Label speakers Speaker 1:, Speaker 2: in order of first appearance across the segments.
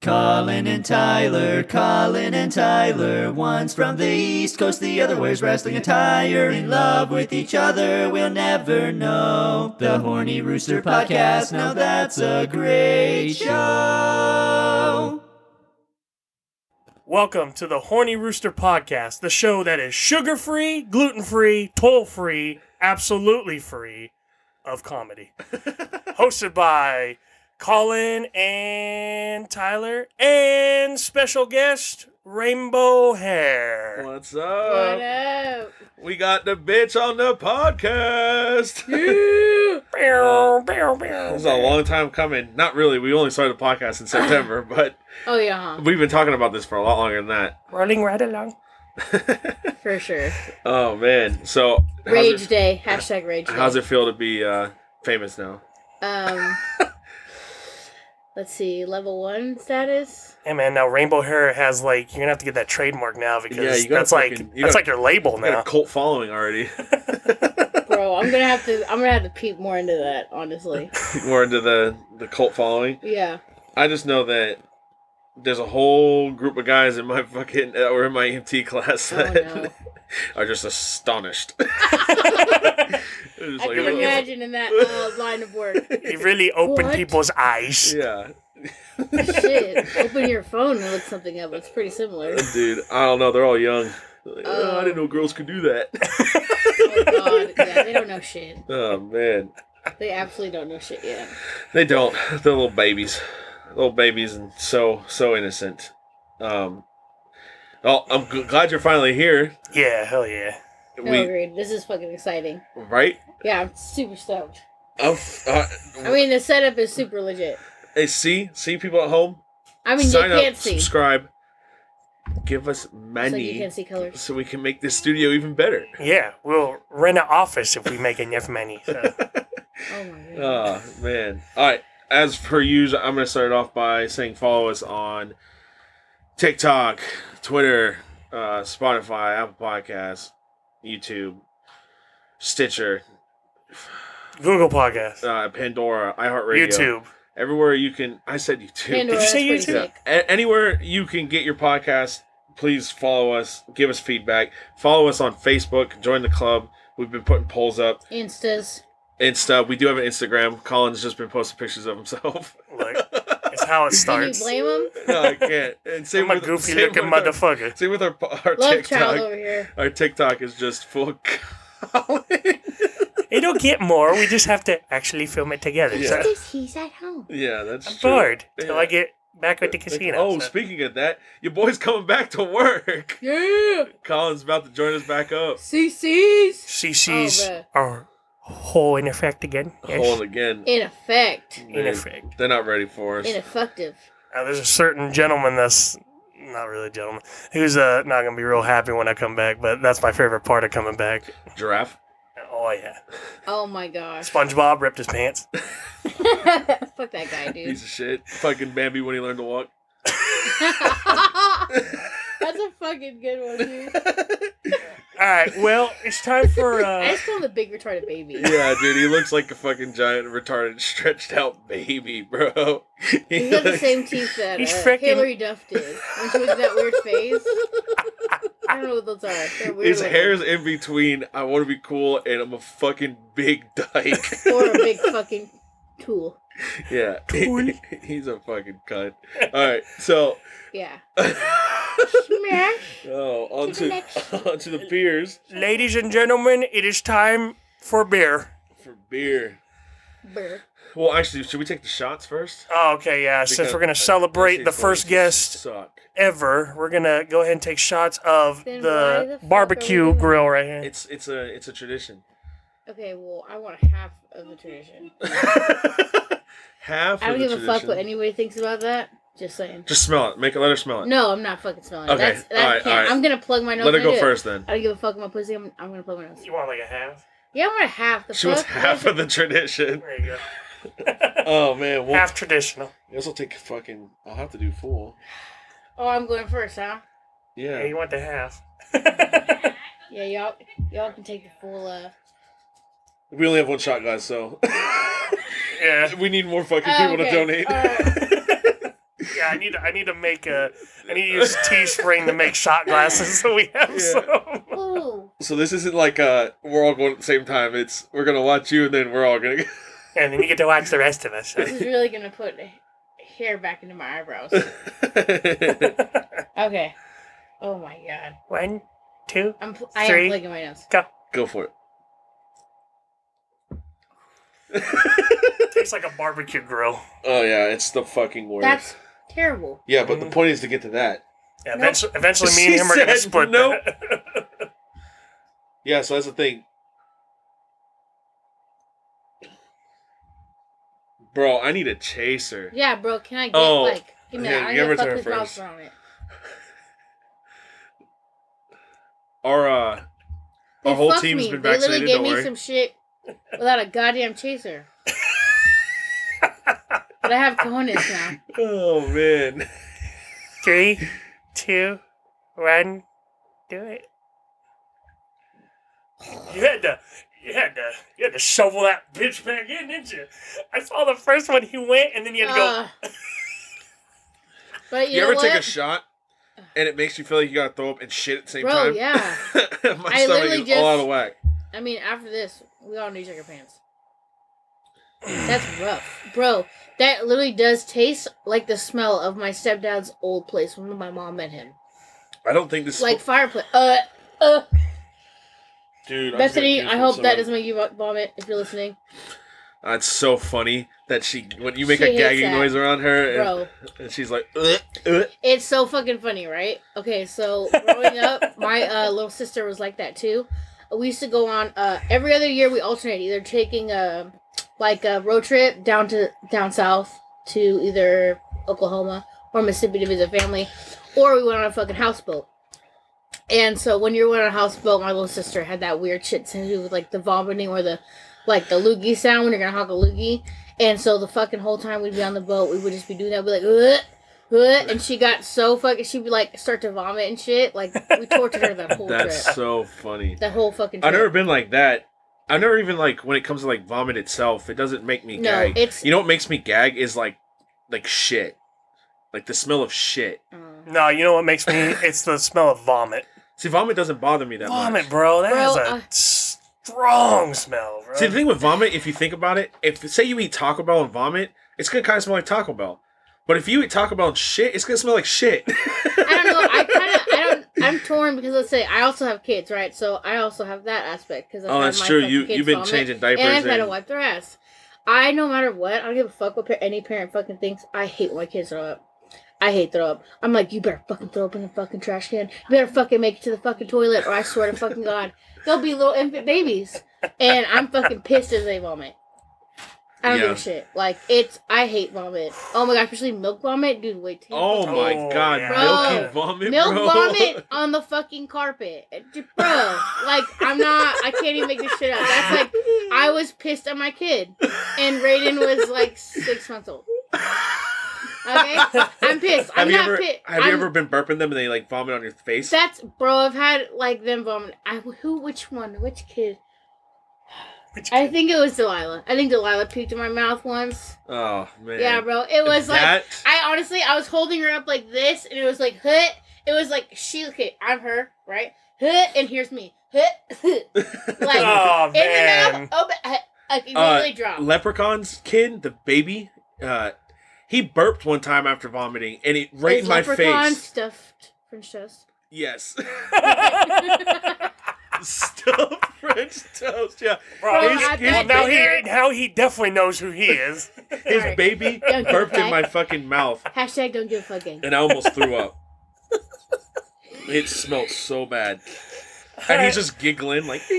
Speaker 1: Colin and Tyler, Colin and Tyler. One's from the East Coast, the other wears wrestling attire. In love with each other, we'll never know. The Horny Rooster Podcast, now that's a great show.
Speaker 2: Welcome to the Horny Rooster Podcast, the show that is sugar free, gluten free, toll free, absolutely free of comedy. Hosted by Colin and Tyler and special guest Rainbow Hair.
Speaker 3: What's
Speaker 4: What
Speaker 3: up?
Speaker 4: up?
Speaker 3: We got the bitch on the podcast.
Speaker 2: Bow, bow, bow.
Speaker 3: Uh, This is a long time coming. Not really. We only started the podcast in September, but
Speaker 4: Oh yeah, huh?
Speaker 3: we've been talking about this for a lot longer than
Speaker 2: Rolling right along.
Speaker 3: that.
Speaker 4: for sure.
Speaker 3: oh man. So how's
Speaker 4: Rage
Speaker 3: it,
Speaker 4: day. Hashtag rage day.
Speaker 3: how's it feel to be uh, famous now?
Speaker 4: Um, let's see. Level one status.
Speaker 2: Hey man, now Rainbow Hair has like you're gonna have to get that trademark now because
Speaker 3: Yeah, you gotta
Speaker 2: that's like
Speaker 3: fucking-
Speaker 2: that's
Speaker 3: you gotta-
Speaker 2: like your label
Speaker 3: I got
Speaker 2: now.
Speaker 3: a cult following already.
Speaker 4: Bro, I'm gonna have to. I'm gonna have to peep more into that. Honestly.
Speaker 3: More into the the cult following.
Speaker 4: Yeah.
Speaker 3: I just know that there's a whole group of guys in my fucking that were in my EMT class
Speaker 4: Oh
Speaker 3: that
Speaker 4: no.
Speaker 3: are just astonished. It was
Speaker 4: I
Speaker 3: like,
Speaker 4: can
Speaker 3: "Ugh."
Speaker 4: imagine in that uh, line of work.
Speaker 2: It really opened
Speaker 4: What?
Speaker 2: people's eyes.
Speaker 3: Yeah,
Speaker 4: Shit. Open your phone and look something up. It's pretty similar.
Speaker 3: dude. I don't know. They're all young. Like, "Oh, I
Speaker 4: Um,
Speaker 3: didn't know girls could do that.
Speaker 4: Oh god. Yeah, they don't know shit.
Speaker 3: oh man,
Speaker 4: They absolutely don't know shit yet.
Speaker 3: they don't. They're little babies, little babies, and so so innocent. Um. Oh, I'm g- glad you're finally here.
Speaker 2: Yeah, hell yeah.
Speaker 4: No,
Speaker 3: we
Speaker 4: agreed. This is fucking exciting.
Speaker 3: right?
Speaker 4: Yeah, I'm super stoked.
Speaker 3: I'm f- uh,
Speaker 4: I mean, the setup is super legit.
Speaker 3: hey, see, see people at home.
Speaker 4: I mean,
Speaker 3: sign
Speaker 4: you
Speaker 3: up,
Speaker 4: can't see.
Speaker 3: subscribe, give us
Speaker 4: So you
Speaker 3: money,
Speaker 4: can't see colors.
Speaker 3: so we can make this studio even better.
Speaker 2: Yeah, we'll rent an office if we make enough money. So.
Speaker 4: Oh my god.
Speaker 3: Oh man! All right. As per usual, I'm gonna start off by saying follow us on TikTok, Twitter, uh, Spotify, Apple Podcasts, YouTube, Stitcher,
Speaker 2: Google Podcast,
Speaker 3: uh, Pandora, iHeartRadio,
Speaker 2: YouTube.
Speaker 3: everywhere you can. I said YouTube.
Speaker 4: Pandora,
Speaker 2: Did you say
Speaker 4: that's
Speaker 2: YouTube?
Speaker 4: pretty
Speaker 3: Yeah.
Speaker 4: sick.
Speaker 3: A- anywhere you can get your podcast, please follow us. Give us feedback. Follow us on Facebook. Join the club. We've been putting polls up.
Speaker 4: Instas.
Speaker 3: Insta. We do have an Instagram. Colin's just been posting pictures of himself.
Speaker 2: Look, it's how it
Speaker 4: Can you
Speaker 2: starts.
Speaker 4: blame them?
Speaker 3: no, I can't. And same
Speaker 2: I'm a
Speaker 3: with-
Speaker 2: goofy
Speaker 3: same
Speaker 2: looking
Speaker 3: with our-
Speaker 2: motherfucker.
Speaker 3: Same with our our
Speaker 4: Love child
Speaker 3: TikTok.
Speaker 4: over here.
Speaker 3: Our TikTok is just full. of Colin.
Speaker 2: It'll get more. We just have to actually film it together.
Speaker 3: Yeah.
Speaker 2: So
Speaker 4: he's at home.
Speaker 3: yeah, that's
Speaker 2: I'm
Speaker 3: true.
Speaker 2: bored till I
Speaker 3: Yeah.
Speaker 2: get back at the
Speaker 3: Like,
Speaker 2: casino.
Speaker 3: Oh,
Speaker 2: so.
Speaker 3: speaking of that, your boy's coming back to work.
Speaker 4: Yeah.
Speaker 3: Colin's about to join us back up.
Speaker 4: CC's.
Speaker 2: CC's
Speaker 4: Oh,
Speaker 2: are whole in effect again. Yes.
Speaker 3: Hold again.
Speaker 4: In effect.
Speaker 2: in
Speaker 3: Man,
Speaker 2: effect.
Speaker 3: They're not ready for us.
Speaker 4: Ineffective.
Speaker 2: Now, there's a certain gentleman that's not really a gentleman who's uh, not gonna be real happy when I come back. But that's my favorite part of coming back.
Speaker 3: Giraffe.
Speaker 2: Oh yeah,
Speaker 4: Oh my gosh.
Speaker 2: SpongeBob ripped his pants.
Speaker 4: Fuck that guy, dude.
Speaker 3: Piece of shit. Fucking Bambi when he learned to walk.
Speaker 4: that's a fucking good one, dude.
Speaker 2: All right, well, it's time for
Speaker 4: I
Speaker 2: uh,
Speaker 4: just call him the big retarded baby.
Speaker 3: Yeah, dude, he looks like a fucking giant, retarded, stretched out baby, bro. He
Speaker 4: He's got the
Speaker 3: looks-
Speaker 4: same teeth that uh,
Speaker 2: He's frickin-
Speaker 4: Hillary Duff did when she was in that weird phase. I don't know what those are. They're weird
Speaker 3: His
Speaker 4: looking.
Speaker 3: hair's in between. I want to be cool, and I'm a fucking big dyke.
Speaker 4: or a big fucking tool.
Speaker 3: yeah,
Speaker 2: Tool.
Speaker 3: he's a fucking cunt. All right, so
Speaker 4: Yeah.
Speaker 3: oh,
Speaker 4: Smash.
Speaker 3: on
Speaker 4: To the
Speaker 3: to
Speaker 4: next.
Speaker 3: on to the beers
Speaker 2: ladies and gentlemen, it is time for beer.
Speaker 3: for beer.
Speaker 4: Brr.
Speaker 3: Well, actually, should we take the shots first?
Speaker 2: Oh, okay, yeah. since
Speaker 3: Because
Speaker 2: we're gonna
Speaker 3: I-
Speaker 2: celebrate
Speaker 3: this
Speaker 2: the
Speaker 3: is
Speaker 2: first
Speaker 3: going to
Speaker 2: guest
Speaker 3: Suck.
Speaker 2: ever, we're gonna go ahead and take shots of
Speaker 4: Then
Speaker 2: the,
Speaker 4: why the fuck are we
Speaker 2: barbecue
Speaker 4: doing
Speaker 2: grill right here.
Speaker 3: It's it's a it's a tradition.
Speaker 4: Okay, well, I want half of the tradition.
Speaker 3: Half.
Speaker 4: I don't
Speaker 3: of the
Speaker 4: give a fuck what
Speaker 3: tradition.
Speaker 4: anybody thinks about that. Just saying.
Speaker 3: Just smell it. Make it. Let her smell it.
Speaker 4: No, I'm not fucking smelling.
Speaker 3: Okay,
Speaker 4: Okay. That's, that
Speaker 3: alright,
Speaker 4: can't.
Speaker 3: alright.
Speaker 4: I'm gonna plug my nose.
Speaker 3: let her
Speaker 4: when I
Speaker 3: go
Speaker 4: do it.
Speaker 3: first then.
Speaker 4: I don't give a fuck about pussy. I'm, I'm gonna plug my nose.
Speaker 2: You want like a half?
Speaker 4: Yeah, I want half the
Speaker 3: She
Speaker 4: fuck.
Speaker 3: wants half of the tradition.
Speaker 2: There you go.
Speaker 3: Oh man, well,
Speaker 2: half traditional.
Speaker 3: this will take fucking. I'll have to do full.
Speaker 4: Oh, I'm going first, huh?
Speaker 2: Yeah,
Speaker 3: Yeah.
Speaker 2: you want the half.
Speaker 4: Yeah, y'all, y'all can take the full. Uh,
Speaker 3: We only have one shot, guys, so
Speaker 2: yeah.
Speaker 3: we need more fucking
Speaker 4: Oh,
Speaker 3: people to
Speaker 4: okay.
Speaker 3: donate.
Speaker 4: Alright.
Speaker 2: Yeah, yeah, I need to, I need to make a I need to use Teespring to make shot glasses so we have
Speaker 3: Yeah.
Speaker 2: some.
Speaker 4: Ooh.
Speaker 3: So this isn't like uh we're all going at the same time. It's we're gonna watch you and then we're all gonna.
Speaker 2: And then you get to watch the rest of us.
Speaker 4: This is really gonna put hair back into my eyebrows. Okay. Oh my god.
Speaker 2: One, two.
Speaker 4: I'm pl- I
Speaker 2: Three.
Speaker 4: am flicking my nose.
Speaker 3: Go for it.
Speaker 2: Tastes like a barbecue grill.
Speaker 3: Oh yeah, it's the fucking worst.
Speaker 4: That's Mm. terrible.
Speaker 3: yeah, but the point is to get to that.
Speaker 2: Yeah,
Speaker 4: Nope.
Speaker 2: eventually, eventually me and
Speaker 3: She
Speaker 2: him are gonna
Speaker 3: said
Speaker 2: split
Speaker 3: nope.
Speaker 2: that.
Speaker 3: Yeah, so that's the thing. Bro, I need a chaser.
Speaker 4: Yeah, bro. Can I get
Speaker 3: Oh,
Speaker 4: like? Give me
Speaker 3: yeah,
Speaker 4: that. I
Speaker 3: give
Speaker 4: need
Speaker 3: it to
Speaker 4: to fuck
Speaker 3: her
Speaker 4: with
Speaker 3: first.
Speaker 4: lobster on it.
Speaker 3: Our uh,
Speaker 4: They
Speaker 3: our whole
Speaker 4: fucked
Speaker 3: team's
Speaker 4: me.
Speaker 3: been
Speaker 4: They literally
Speaker 3: vaccinated.
Speaker 4: gave
Speaker 3: Don't
Speaker 4: me
Speaker 3: worry.
Speaker 4: some shit without a goddamn chaser. but I have cojones now.
Speaker 3: Oh man.
Speaker 2: Three, two, one, do it. You had to, you had to, you had to shovel that bitch back in, didn't you? I saw the first one he went, and then you had to go.
Speaker 4: Ugh. but you,
Speaker 3: You,
Speaker 4: know
Speaker 3: ever
Speaker 4: what?
Speaker 3: take a shot and it makes you feel like you gotta throw up and shit at the same
Speaker 4: Bro,
Speaker 3: time?
Speaker 4: yeah.
Speaker 3: My
Speaker 4: I
Speaker 3: stomach
Speaker 4: literally
Speaker 3: is all out
Speaker 4: just-
Speaker 3: of whack.
Speaker 4: I mean, after this, we all need to check our pants. That's rough, bro. That literally does taste like the smell of my stepdad's old place when my mom met him,
Speaker 3: I don't think this
Speaker 4: like
Speaker 3: is
Speaker 4: fireplace. Uh, uh.
Speaker 3: dude. I'm
Speaker 4: Bethany,
Speaker 3: gonna
Speaker 4: I
Speaker 3: do
Speaker 4: hope that
Speaker 3: something.
Speaker 4: doesn't make you vo- vomit if you're listening,
Speaker 3: Uh, it's so funny that she when you make
Speaker 4: She
Speaker 3: a
Speaker 4: hates
Speaker 3: gagging
Speaker 4: that.
Speaker 3: noise around her and,
Speaker 4: bro.
Speaker 3: and she's like "Ugh, ugh."
Speaker 4: It's so fucking funny, right? Okay, so growing up, my uh, little sister was like that too. We used to go on uh, every other year. We alternate either taking a like a road trip down to down south to either Oklahoma or Mississippi to visit family, or we went on a fucking houseboat. And so when you went on a houseboat, my little sister had that weird shit to do with like the vomiting or the like the loogie sound when you're gonna hawk a loogie. And so the fucking whole time we'd be on the boat, we would just be doing that. We'd be like, Ugh, ugh, and she got so fucking, she'd be like, start to vomit and shit. Like we tortured her that whole
Speaker 3: That's
Speaker 4: trip,
Speaker 3: so funny.
Speaker 4: that whole fucking. Trip.
Speaker 3: I've never been like that. I've never even like when it comes to like vomit itself, it doesn't make me
Speaker 4: No,
Speaker 3: gag.
Speaker 4: it's-
Speaker 3: you know what makes me gag is like like shit. Like the smell of shit.
Speaker 4: Mm.
Speaker 2: No, you know what makes me? It's the smell of vomit.
Speaker 3: See vomit doesn't bother me that
Speaker 2: Vomit,
Speaker 3: much.
Speaker 2: bro. That
Speaker 4: Bro,
Speaker 2: is a
Speaker 4: uh,
Speaker 2: strong smell, bro.
Speaker 3: See the thing with vomit, if you think about it, if say you eat Taco Bell and vomit, it's gonna kinda smell like Taco Bell. But if you eat Taco Bell and shit, it's gonna smell like shit.
Speaker 4: I don't know. I kind of, I don't, I'm torn because let's say I also have kids, right? So I also have that aspect because
Speaker 3: oh, that's true. You you've been changing diapers
Speaker 4: and I've had to
Speaker 3: and
Speaker 4: wipe their ass. I, no matter what, I don't give a fuck what par- any parent fucking thinks. I hate when my kids throw up. I hate throw up. I'm like, you better fucking throw up in the fucking trash can. You better fucking make it to the fucking toilet, or I swear to fucking god, they'll be little infant babies, and I'm fucking pissed if they vomit. I don't
Speaker 3: Yeah.
Speaker 4: give a shit. Like it's, I hate vomit. Oh my gosh, especially milk vomit, dude. Wait till you
Speaker 3: Oh
Speaker 4: fucking-
Speaker 3: my
Speaker 2: Oh,
Speaker 3: god,
Speaker 2: yeah.
Speaker 3: milky
Speaker 4: Bro.
Speaker 3: vomit,
Speaker 4: Milk
Speaker 3: bro.
Speaker 4: vomit on the fucking carpet, bro. Like I'm not, I can't even make this shit up. That's like I was pissed at my kid, and Raiden was like six months old. Okay, I'm pissed. I'm
Speaker 3: have you
Speaker 4: not
Speaker 3: ever
Speaker 4: pissed.
Speaker 3: have you ever been burping them and they like vomit on your face?
Speaker 4: That's bro. I've had like them vomit. I who? Which one? Which kid?
Speaker 2: Which-
Speaker 4: I think it was Delilah. I think Delilah puked in my mouth once.
Speaker 3: oh man.
Speaker 4: Yeah, bro. It was like
Speaker 3: that,
Speaker 4: I honestly, I was holding her up like this, and it was like, hut. It was like, she, okay, I'm her, right? Hut, and here's me. Hut, hut. Like,
Speaker 2: oh
Speaker 4: in the
Speaker 2: man.
Speaker 4: mouth, open, hut, uh, like,
Speaker 3: Uh,
Speaker 4: immediately drop.
Speaker 3: Leprechaun's kid, the baby, uh, he burped one time after vomiting, and it right
Speaker 4: It's
Speaker 3: in my
Speaker 4: leprechaun
Speaker 3: face.
Speaker 4: stuffed French toast.
Speaker 3: Yes, stuffed French toast. Yeah,
Speaker 2: Bro,
Speaker 4: Bro,
Speaker 2: he's-
Speaker 4: I
Speaker 2: he's-
Speaker 4: bet
Speaker 2: now he
Speaker 4: they're-
Speaker 2: now he definitely knows who he is.
Speaker 3: his
Speaker 4: Sorry.
Speaker 3: baby
Speaker 4: Don't give
Speaker 3: burped
Speaker 4: a
Speaker 3: in
Speaker 4: fuck.
Speaker 3: my fucking mouth,
Speaker 4: Hashtag don't give a fuck gang.
Speaker 3: and I almost threw up. It smelled so bad, and he's just giggling like.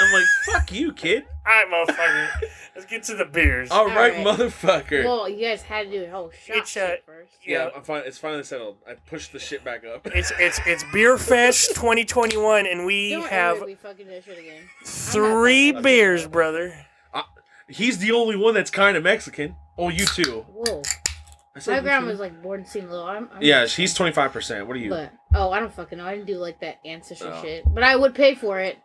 Speaker 3: I'm like, fuck you, kid.
Speaker 2: All right, motherfucker. Let's get to the beers.
Speaker 3: All
Speaker 4: All
Speaker 3: right,
Speaker 4: right.
Speaker 3: motherfucker.
Speaker 4: Well, you guys had to do a whole shot
Speaker 2: It's, uh,
Speaker 4: shit first.
Speaker 2: Yeah.
Speaker 3: yeah, I'm fin- it's finally settled. I pushed the shit back up.
Speaker 2: It's it's it's Beer Fest 2021, and we
Speaker 4: Don't
Speaker 2: have
Speaker 4: ever be fucking do shit again.
Speaker 2: three
Speaker 4: fucking-
Speaker 2: beers, brother.
Speaker 3: He's the only one that's kind of Mexican. Oh, you too.
Speaker 4: Whoa.
Speaker 3: I said
Speaker 4: My
Speaker 3: you
Speaker 4: grandma's
Speaker 3: too.
Speaker 4: like born seen low. I'm, I'm
Speaker 3: Yeah, she's twenty five percent. What are you?
Speaker 4: But oh, I don't fucking know. I didn't do like that ancestry
Speaker 3: Oh.
Speaker 4: shit. But I would pay for it.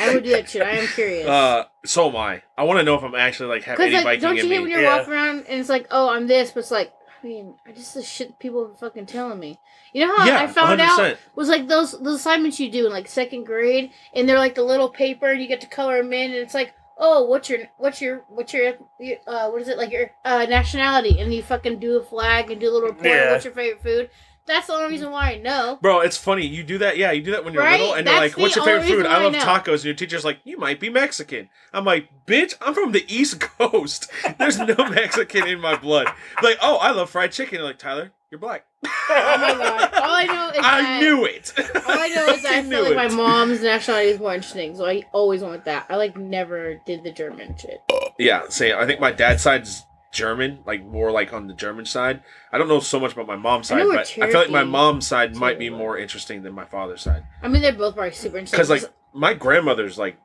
Speaker 4: I would do that too. I am curious.
Speaker 3: Uh, so am I. I want to know if I'm actually like have
Speaker 4: Cause
Speaker 3: any
Speaker 4: like,
Speaker 3: Viking
Speaker 4: don't
Speaker 3: in
Speaker 4: you
Speaker 3: me.
Speaker 4: hate when you're
Speaker 2: Yeah.
Speaker 4: walking around and it's like, oh, I'm this, but it's like, I mean, I just the shit people are fucking telling me. You know how
Speaker 3: yeah,
Speaker 4: I found out
Speaker 3: 100%.
Speaker 4: was like those those assignments you do in like second grade, and they're like the little paper, and you get to color them in, and it's like, oh, what's your what's your what's your your, uh what is it like your uh nationality, and you fucking do a flag and do a little report.
Speaker 2: Yeah.
Speaker 4: of What's your favorite food? That's the only reason why I know.
Speaker 3: Bro, it's funny. You do that. Yeah, you do that when you're
Speaker 4: Right?
Speaker 3: little, and you're
Speaker 4: That's
Speaker 3: like, "What's
Speaker 4: the
Speaker 3: your favorite
Speaker 4: only
Speaker 3: food?"
Speaker 4: reason
Speaker 3: I
Speaker 4: why I
Speaker 3: love
Speaker 4: know.
Speaker 3: tacos. And your teacher's like, "You might be Mexican." I'm like, "Bitch, I'm from the East Coast. There's no Mexican in my blood." Like, "Oh, I love fried chicken." You're like, Tyler, you're black.
Speaker 4: Oh my god! All I know is
Speaker 3: I
Speaker 4: that-
Speaker 3: knew it.
Speaker 4: All I know is that I
Speaker 3: fucking
Speaker 4: feel like
Speaker 3: knew
Speaker 4: my
Speaker 3: it.
Speaker 4: mom's nationality is more interesting, so I always want that. I like never did the German shit.
Speaker 3: Yeah, say I think my dad's side's German, like more like on the German side. I don't know so much about my mom's
Speaker 4: I
Speaker 3: side,
Speaker 4: know
Speaker 3: but
Speaker 4: what
Speaker 3: I feel like my
Speaker 4: Cherokee-
Speaker 3: mom's side might be
Speaker 4: Cherokee.
Speaker 3: more interesting than my father's side.
Speaker 4: I mean, they're both probably super interesting.
Speaker 3: Because like my grandmother's like,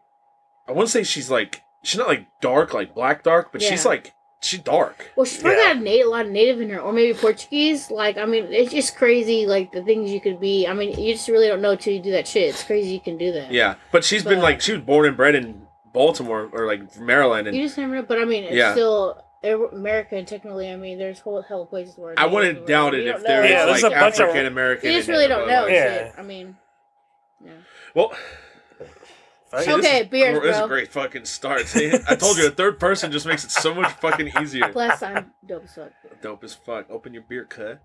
Speaker 3: I wouldn't say she's like she's not like dark like black dark, but she's
Speaker 4: Yeah.
Speaker 3: like she dark.
Speaker 4: well, she's probably
Speaker 2: Yeah.
Speaker 4: got a, nat- a lot of native in her, or maybe Portuguese. Like, I mean, it's just crazy. Like the things you could be. I mean, you just really don't know till you do that shit. It's crazy you can do that.
Speaker 3: Yeah, but she's been
Speaker 4: But-
Speaker 3: like she was born and bred in Baltimore or like Maryland,
Speaker 4: You
Speaker 3: and
Speaker 4: just never know. But I mean, it's
Speaker 3: Yeah.
Speaker 4: still America, and technically, I mean, there's whole hell of places where
Speaker 3: I wouldn't
Speaker 4: not
Speaker 3: doubt it if there
Speaker 2: know. Yeah,
Speaker 3: was
Speaker 2: there's
Speaker 3: like
Speaker 2: a bunch of-
Speaker 3: African American.
Speaker 4: You just really don't know.
Speaker 2: Yeah.
Speaker 4: shit. I mean,
Speaker 3: Well,
Speaker 2: Fuck
Speaker 3: see,
Speaker 2: it.
Speaker 3: this
Speaker 4: Okay,
Speaker 3: is-
Speaker 4: beers,
Speaker 3: This is a
Speaker 4: bro.
Speaker 3: great fucking start. See, I told you, a third person just makes it so much fucking easier.
Speaker 4: plus I'm dope as fuck.
Speaker 3: Dope as fuck. Open your beer, cut.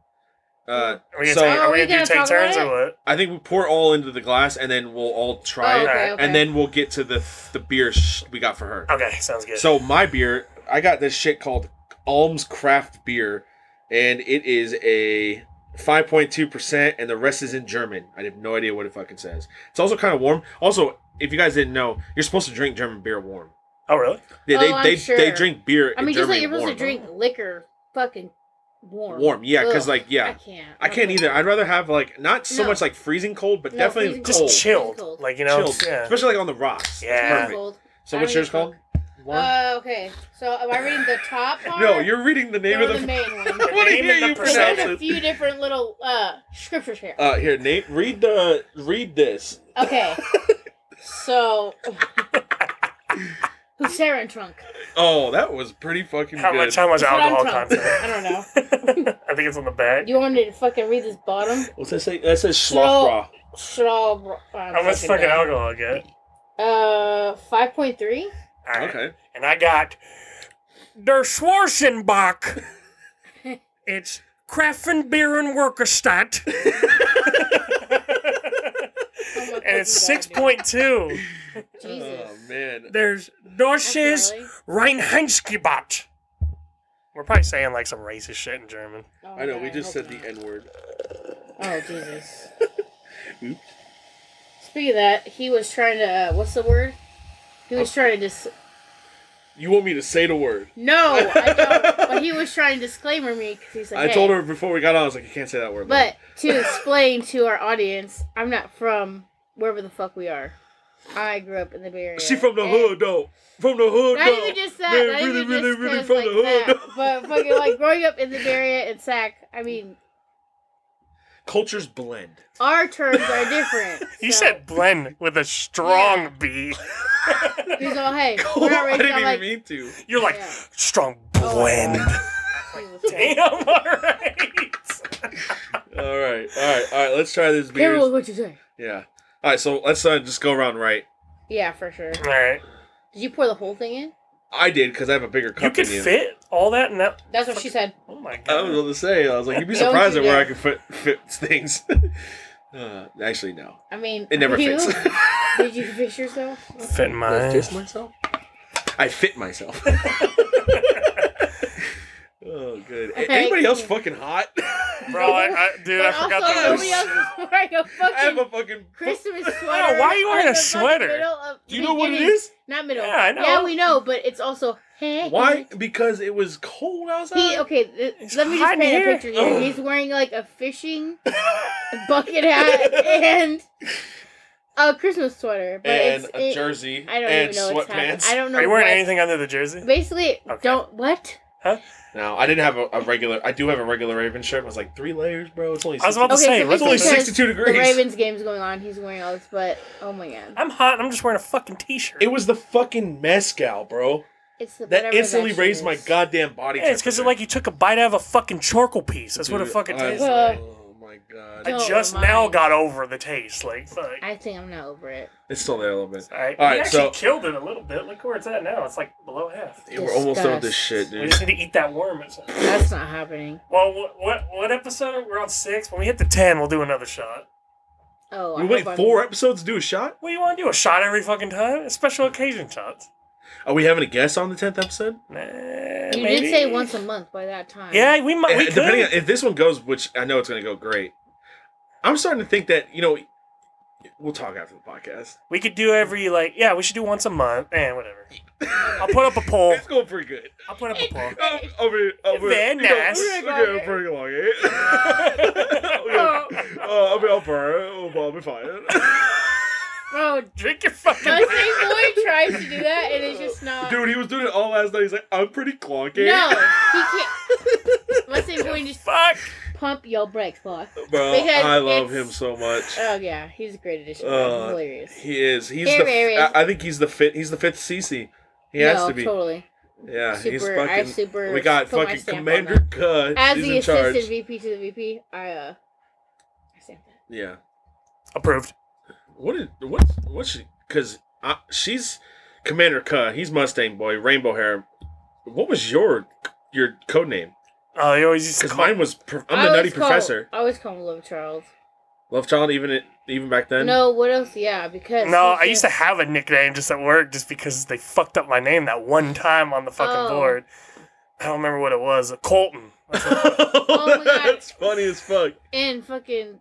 Speaker 3: Uh,
Speaker 2: Are we gonna,
Speaker 3: So-
Speaker 2: take,
Speaker 4: Oh,
Speaker 2: are we
Speaker 4: we
Speaker 2: gonna do
Speaker 4: gotta
Speaker 2: take
Speaker 4: talk about
Speaker 2: turns or
Speaker 4: it?
Speaker 2: what?
Speaker 3: I think we pour all into the glass, and then we'll all try
Speaker 4: Oh,
Speaker 3: it,
Speaker 4: okay, okay.
Speaker 3: and then we'll get to the the beer sh- we got for her.
Speaker 2: Okay, sounds good.
Speaker 3: So my beer, I got this shit called Alms Craft Beer, and it is a 5.2%, and the rest is in German. I have no idea what it fucking says. It's also kind of warm. Also, if you guys didn't know, you're supposed to drink German beer warm.
Speaker 2: oh really?
Speaker 3: Yeah,
Speaker 4: Oh,
Speaker 3: they
Speaker 4: I'm
Speaker 3: they,
Speaker 4: sure.
Speaker 3: they drink beer.
Speaker 4: I
Speaker 3: in
Speaker 4: mean, just
Speaker 3: Germany
Speaker 4: like you're supposed to
Speaker 3: warm.
Speaker 4: drink liquor, fucking warm.
Speaker 3: warm, yeah, because
Speaker 4: Ugh,
Speaker 3: like
Speaker 4: I
Speaker 3: yeah,
Speaker 4: can't.
Speaker 3: I can't either. I'd rather have like not so
Speaker 4: No.
Speaker 3: much like freezing cold, but
Speaker 4: No,
Speaker 3: definitely
Speaker 4: freezing
Speaker 2: Just
Speaker 3: cold,
Speaker 2: chilled,
Speaker 4: Cold.
Speaker 2: like you know.
Speaker 3: Chilled.
Speaker 2: Yeah.
Speaker 3: especially like on the rocks.
Speaker 2: Yeah.
Speaker 3: Perfect.
Speaker 4: Cold.
Speaker 3: So
Speaker 4: I
Speaker 3: what's
Speaker 4: don't
Speaker 3: yours
Speaker 4: get
Speaker 3: called? Warm.
Speaker 4: Uh, okay, so am I reading the top part?
Speaker 3: no, you're reading the name
Speaker 4: or
Speaker 3: of the.
Speaker 4: Uh, the main one.
Speaker 3: I want to
Speaker 2: Name
Speaker 3: hear
Speaker 2: and the
Speaker 3: you
Speaker 4: Because
Speaker 3: pronounce
Speaker 2: percentage.
Speaker 4: There's a
Speaker 3: it.
Speaker 4: few different little uh scriptures here.
Speaker 3: Uh, here, Nate, read the read this.
Speaker 4: Okay, so Husaran trunk.
Speaker 3: Oh, that was pretty fucking
Speaker 2: How
Speaker 3: good.
Speaker 2: much? How much
Speaker 4: That's what I'm
Speaker 2: alcohol
Speaker 4: drunk.
Speaker 2: content?
Speaker 4: I don't know.
Speaker 2: I think it's on the back.
Speaker 4: You want me to fucking read this bottom?
Speaker 3: What's that say? That says
Speaker 4: Slow-
Speaker 3: Schlafbra.
Speaker 4: Straw.
Speaker 2: How much fucking alcohol I get?
Speaker 4: Uh, five point three.
Speaker 2: All right.
Speaker 3: Okay.
Speaker 2: and I got Der Schwarzenbach. it's Kraffenbeeren Werkestatt. and it's 6.2.
Speaker 4: Jesus.
Speaker 3: Oh man.
Speaker 2: There's
Speaker 4: That's
Speaker 2: Deutsches
Speaker 4: gnarly.
Speaker 2: Reinheitsgebot. We're probably saying like some racist shit in German.
Speaker 4: Oh,
Speaker 3: I know.
Speaker 4: God,
Speaker 3: We just
Speaker 4: hope
Speaker 3: said the
Speaker 4: not.
Speaker 3: N word.
Speaker 4: Oh Jesus. Speaking of that, he was trying to. Uh, what's the word? He was trying to. Dis-
Speaker 3: You want me to say the word?
Speaker 4: no, I don't. but he was trying to disclaimer me because he's like,
Speaker 3: I
Speaker 4: hey.
Speaker 3: told her before we got on. I was like, you can't say that word. man."
Speaker 4: But to explain to our audience, I'm not from wherever the fuck we are. I grew up in the Bay Area.
Speaker 3: she from the
Speaker 4: And-
Speaker 3: hood though. From the hood.
Speaker 4: Not
Speaker 3: though.
Speaker 4: even just that.
Speaker 3: Man,
Speaker 4: not
Speaker 3: really,
Speaker 4: even
Speaker 3: really,
Speaker 4: just
Speaker 3: really
Speaker 4: 'cause
Speaker 3: from
Speaker 4: like
Speaker 3: the hood.
Speaker 4: that. But fucking like growing up in the Bay Area and Sac, I mean,
Speaker 3: Cultures blend.
Speaker 4: our terms are different.
Speaker 2: He
Speaker 4: so-
Speaker 2: said blend with a strong
Speaker 4: Yeah.
Speaker 2: B.
Speaker 4: He's all, hey, we're not
Speaker 3: I
Speaker 4: ready.
Speaker 3: didn't
Speaker 4: I'm
Speaker 3: even
Speaker 4: like,
Speaker 3: mean to.
Speaker 2: You're like
Speaker 4: Yeah.
Speaker 2: strong
Speaker 4: Oh, my
Speaker 2: blend.
Speaker 4: God. Jesus Christ.
Speaker 2: Damn, all right.
Speaker 3: All right, all right, all right. Let's try this beer.
Speaker 4: Careful with what you say.
Speaker 3: Yeah. All right. So let's uh, just go around right.
Speaker 4: Yeah, for sure. Did
Speaker 2: All right.
Speaker 4: you pour the whole thing in?
Speaker 3: I did because I have a bigger cup
Speaker 2: You could
Speaker 3: than you.
Speaker 2: fit all that in that.
Speaker 4: That's what she said.
Speaker 2: Oh my
Speaker 3: I was
Speaker 2: god.
Speaker 3: going to say. I was like, you'd be
Speaker 4: Don't
Speaker 3: surprised
Speaker 4: you
Speaker 3: at where I
Speaker 4: dare.
Speaker 3: could fit, fit things. uh, actually, no.
Speaker 4: I mean,
Speaker 3: It never
Speaker 4: you,
Speaker 3: fits.
Speaker 4: did you fish yourself?
Speaker 2: Fit in
Speaker 3: I
Speaker 2: mine.
Speaker 3: fit myself. I fit myself. oh, good. A-
Speaker 4: Okay.
Speaker 3: Anybody else fucking hot?
Speaker 2: Bro, I, I, dude, I
Speaker 4: But
Speaker 2: forgot
Speaker 4: also,
Speaker 2: that
Speaker 4: nobody
Speaker 2: was.
Speaker 4: else is wearing a
Speaker 3: I have a Oh,
Speaker 4: fucking
Speaker 3: fucking.
Speaker 4: Christmas sweater.
Speaker 2: why are you wearing
Speaker 4: on
Speaker 2: a
Speaker 4: the fucking
Speaker 2: sweater?
Speaker 4: middle of
Speaker 3: Do you know what it
Speaker 4: beginning-
Speaker 3: is?
Speaker 4: Not middle.
Speaker 2: Yeah, I know.
Speaker 4: Yeah, we know, but it's also hey.
Speaker 3: Why? Because it was cold outside.
Speaker 4: He okay. th-
Speaker 2: It's
Speaker 4: let me
Speaker 2: hot
Speaker 4: just
Speaker 2: in
Speaker 4: paint
Speaker 2: here.
Speaker 4: a picture here. He's wearing like a fishing bucket hat and a Christmas sweater, but
Speaker 3: and
Speaker 4: it's,
Speaker 3: a
Speaker 4: it-
Speaker 3: jersey
Speaker 4: I don't
Speaker 3: and
Speaker 4: even know what's happening.
Speaker 3: sweatpants.
Speaker 4: I don't know.
Speaker 2: Are you wearing
Speaker 4: what-
Speaker 2: anything under the jersey?
Speaker 4: Basically,
Speaker 2: Okay.
Speaker 4: don't what?
Speaker 2: Huh?
Speaker 3: No, I didn't have a, a regular. I do have a regular Raven shirt. It was like three layers, bro. It's only.
Speaker 2: I was about to
Speaker 4: Okay,
Speaker 2: say,
Speaker 4: so
Speaker 2: let's
Speaker 3: it's only
Speaker 4: because
Speaker 3: sixty-two
Speaker 4: The
Speaker 3: degrees.
Speaker 4: Ravens game's going on. He's wearing all this, but oh my god,
Speaker 2: I'm hot. and I'm just wearing a fucking t-shirt.
Speaker 3: It was the fucking mezcal, bro.
Speaker 4: it's the
Speaker 3: That
Speaker 4: whatever
Speaker 3: instantly
Speaker 4: shit
Speaker 3: raised
Speaker 4: is.
Speaker 3: my goddamn body.
Speaker 2: yeah, it's because
Speaker 3: temperature.
Speaker 2: like you took a bite out of a fucking charcoal piece. That's what it
Speaker 3: Dude,
Speaker 2: fucking
Speaker 3: I-
Speaker 2: tastes.
Speaker 4: Well,
Speaker 2: like.
Speaker 4: like.
Speaker 3: Oh my god,
Speaker 2: I
Speaker 4: no,
Speaker 2: just
Speaker 4: mine.
Speaker 2: now got over the taste. Like, fuck.
Speaker 4: I think I'm not over it.
Speaker 3: it's still there a little bit.
Speaker 2: All right,
Speaker 3: All
Speaker 2: we
Speaker 3: right,
Speaker 2: actually
Speaker 3: so-
Speaker 2: killed it a little bit. Look where it's at now. It's like below half.
Speaker 3: Yeah, we're almost done with this shit,
Speaker 4: Disgust.
Speaker 2: We
Speaker 3: dude.
Speaker 2: just need to eat that worm. It's-
Speaker 4: That's not happening.
Speaker 2: Well, what, what what episode? We're on six. When we hit the ten, we'll do another shot.
Speaker 4: Oh,
Speaker 3: We
Speaker 4: I
Speaker 3: wait
Speaker 4: hope I'm-
Speaker 3: four episodes to do a shot.
Speaker 2: What do you want to do? A shot every fucking time? A special occasion shot?
Speaker 3: Are we having a guest on the tenth episode?
Speaker 2: Nah,
Speaker 4: You
Speaker 2: maybe.
Speaker 4: did say once a month by that time.
Speaker 2: Yeah, we might. We
Speaker 3: Eh, Depending on
Speaker 2: could.
Speaker 3: if this one goes, which I know it's going to go great. I'm starting to think that you know we'll talk after the podcast.
Speaker 2: we could do every like. Yeah, we should do once a month. And whatever. I'll put up a poll.
Speaker 3: It's going pretty good.
Speaker 2: I'll put up a poll.
Speaker 3: Um, over, over,
Speaker 2: Very
Speaker 3: you know,
Speaker 2: nice.
Speaker 3: we're going pretty long. Eh? Okay. uh, I'll be up for it. I'll be fine.
Speaker 4: Bro,
Speaker 2: Drink your fucking.
Speaker 4: my same boy tries to do that and it's just not.
Speaker 3: Dude, he was doing it all last night. He's like, I'm pretty clonky.
Speaker 4: no, he can't. My same boy just
Speaker 2: Fuck.
Speaker 4: pump your brakes, boy.
Speaker 3: Bro,
Speaker 4: Because
Speaker 3: I love
Speaker 4: it's-
Speaker 3: him so much.
Speaker 4: Oh yeah, he's a great addition.
Speaker 3: Uh,
Speaker 4: Hilarious.
Speaker 3: He is. He's
Speaker 4: Here
Speaker 3: the.
Speaker 4: he is.
Speaker 3: I, I think he's the fit. He's the fifth CC. He has
Speaker 4: no,
Speaker 3: to be.
Speaker 4: totally.
Speaker 3: Yeah,
Speaker 4: super,
Speaker 3: he's
Speaker 4: I
Speaker 3: fucking.
Speaker 4: super.
Speaker 3: we got
Speaker 4: put my
Speaker 3: fucking
Speaker 4: stamp on
Speaker 3: Commander
Speaker 4: that.
Speaker 3: Cut.
Speaker 4: As
Speaker 3: he's
Speaker 4: the
Speaker 3: in charge.
Speaker 4: assistant VP to the VP. I uh, I stamp that.
Speaker 3: Yeah.
Speaker 2: Approved.
Speaker 3: What did what what she? Because she's Commander Cut. He's Mustang Boy, Rainbow Hair. What was your your code name?
Speaker 2: Oh, they always used to
Speaker 3: Because
Speaker 2: call.
Speaker 3: mine was Pro- I'm
Speaker 4: I
Speaker 3: the Nutty
Speaker 4: always call-
Speaker 3: Professor.
Speaker 4: I always call him Love Charles.
Speaker 3: Love Child, even it, even back then.
Speaker 4: no, what else? Yeah, because
Speaker 2: No,
Speaker 4: he's
Speaker 2: I used to
Speaker 4: just-
Speaker 2: have a nickname just at work just because they fucked up my name that one time on the fucking
Speaker 4: Oh.
Speaker 2: board. I don't remember what it was. Colton.
Speaker 4: Oh my God.
Speaker 3: that's funny as fuck.
Speaker 4: in fucking.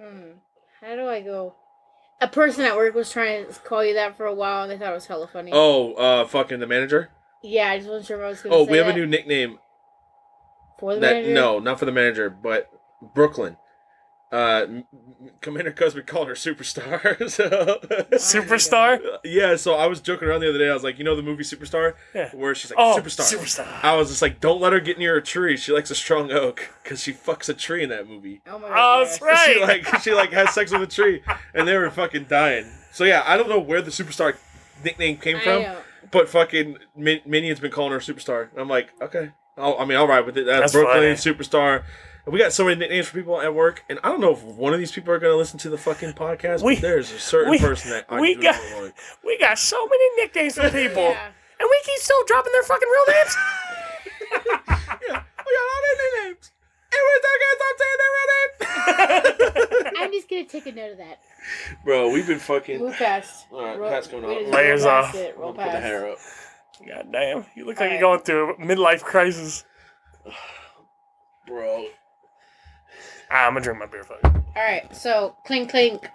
Speaker 4: Hmm, how do I go? A person at work was trying to call you that for a while, and they thought it was hella funny.
Speaker 3: Oh, uh, fucking the manager.
Speaker 4: Yeah, I just wasn't sure if I was gonna.
Speaker 3: Oh,
Speaker 4: say
Speaker 3: we have
Speaker 4: that.
Speaker 3: a new nickname.
Speaker 4: for the
Speaker 3: that
Speaker 4: manager.
Speaker 3: no, not for the manager, but Brooklyn. Uh, M- M- Commander Cosby called her superstar. so-
Speaker 2: Superstar?
Speaker 3: yeah, so I was joking around the other day. I was like, you know the movie Superstar,
Speaker 2: Yeah.
Speaker 3: where she's like
Speaker 2: Oh,
Speaker 3: superstar.
Speaker 2: Superstar.
Speaker 3: I was just like, don't let her get near a tree. She likes a strong oak because she fucks a tree in that movie.
Speaker 4: Oh my
Speaker 2: Oh,
Speaker 4: god.
Speaker 2: that's
Speaker 4: yes.
Speaker 2: right.
Speaker 3: She like she like has sex with a tree, and they were fucking dying. So yeah, I don't know where the superstar nickname came
Speaker 4: I
Speaker 3: from.
Speaker 4: know.
Speaker 3: But fucking Min- Minion's been calling her superstar. And I'm like, okay. I'll, I mean, all right with it.
Speaker 2: That's
Speaker 3: That's
Speaker 2: funny.
Speaker 3: Brooklyn superstar. And we got so many nicknames for people at work, and I don't know if one of these people are going to listen to the fucking podcast.
Speaker 2: We-
Speaker 3: but there's a certain
Speaker 2: we-
Speaker 3: person that I
Speaker 2: we
Speaker 3: do
Speaker 2: got-
Speaker 3: not like.
Speaker 2: We got so many nicknames for people.
Speaker 4: Yeah.
Speaker 2: And we keep still dropping their fucking real names.
Speaker 3: Yeah, we got all their nicknames. And we're still gonna stop saying their real
Speaker 4: I'm just gonna take a note of that.
Speaker 3: name. Bro, we've been fucking.
Speaker 4: Move fast.
Speaker 3: All right,
Speaker 4: Roll-
Speaker 3: Pat's coming
Speaker 4: wait,
Speaker 3: on.
Speaker 4: just
Speaker 2: Layers
Speaker 4: roll
Speaker 2: off.
Speaker 4: past it, roll
Speaker 3: Put the
Speaker 4: past.
Speaker 3: hair up.
Speaker 2: God damn. You look like you're
Speaker 4: Alright.
Speaker 2: going through a midlife crisis.
Speaker 3: Bro.
Speaker 2: Ah, I'm going to drink my beer. Fuck.
Speaker 4: All right, so clink clink.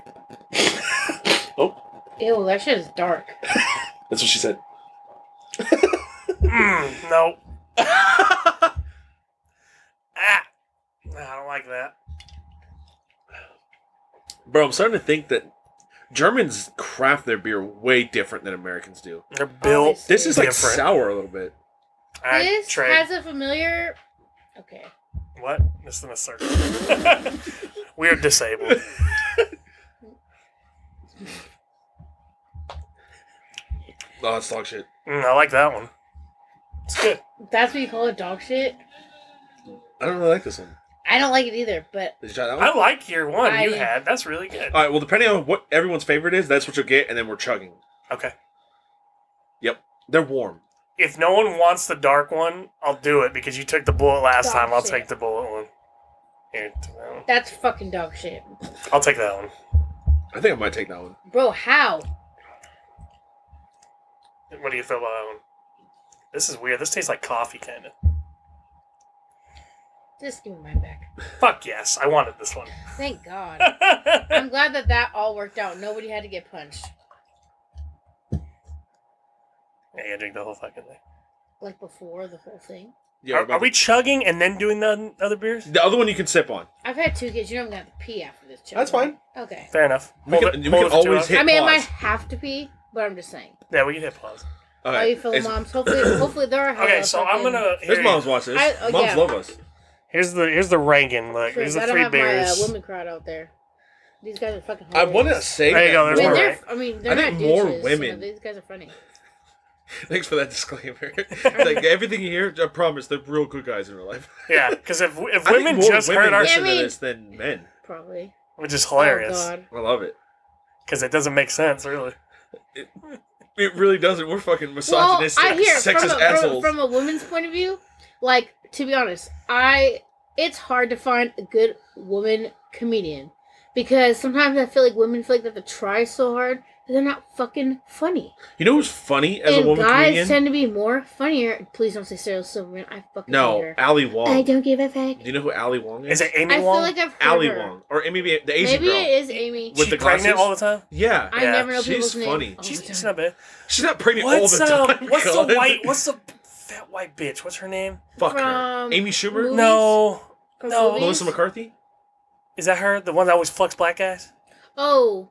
Speaker 3: Oh,
Speaker 4: Ew, that shit is dark.
Speaker 3: that's what she said.
Speaker 2: Mm, no. Ah. Nah, I don't like that.
Speaker 3: Bro, I'm starting to think that Germans craft their beer way different than Americans do.
Speaker 2: They're
Speaker 4: Oh,
Speaker 2: built.
Speaker 4: Obviously.
Speaker 3: This is like
Speaker 2: Different.
Speaker 3: sour a little bit.
Speaker 2: Alright,
Speaker 4: this
Speaker 2: Trey.
Speaker 4: has a familiar. Okay.
Speaker 2: What? Missed in a circle. we are disabled.
Speaker 3: Oh, it's dog shit.
Speaker 2: Mm, I like that one. It's good.
Speaker 4: That's what you call it, dog shit.
Speaker 3: I don't really like this one.
Speaker 4: I don't like it either, but
Speaker 3: Did you try that one?
Speaker 2: I like your one you
Speaker 4: I-
Speaker 2: had. That's really good.
Speaker 3: All right. Well, depending on what everyone's favorite is, that's what you'll get, and then we're chugging.
Speaker 4: Oh.
Speaker 2: Okay.
Speaker 3: They're warm.
Speaker 2: If no one wants the dark one, I'll do it because you took the bullet last
Speaker 4: Dog
Speaker 2: time. I'll
Speaker 4: shit.
Speaker 2: take the bullet one. Here, take that one.
Speaker 4: that's fucking dog shit,
Speaker 2: I'll take that one.
Speaker 3: I think I might take that one.
Speaker 4: bro. How?
Speaker 2: What do you feel about that one? This is weird. This tastes like coffee, kind of.
Speaker 4: Just give me mine back.
Speaker 2: Fuck yes. I wanted this one.
Speaker 4: Thank God. I'm glad that that all worked out. Nobody had to get punched
Speaker 2: Yeah, you drink the whole fucking thing.
Speaker 4: like before the whole thing.
Speaker 3: Yeah.
Speaker 2: are, are we chugging and then doing the other beers?
Speaker 3: The other one you can sip on.
Speaker 4: I've had two kids. You know I'm gonna have to pee after this. Chicken.
Speaker 3: That's fine.
Speaker 4: Okay.
Speaker 2: Fair enough.
Speaker 3: We
Speaker 2: Hold
Speaker 3: can-
Speaker 2: it-
Speaker 3: we
Speaker 2: hold
Speaker 3: can
Speaker 2: it for two
Speaker 3: always
Speaker 2: hours.
Speaker 3: hit-
Speaker 4: I mean, I might
Speaker 3: pause.
Speaker 4: have to pee, but I'm just saying.
Speaker 2: Yeah, we can hit pause.
Speaker 4: How you feeling,
Speaker 3: it's-
Speaker 4: moms? Hopefully, hopefully there are.
Speaker 2: Okay, so I'm gonna.
Speaker 3: His
Speaker 2: here-
Speaker 3: moms watch this.
Speaker 4: I- oh,
Speaker 3: moms
Speaker 4: yeah.
Speaker 3: love us.
Speaker 2: Here's the here's the ranking. Look,
Speaker 4: Sure,
Speaker 2: here's the
Speaker 4: gotta
Speaker 2: three
Speaker 4: have
Speaker 2: bears.
Speaker 4: my uh, women crowd out there. These guys are fucking.
Speaker 3: I want to
Speaker 4: hilarious.
Speaker 3: say
Speaker 2: There you go,
Speaker 4: I
Speaker 3: that.
Speaker 2: there's more.
Speaker 4: mean,
Speaker 2: Alright.
Speaker 4: they're, I mean, they're
Speaker 3: I
Speaker 4: not
Speaker 3: think
Speaker 4: douches,
Speaker 3: more
Speaker 4: you know,
Speaker 3: women.
Speaker 4: these guys are funny.
Speaker 3: Thanks for that disclaimer. like everything you hear, I promise they're real good guys in real life.
Speaker 2: yeah, because if if
Speaker 3: I think
Speaker 2: women
Speaker 3: more
Speaker 2: just
Speaker 3: women
Speaker 2: heard our,
Speaker 3: listen
Speaker 4: Yeah, I
Speaker 3: to
Speaker 4: mean-
Speaker 3: this than men.
Speaker 4: Probably.
Speaker 2: which is hilarious
Speaker 4: Oh God.
Speaker 3: I love it.
Speaker 2: because it doesn't make sense really.
Speaker 3: It really doesn't. We're fucking
Speaker 4: Well,
Speaker 3: misogynistic,
Speaker 4: I hear
Speaker 3: sexist
Speaker 4: from a, from,
Speaker 3: assholes.
Speaker 4: from a woman's point of view. Like to be honest, I it's hard to find a good woman comedian because sometimes I feel like women feel like they have to try so hard. They're not fucking funny.
Speaker 3: you know who's funny as
Speaker 4: and
Speaker 3: a woman
Speaker 4: guys
Speaker 3: comedian?
Speaker 4: tend to be more funnier. Please don't say Sarah Silverman. I fucking hate
Speaker 3: no,
Speaker 4: her.
Speaker 3: Ali Wong.
Speaker 4: I don't give a fuck.
Speaker 3: Do you know who Ali Wong is?
Speaker 2: Is it
Speaker 4: I
Speaker 2: Amy
Speaker 4: feel
Speaker 2: Wong?
Speaker 4: like I've heard
Speaker 3: Ali
Speaker 4: her.
Speaker 3: Wong or maybe the Asian
Speaker 4: Maybe
Speaker 3: girl?
Speaker 4: it is Amy.
Speaker 3: with
Speaker 2: she
Speaker 3: the
Speaker 2: pregnant
Speaker 3: glasses?
Speaker 2: all the time.
Speaker 3: Yeah,
Speaker 4: I
Speaker 2: Yeah,
Speaker 4: never know
Speaker 3: she's
Speaker 4: people's names
Speaker 3: funny.
Speaker 4: all the
Speaker 2: She's
Speaker 4: time.
Speaker 2: she's not bad.
Speaker 3: she's not pregnant
Speaker 2: What's
Speaker 3: all the
Speaker 2: uh,
Speaker 3: time.
Speaker 2: what's the
Speaker 3: Colin.
Speaker 2: white? What's the fat white bitch? What's her name?
Speaker 3: fuck her?
Speaker 4: from
Speaker 3: Amy Schumer,
Speaker 4: Movies?
Speaker 2: No, No.
Speaker 4: movies?
Speaker 3: Melissa McCarthy.
Speaker 2: is that her? The one that always fucks black guys?
Speaker 4: Oh,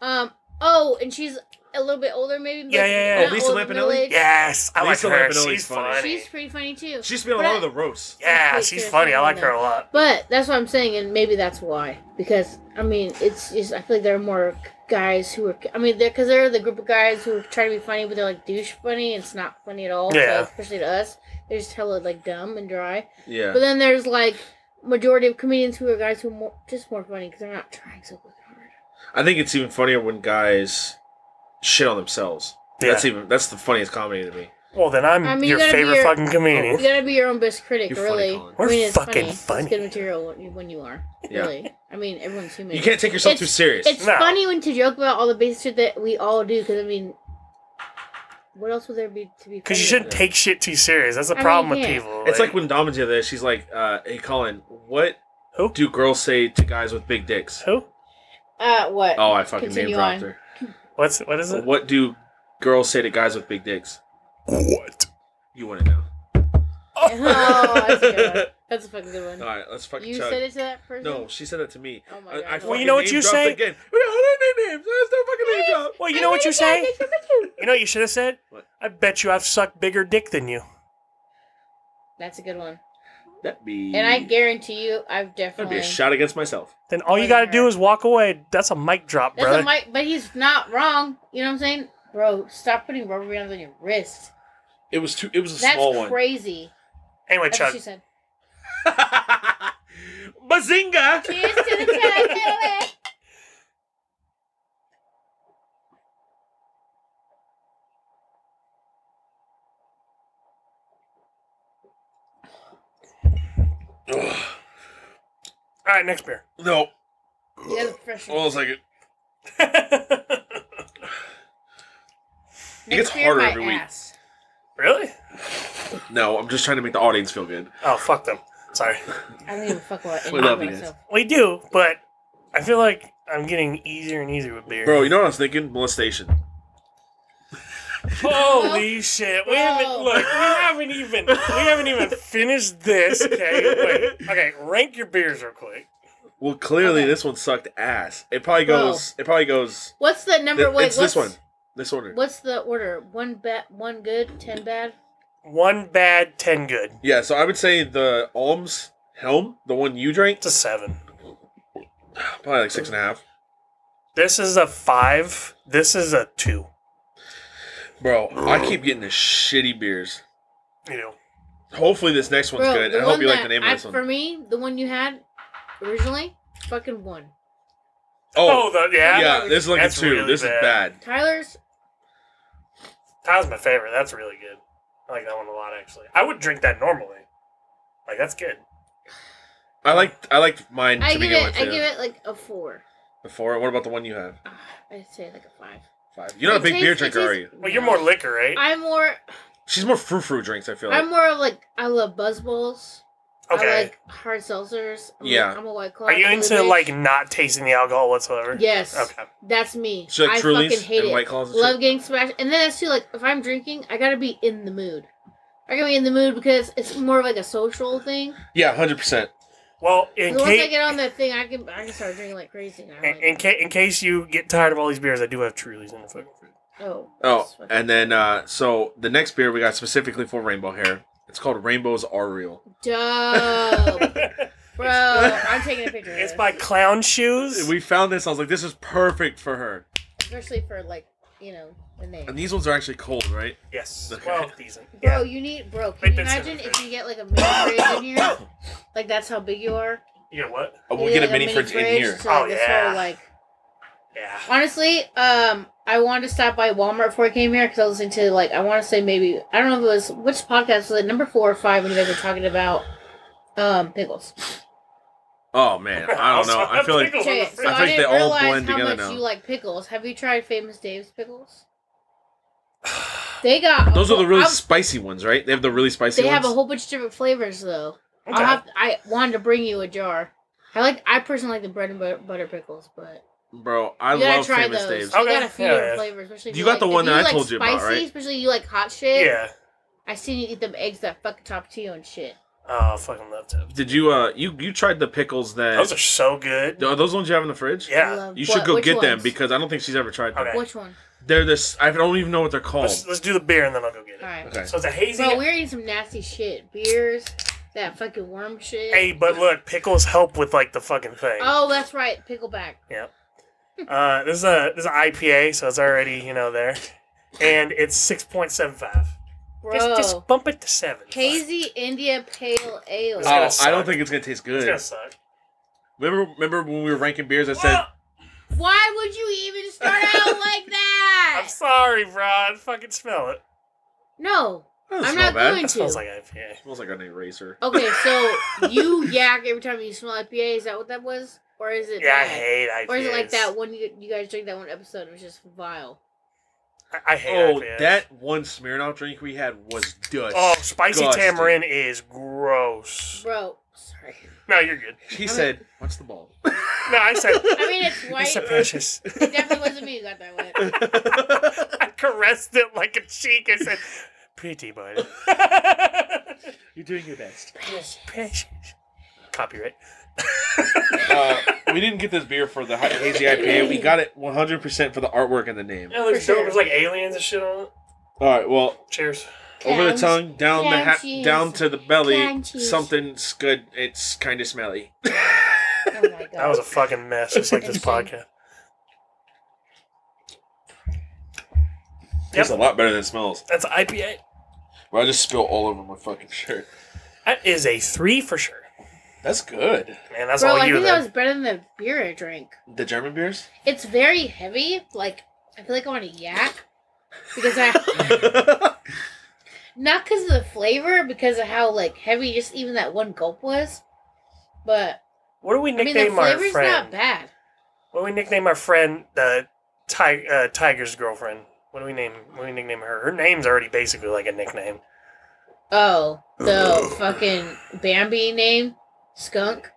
Speaker 4: um, oh, and she's a little bit older, maybe.
Speaker 2: Yeah,
Speaker 4: but
Speaker 2: yeah, yeah.
Speaker 4: not
Speaker 3: Oh, Lisa
Speaker 4: old
Speaker 3: Lampanelli?
Speaker 4: middle-aged.
Speaker 2: Yes, I
Speaker 3: Lisa
Speaker 2: like her.
Speaker 3: Lampanelli's
Speaker 2: She's
Speaker 3: funny.
Speaker 2: funny.
Speaker 4: she's pretty funny too.
Speaker 3: She's been on
Speaker 4: But
Speaker 3: a lot
Speaker 4: I-
Speaker 3: of the roasts.
Speaker 2: yeah,
Speaker 4: Wait,
Speaker 2: she's
Speaker 4: there's
Speaker 2: funny. I
Speaker 4: someone
Speaker 2: like her
Speaker 4: there.
Speaker 2: a lot.
Speaker 4: But that's what I'm saying, and maybe that's why. Because I mean, it's just I feel like there are more guys who are. I mean, they're because they're the group of guys who try to be funny, but they're like douche funny, and it's not funny at all. so
Speaker 2: Yeah.
Speaker 4: especially to us, they're just hella like dumb and dry.
Speaker 3: Yeah,
Speaker 4: But then there's like majority of comedians who are guys who are more, just more funny because they're not trying so fucking hard.
Speaker 3: I think it's even funnier when guys shit on themselves.
Speaker 2: Yeah.
Speaker 3: That's even that's the funniest comedy to me.
Speaker 2: well, then I'm
Speaker 4: I mean, you
Speaker 2: your
Speaker 4: gotta be
Speaker 2: favorite
Speaker 4: your-
Speaker 2: fucking comedian.
Speaker 4: You gotta be your own best critic,
Speaker 3: You're funny,
Speaker 4: really.
Speaker 3: Colin.
Speaker 4: I mean,
Speaker 2: We're
Speaker 4: it's
Speaker 2: fucking funny.
Speaker 4: It's good material when you, when you are.
Speaker 3: Yeah.
Speaker 4: Really. I mean, everyone's human.
Speaker 3: You can't take yourself
Speaker 4: It's-
Speaker 3: too serious.
Speaker 4: It's
Speaker 2: No.
Speaker 4: funny when to joke about all the basic shit that we all do, because I mean, what else would there be to be?
Speaker 2: Because you
Speaker 4: funny
Speaker 2: shouldn't
Speaker 3: Yeah.
Speaker 2: take shit too serious. That's the
Speaker 4: I mean,
Speaker 2: problem
Speaker 4: yeah.
Speaker 2: with people.
Speaker 3: It's like when Dom was the other day, she's like, uh, "Hey, Colin, what
Speaker 2: Who?
Speaker 3: do girls say to guys with big dicks?"
Speaker 2: who?
Speaker 4: about? Uh, what?
Speaker 3: Oh, I fucking name
Speaker 4: Continue
Speaker 3: dropped
Speaker 4: on.
Speaker 3: her.
Speaker 2: What's what is it?
Speaker 3: What do girls say to guys with big dicks?
Speaker 2: What?
Speaker 3: You want to know?
Speaker 4: oh, that's a good one. That's a fucking good
Speaker 3: All
Speaker 4: one.
Speaker 3: right, let's fucking.
Speaker 4: You
Speaker 3: chug.
Speaker 4: said it to that person.
Speaker 3: No, she said that to me.
Speaker 4: Oh my
Speaker 3: I- I
Speaker 4: God.
Speaker 3: fucking
Speaker 4: Well,
Speaker 2: you know what
Speaker 3: name
Speaker 2: you
Speaker 3: dropped
Speaker 2: say?
Speaker 3: Again. We don't have any names. There's no fucking name drop.
Speaker 2: Well, you
Speaker 4: I
Speaker 2: know what
Speaker 4: really
Speaker 2: you say.
Speaker 4: like it.
Speaker 2: You know what you should have said.
Speaker 3: What?
Speaker 2: I bet you I've sucked bigger dick than you.
Speaker 4: That's a good one.
Speaker 3: That'd be.
Speaker 4: And I guarantee you, I've
Speaker 3: That'd
Speaker 4: definitely.
Speaker 3: be a shot against myself.
Speaker 2: Then all you got to do is walk away. That's a mic drop,
Speaker 4: That's
Speaker 2: brother.
Speaker 4: a mic, but he's not wrong. You know what I'm saying, bro? Stop putting rubber bands on your wrist.
Speaker 3: It was too. It was a
Speaker 4: That's
Speaker 3: small one.
Speaker 4: crazy.
Speaker 2: anyway,
Speaker 4: That's what
Speaker 2: Chuck.
Speaker 4: she said.
Speaker 3: Bazinga!
Speaker 4: Cheers to the tag, Italy.
Speaker 2: All right, next beer.
Speaker 3: no.
Speaker 4: You guys are fresh.
Speaker 3: Hold on a second. It
Speaker 4: Next
Speaker 3: gets
Speaker 4: beer,
Speaker 3: harder
Speaker 4: my
Speaker 3: every week.
Speaker 4: ass.
Speaker 2: really?
Speaker 3: No, I'm just trying to make the audience feel good.
Speaker 2: Oh, fuck them. Sorry.
Speaker 4: I don't even fuck about
Speaker 3: We
Speaker 4: any
Speaker 3: love
Speaker 4: of
Speaker 3: you guys.
Speaker 4: myself.
Speaker 2: We do, but I feel like I'm getting easier and easier with beer.
Speaker 3: Bro, you know what I was thinking? Molestation.
Speaker 2: Holy shit! We haven't
Speaker 4: Bro.
Speaker 2: look. We haven't even. We haven't even finished this. Okay. Wait. Okay. Rank your beers real quick.
Speaker 3: Well, clearly
Speaker 4: Okay.
Speaker 3: this one sucked ass. It probably
Speaker 4: Bro.
Speaker 3: goes. It probably goes.
Speaker 4: What's the number?
Speaker 3: th-
Speaker 4: wait,
Speaker 3: it's this one.
Speaker 4: what's-
Speaker 3: This order.
Speaker 4: What's the order? One bad, one good, ten bad.
Speaker 2: One bad, ten good.
Speaker 3: Yeah, so I would say the Alms Helm, the one you drank,
Speaker 2: It's a seven.
Speaker 3: probably like six and a half.
Speaker 2: This is a five. This is a two.
Speaker 3: Bro, I keep getting the shitty beers.
Speaker 2: You know.
Speaker 3: Hopefully this next one's
Speaker 4: Bro,
Speaker 3: good.
Speaker 4: the
Speaker 3: and I hope
Speaker 4: one
Speaker 3: you like
Speaker 4: that
Speaker 3: the name
Speaker 4: I-
Speaker 3: of this one.
Speaker 4: For me, the one you had originally, fucking one.
Speaker 2: Oh,
Speaker 3: oh,
Speaker 2: the, yeah.
Speaker 3: yeah, this is like
Speaker 2: That's
Speaker 3: a two.
Speaker 2: really
Speaker 3: this is
Speaker 2: bad.
Speaker 3: bad.
Speaker 4: Tyler's.
Speaker 2: That was my favorite. That's really good. I like that one a lot, actually. I would drink that normally. Like that's good.
Speaker 3: I like I like mine to
Speaker 4: I give
Speaker 3: begin
Speaker 4: it.
Speaker 3: with.
Speaker 4: I
Speaker 3: too.
Speaker 4: give it like a four.
Speaker 3: Before, what about the one you have?
Speaker 4: Ugh, I'd say like a five.
Speaker 3: Five. You're not
Speaker 4: It
Speaker 3: a big beer
Speaker 4: tastes- it
Speaker 3: drinker, are you?
Speaker 4: tastes-
Speaker 2: Well, you're more liquor, right?
Speaker 4: I'm more.
Speaker 3: She's more frou frou drinks. I feel like.
Speaker 4: I'm more of like I love Buzz Bowls. I
Speaker 2: okay.
Speaker 4: like hard seltzers. I'm
Speaker 3: Yeah.
Speaker 4: Like, I'm a white claw.
Speaker 2: Are you
Speaker 4: I'm a
Speaker 2: into
Speaker 4: Blue
Speaker 2: like
Speaker 4: Ridge.
Speaker 2: not tasting the alcohol whatsoever?
Speaker 4: Yes.
Speaker 2: Okay.
Speaker 4: That's me.
Speaker 3: So, like,
Speaker 4: I
Speaker 3: Trulies
Speaker 4: fucking hate
Speaker 3: and
Speaker 4: it.
Speaker 3: White Claws and
Speaker 4: Love
Speaker 3: shit?
Speaker 4: getting smashed. And then that's too like if I'm drinking, I gotta be in the mood. I gotta be in the mood because it's more of like a social thing.
Speaker 3: yeah, hundred percent.
Speaker 2: Well, in
Speaker 4: Once I
Speaker 2: case
Speaker 4: get on that thing, I can I can start drinking like crazy now.
Speaker 2: in,
Speaker 4: Like,
Speaker 2: in, ca- in case you get tired of all these beers, I do have Trulies in the fucking fridge.
Speaker 4: Oh.
Speaker 3: Oh,
Speaker 4: that's what-
Speaker 3: and then uh, so the next beer we got specifically for Rainbow Hair. It's called Rainbow's Are Real. Oh.
Speaker 4: Dope. Bro, I'm taking a picture. Of
Speaker 2: it's
Speaker 4: this,
Speaker 2: by Clown Shoes.
Speaker 3: We found this. I was like, this is perfect for her.
Speaker 4: especially for like you know the name.
Speaker 3: And these ones are actually cold, right?
Speaker 2: yes.
Speaker 3: Okay.
Speaker 2: Well, decent.
Speaker 4: Bro,
Speaker 2: Yeah.
Speaker 4: you need bro.
Speaker 2: Make
Speaker 4: Can you
Speaker 2: that sound
Speaker 4: imagine if
Speaker 2: effect.
Speaker 4: you get like a mini fridge in here? Like that's how big you are.
Speaker 2: You know what?
Speaker 3: Oh,
Speaker 4: You
Speaker 3: we'll get a
Speaker 4: like,
Speaker 3: mini, fridge, in here.
Speaker 4: to, like,
Speaker 2: Oh,
Speaker 4: this
Speaker 2: yeah.
Speaker 4: whole, like
Speaker 2: Yeah.
Speaker 4: honestly, um, I wanted to stop by Walmart before I came here because I was listening to like I want to say maybe I don't know if it was which podcast was it number four or five when you guys were talking about um pickles.
Speaker 3: Oh man, I don't know. I feel like
Speaker 2: Pickles on the
Speaker 4: Okay, so
Speaker 2: fridge.
Speaker 4: I,
Speaker 3: think
Speaker 4: didn't
Speaker 3: they all
Speaker 4: realize
Speaker 3: blend
Speaker 4: how
Speaker 3: together
Speaker 4: much
Speaker 3: now.
Speaker 4: you like pickles. Have you tried Famous Dave's pickles? They got a
Speaker 3: those are
Speaker 4: whole-
Speaker 3: the really
Speaker 4: I'm-
Speaker 3: spicy ones, right? They have the really spicy
Speaker 4: They have
Speaker 3: ones.
Speaker 4: a whole bunch of different flavors though.
Speaker 2: Okay.
Speaker 4: I'll have, I wanted to bring you a jar. I like. I personally like the bread and butter, butter pickles, but
Speaker 3: Bro, I
Speaker 4: you gotta
Speaker 3: love
Speaker 4: try
Speaker 3: Famous
Speaker 4: those.
Speaker 3: Dave's.
Speaker 4: You
Speaker 2: Okay,
Speaker 4: got a few
Speaker 2: yeah,
Speaker 4: different
Speaker 2: yeah.
Speaker 4: flavors, especially if
Speaker 3: You got
Speaker 4: like-
Speaker 3: the
Speaker 4: if
Speaker 3: one that I
Speaker 4: like
Speaker 3: told you about,
Speaker 4: spicy,
Speaker 3: right?
Speaker 4: Especially you like hot shit.
Speaker 2: Yeah.
Speaker 4: I seen you eat them eggs that fucking Tapatio and shit.
Speaker 2: Oh, I fucking love tips.
Speaker 3: Did you uh you you tried the pickles that
Speaker 2: Those are so good.
Speaker 3: are those ones you have in the fridge?
Speaker 4: I
Speaker 2: Yeah.
Speaker 4: love-
Speaker 3: You
Speaker 4: what-
Speaker 3: should go
Speaker 4: which
Speaker 3: get them
Speaker 4: ones?
Speaker 3: because I don't think she's ever tried them.
Speaker 2: Okay.
Speaker 4: which one?
Speaker 3: They're this I don't even know what they're called.
Speaker 2: Let's, let's do the beer and then I'll go get it.
Speaker 4: All right,
Speaker 3: Okay.
Speaker 2: So it's a hazy.
Speaker 4: bro, we're eating some nasty shit. Beers, that fucking worm shit.
Speaker 2: Hey, but look, pickles help with like the fucking thing.
Speaker 4: Oh, that's right, pickleback.
Speaker 2: Uh, this is a this is an IPA, so it's already you know there, and it's six point seven five.
Speaker 4: Bro,
Speaker 2: Just just bump it to seven.
Speaker 4: hazy India pale ale.
Speaker 2: It's gonna
Speaker 3: Oh, I
Speaker 2: suck.
Speaker 3: don't think it's gonna taste good.
Speaker 2: It's gonna suck.
Speaker 3: Remember, remember when we were ranking beers? I said,
Speaker 2: Ah,
Speaker 4: Why would you even start out like
Speaker 2: I'm
Speaker 4: that?
Speaker 2: sorry, bro. I fucking smell it.
Speaker 4: No,
Speaker 3: "That doesn't
Speaker 4: I'm
Speaker 3: smell
Speaker 4: not
Speaker 3: bad.
Speaker 4: going
Speaker 2: It
Speaker 4: to.
Speaker 2: smells like IPA.
Speaker 3: smells like an eraser."
Speaker 4: Okay, so you yak every time you smell IPA. Is that what that was, or is it?
Speaker 2: Yeah, I
Speaker 4: bad?
Speaker 2: hate IPAs.
Speaker 4: Or is it like that one you, you guys drink that one episode? It was just vile.
Speaker 2: I, I hate
Speaker 3: Oh,
Speaker 2: IPAs.
Speaker 3: that one Smirnoff drink we had was dust.
Speaker 2: Oh, spicy
Speaker 3: Disgusting.
Speaker 2: tamarind is gross.
Speaker 4: Bro, sorry.
Speaker 2: No, you're good.
Speaker 3: he said, "What's the ball?"
Speaker 2: No, I said.
Speaker 4: I mean, it's
Speaker 2: I
Speaker 4: white.
Speaker 2: said
Speaker 4: It
Speaker 2: precious.
Speaker 4: definitely wasn't me who got that one.
Speaker 2: I caressed it like a cheek. I said, "Pretty bud."
Speaker 3: You're doing your best.
Speaker 2: precious. Copyright.
Speaker 3: Uh, we didn't get this beer for the hi- hazy IPA. We got it 100 percent for the artwork and the name.
Speaker 2: Yeah, there's
Speaker 4: For sure.
Speaker 2: dope. There's like aliens and shit on it.
Speaker 3: All right, well,
Speaker 2: Cheers.
Speaker 3: over the
Speaker 4: Clowns.
Speaker 3: tongue, down the
Speaker 4: Clown
Speaker 3: ha-
Speaker 4: cheese.
Speaker 3: down to the belly,
Speaker 4: Clown cheese.
Speaker 3: something's good. It's kind of smelly.
Speaker 4: Oh my god.
Speaker 2: That was a fucking mess, just like this podcast.
Speaker 3: Tastes a lot better than it smells.
Speaker 2: That's an IPA.
Speaker 3: Bro, I just spilled all over my fucking shirt.
Speaker 2: That is a three for sure.
Speaker 3: That's good.
Speaker 2: Man, that's
Speaker 4: Bro,
Speaker 2: all
Speaker 4: I
Speaker 2: you.
Speaker 4: think that
Speaker 2: Then.
Speaker 4: was better than the beer I drank.
Speaker 3: The German beers.
Speaker 4: It's very heavy. Like I feel like I want to yak because I not because of the flavor, because of how like heavy just even that one gulp was. But
Speaker 2: What do we
Speaker 4: I mean, the
Speaker 2: nickname our
Speaker 4: flavor's not
Speaker 2: friend?
Speaker 4: bad.
Speaker 2: What do we nickname our friend, the ti- uh, Tiger's girlfriend? What do we name? What do we nickname her? Her name's already basically like a nickname.
Speaker 4: Oh, the fucking Bambi name, skunk.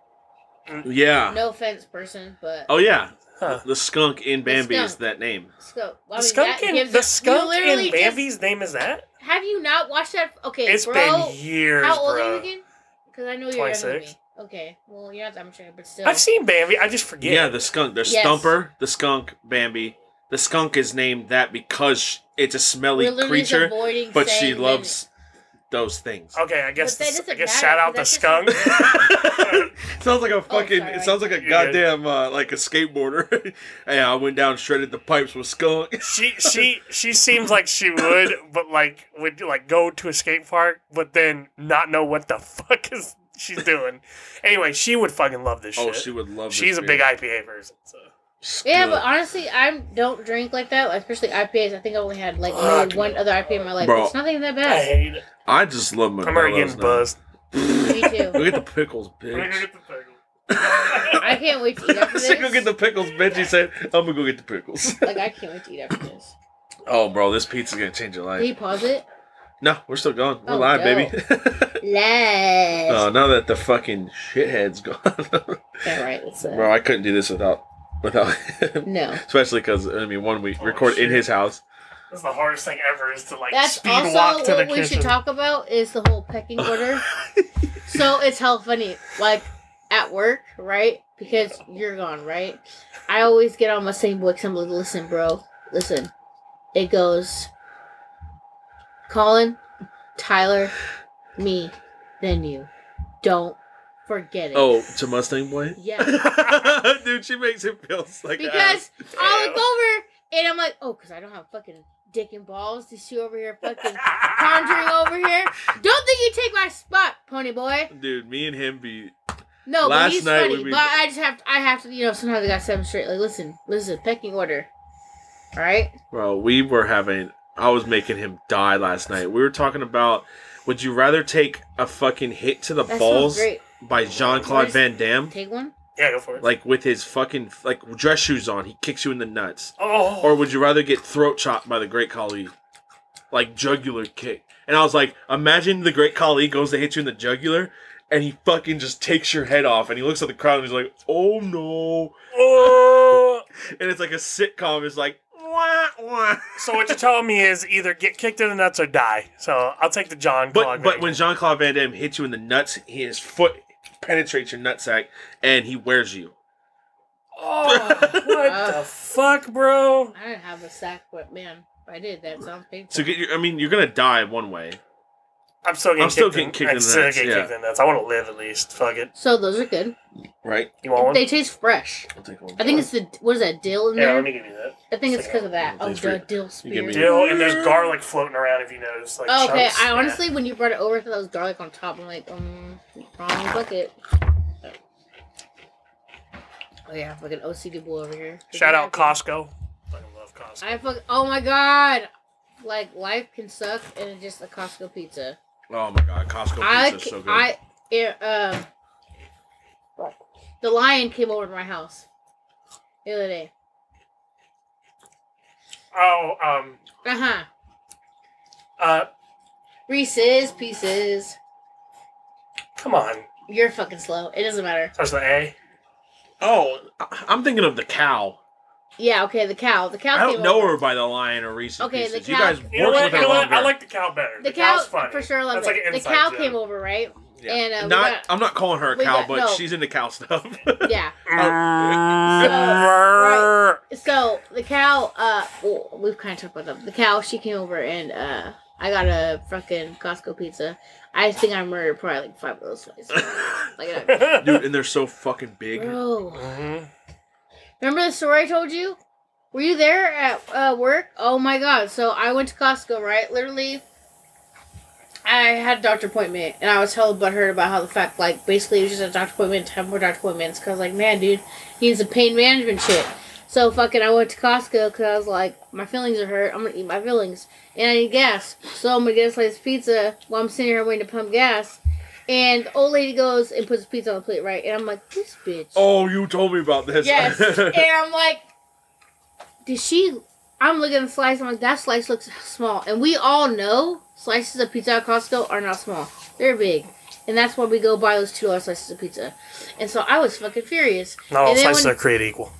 Speaker 3: yeah.
Speaker 4: No offense, person, but
Speaker 3: Oh yeah.
Speaker 2: Huh.
Speaker 3: The skunk in Bambi is
Speaker 4: skunk.
Speaker 3: that name.
Speaker 4: skunk. I
Speaker 2: The
Speaker 4: mean,
Speaker 2: skunk
Speaker 4: that
Speaker 2: in
Speaker 4: gives
Speaker 2: the
Speaker 4: it- you
Speaker 2: skunk
Speaker 4: literally
Speaker 2: in
Speaker 4: just-
Speaker 2: Bambi's name is that?
Speaker 4: Have you not watched that? Okay,
Speaker 2: It's
Speaker 4: bro.
Speaker 2: been years,
Speaker 4: how old
Speaker 2: bro.
Speaker 4: are you again? Because I know you're younger than
Speaker 2: 26.
Speaker 4: me. Okay, well you're not that much younger, but still.
Speaker 2: I've seen Bambi. I just
Speaker 3: Yeah,
Speaker 2: forget.
Speaker 3: the skunk. There's
Speaker 4: Yes.
Speaker 3: Stumper, the skunk, Bambi. The skunk is named that because it's a
Speaker 4: We're
Speaker 3: smelly
Speaker 4: literally just
Speaker 3: creature,
Speaker 4: avoiding
Speaker 3: but she
Speaker 4: saying the-
Speaker 3: loves those things.
Speaker 2: Okay, I guess.
Speaker 4: But that
Speaker 2: this- I
Speaker 4: doesn't
Speaker 2: guess
Speaker 4: matter,
Speaker 2: shout out the
Speaker 4: because
Speaker 2: skunk.
Speaker 4: that's
Speaker 3: sounds like a fucking.
Speaker 4: Oh, sorry.
Speaker 3: it sounds like a
Speaker 2: You're
Speaker 3: goddamn uh, like a skateboarder. hey, I went down, shredded the pipes with skunk.
Speaker 2: she she she seems like she would, but like would like go to a skate park, but then not know what the fuck is she's doing. Anyway, she would fucking love this
Speaker 3: Oh,
Speaker 2: shit.
Speaker 3: she would love.
Speaker 2: She's
Speaker 3: this
Speaker 2: a
Speaker 3: beer.
Speaker 2: big IPA person. So.
Speaker 3: It's
Speaker 4: Yeah,
Speaker 3: good.
Speaker 4: but honestly, I don't drink like that, like, especially IPAs. I think I only had like
Speaker 2: Fuck
Speaker 4: maybe one
Speaker 2: no.
Speaker 4: other IPA in my life.
Speaker 3: Bro.
Speaker 4: It's nothing that
Speaker 2: I
Speaker 4: bad.
Speaker 2: hate it.
Speaker 3: I just love my.
Speaker 2: I'm already getting buzzed.
Speaker 4: Me
Speaker 3: Go
Speaker 4: too.
Speaker 3: get the pickles,
Speaker 2: Let me go
Speaker 3: bitch.
Speaker 2: get the pickle.
Speaker 4: I can't wait to eat after
Speaker 3: I
Speaker 4: this.
Speaker 3: said, go get the pickles, bitch. He said, I'm gonna go get the pickles.
Speaker 4: Like I can't wait to eat after this.
Speaker 3: oh, bro, this pizza's gonna change your
Speaker 4: Did
Speaker 3: life.
Speaker 4: you pause it?
Speaker 3: No, we're still going. We're
Speaker 4: Oh,
Speaker 3: live,
Speaker 4: no.
Speaker 3: baby.
Speaker 4: Last.
Speaker 2: Uh,
Speaker 3: oh, now that the fucking shithead's gone,
Speaker 4: All right, what's up?
Speaker 3: bro, I couldn't do this without without him.
Speaker 4: No.
Speaker 3: Especially because I mean, one we
Speaker 2: Oh,
Speaker 3: record in
Speaker 2: shit.
Speaker 3: his house.
Speaker 2: This is the hardest thing ever is to like
Speaker 4: That's
Speaker 2: speed
Speaker 4: also
Speaker 2: walk to the
Speaker 4: what we
Speaker 2: kitchen.
Speaker 4: should talk about is the whole pecking order. so it's hell funny. Like at work, right? Because you're gone, right? I always get on my same boy because I'm like, listen, bro, listen. it goes Colin, Tyler, me, then you. Don't forget it.
Speaker 3: Oh, to Mustang Blade?
Speaker 4: Yeah.
Speaker 3: Dude, she makes it feel like
Speaker 4: Because I
Speaker 3: Damn.
Speaker 4: look over and I'm like, oh, because I don't have fucking dick and balls. These two over here fucking conjuring over here. Don't think you take my spot, pony boy.
Speaker 3: ass. Dude, me and him be.
Speaker 4: No,
Speaker 3: Last
Speaker 4: but he's
Speaker 3: night
Speaker 4: funny.
Speaker 3: we- we-
Speaker 4: But I just have to, I have to, you know, sometimes I got seven straight. Like, listen, listen, pecking order. All right?
Speaker 3: Bro, we were having. I was making him die last night. We were talking about would you rather take a fucking hit to the
Speaker 4: That
Speaker 3: balls
Speaker 4: sounds great.
Speaker 3: by Jean Claude
Speaker 4: Where's-
Speaker 3: Van Damme?
Speaker 4: Take one?
Speaker 2: Yeah, go for it.
Speaker 3: Like with his fucking like dress shoes on, he kicks you in the nuts.
Speaker 2: oh,
Speaker 3: Or would you rather get throat chopped by the Great Khali? Like jugular kick. And I was like, imagine the Great Khali goes to hit you in the jugular and he fucking just takes your head off and he looks at the crowd and he's like, oh no.
Speaker 2: oh.
Speaker 3: And it's like a sitcom. It's like, wah, wah.
Speaker 2: So what you're telling me is either get kicked in the nuts or die. So I'll take the John.
Speaker 3: But
Speaker 2: Clog
Speaker 3: but
Speaker 2: Mangan.
Speaker 3: when Jean Claude Van Damme hits you in the nuts, his foot penetrates your nutsack and he wears you.
Speaker 2: oh, what the fuck, bro?
Speaker 4: I didn't have a sack, but man, if I did, that sounds painful.
Speaker 3: So get your, I mean, you're gonna die one way.
Speaker 2: I'm still getting
Speaker 3: I'm
Speaker 2: kicked
Speaker 3: still
Speaker 2: in,
Speaker 3: getting kicked
Speaker 2: I'm
Speaker 3: in the
Speaker 2: still
Speaker 3: nuts,
Speaker 2: getting
Speaker 3: yeah.
Speaker 2: kicked in the nuts. I want to live at least. Fuck it.
Speaker 4: So those are good.
Speaker 3: Right?
Speaker 2: You want one?
Speaker 4: They taste fresh.
Speaker 3: I'll take one.
Speaker 4: I think it's the what is that dill in
Speaker 2: Yeah,
Speaker 4: there?
Speaker 2: let me give you that.
Speaker 4: I think it's because of that. Oh,
Speaker 3: Please
Speaker 4: the
Speaker 3: read.
Speaker 4: dill
Speaker 3: You give
Speaker 4: spear.
Speaker 3: me-
Speaker 2: Dill and there's garlic floating around. If you notice, like
Speaker 4: Oh, okay,
Speaker 2: chunks.
Speaker 4: I
Speaker 2: Yeah.
Speaker 4: honestly, when you brought it over, I thought it was garlic on top. I'm like, um, wrong bucket. Oh yeah, fucking OCD boy over here.
Speaker 2: shout out Costco. Fucking love Costco.
Speaker 4: I fuck. Oh my god, like life can suck, and it's just a Costco pizza.
Speaker 3: Oh my god, Costco
Speaker 4: I,
Speaker 3: pizza is
Speaker 4: ca-
Speaker 3: so good.
Speaker 4: I, it, um, the lion came over to my house the other day.
Speaker 2: oh, um,
Speaker 4: Uh huh.
Speaker 2: uh,
Speaker 4: Reese's pieces.
Speaker 2: come on.
Speaker 4: You're fucking slow. It doesn't matter.
Speaker 2: Touch the A.
Speaker 3: oh, I- I'm thinking of the cow.
Speaker 4: Yeah. Okay. The cow. The cow.
Speaker 3: I don't
Speaker 4: came
Speaker 3: know
Speaker 4: over.
Speaker 3: her by the lion or Reese's
Speaker 4: Okay, the
Speaker 3: Pieces. You
Speaker 4: cow-
Speaker 3: guys
Speaker 2: You know
Speaker 3: worked
Speaker 2: what? You
Speaker 3: with her
Speaker 2: know what?
Speaker 3: longer.
Speaker 2: I like the cow better.
Speaker 4: The cow
Speaker 2: cow's funny.
Speaker 4: for sure loved
Speaker 2: That's
Speaker 4: it.
Speaker 2: like an
Speaker 4: the
Speaker 2: inside
Speaker 4: cow
Speaker 2: joke.
Speaker 4: came over, right?
Speaker 3: Yeah.
Speaker 4: And uh, we
Speaker 3: Not,
Speaker 4: got-
Speaker 3: I'm not calling her a
Speaker 4: we
Speaker 3: cow,
Speaker 4: got-
Speaker 3: but
Speaker 4: no.
Speaker 3: she's into cow stuff.
Speaker 4: yeah.
Speaker 2: Right.
Speaker 4: So the cow, uh, well, we've kind of talked about them. The cow, she came over and uh, I got a fucking Costco pizza. I think I murdered probably like five of those places. like, I-
Speaker 3: Dude, and they're so fucking big.
Speaker 4: bro,
Speaker 2: Mhm.
Speaker 4: remember the story I told you? Were you there at uh, work? Oh my god! So I went to Costco, right? Literally, I had a doctor appointment, and I was hella butthurt about how the fact, like, basically, it was just a doctor appointment, time for doctor appointments. Cause I was like, man, dude, he needs some pain management shit. So fucking, I went to Costco because I was like, my feelings are hurt. I'm gonna eat my feelings, and I need gas. So I'm gonna get a slice of pizza while I'm sitting here waiting to pump gas. And the old lady goes and puts pizza on the plate, right? And I'm like, this bitch.
Speaker 3: Oh, you told me about this.
Speaker 4: Yes. and I'm like, did she? I'm looking at the slice. I'm like, that slice looks small. And we all know slices of pizza at Costco are not small. They're big. And that's why we go buy those two dollar slices of pizza. And so I was fucking furious.
Speaker 2: Not all
Speaker 4: And then
Speaker 2: slices
Speaker 4: when-
Speaker 2: are created equal.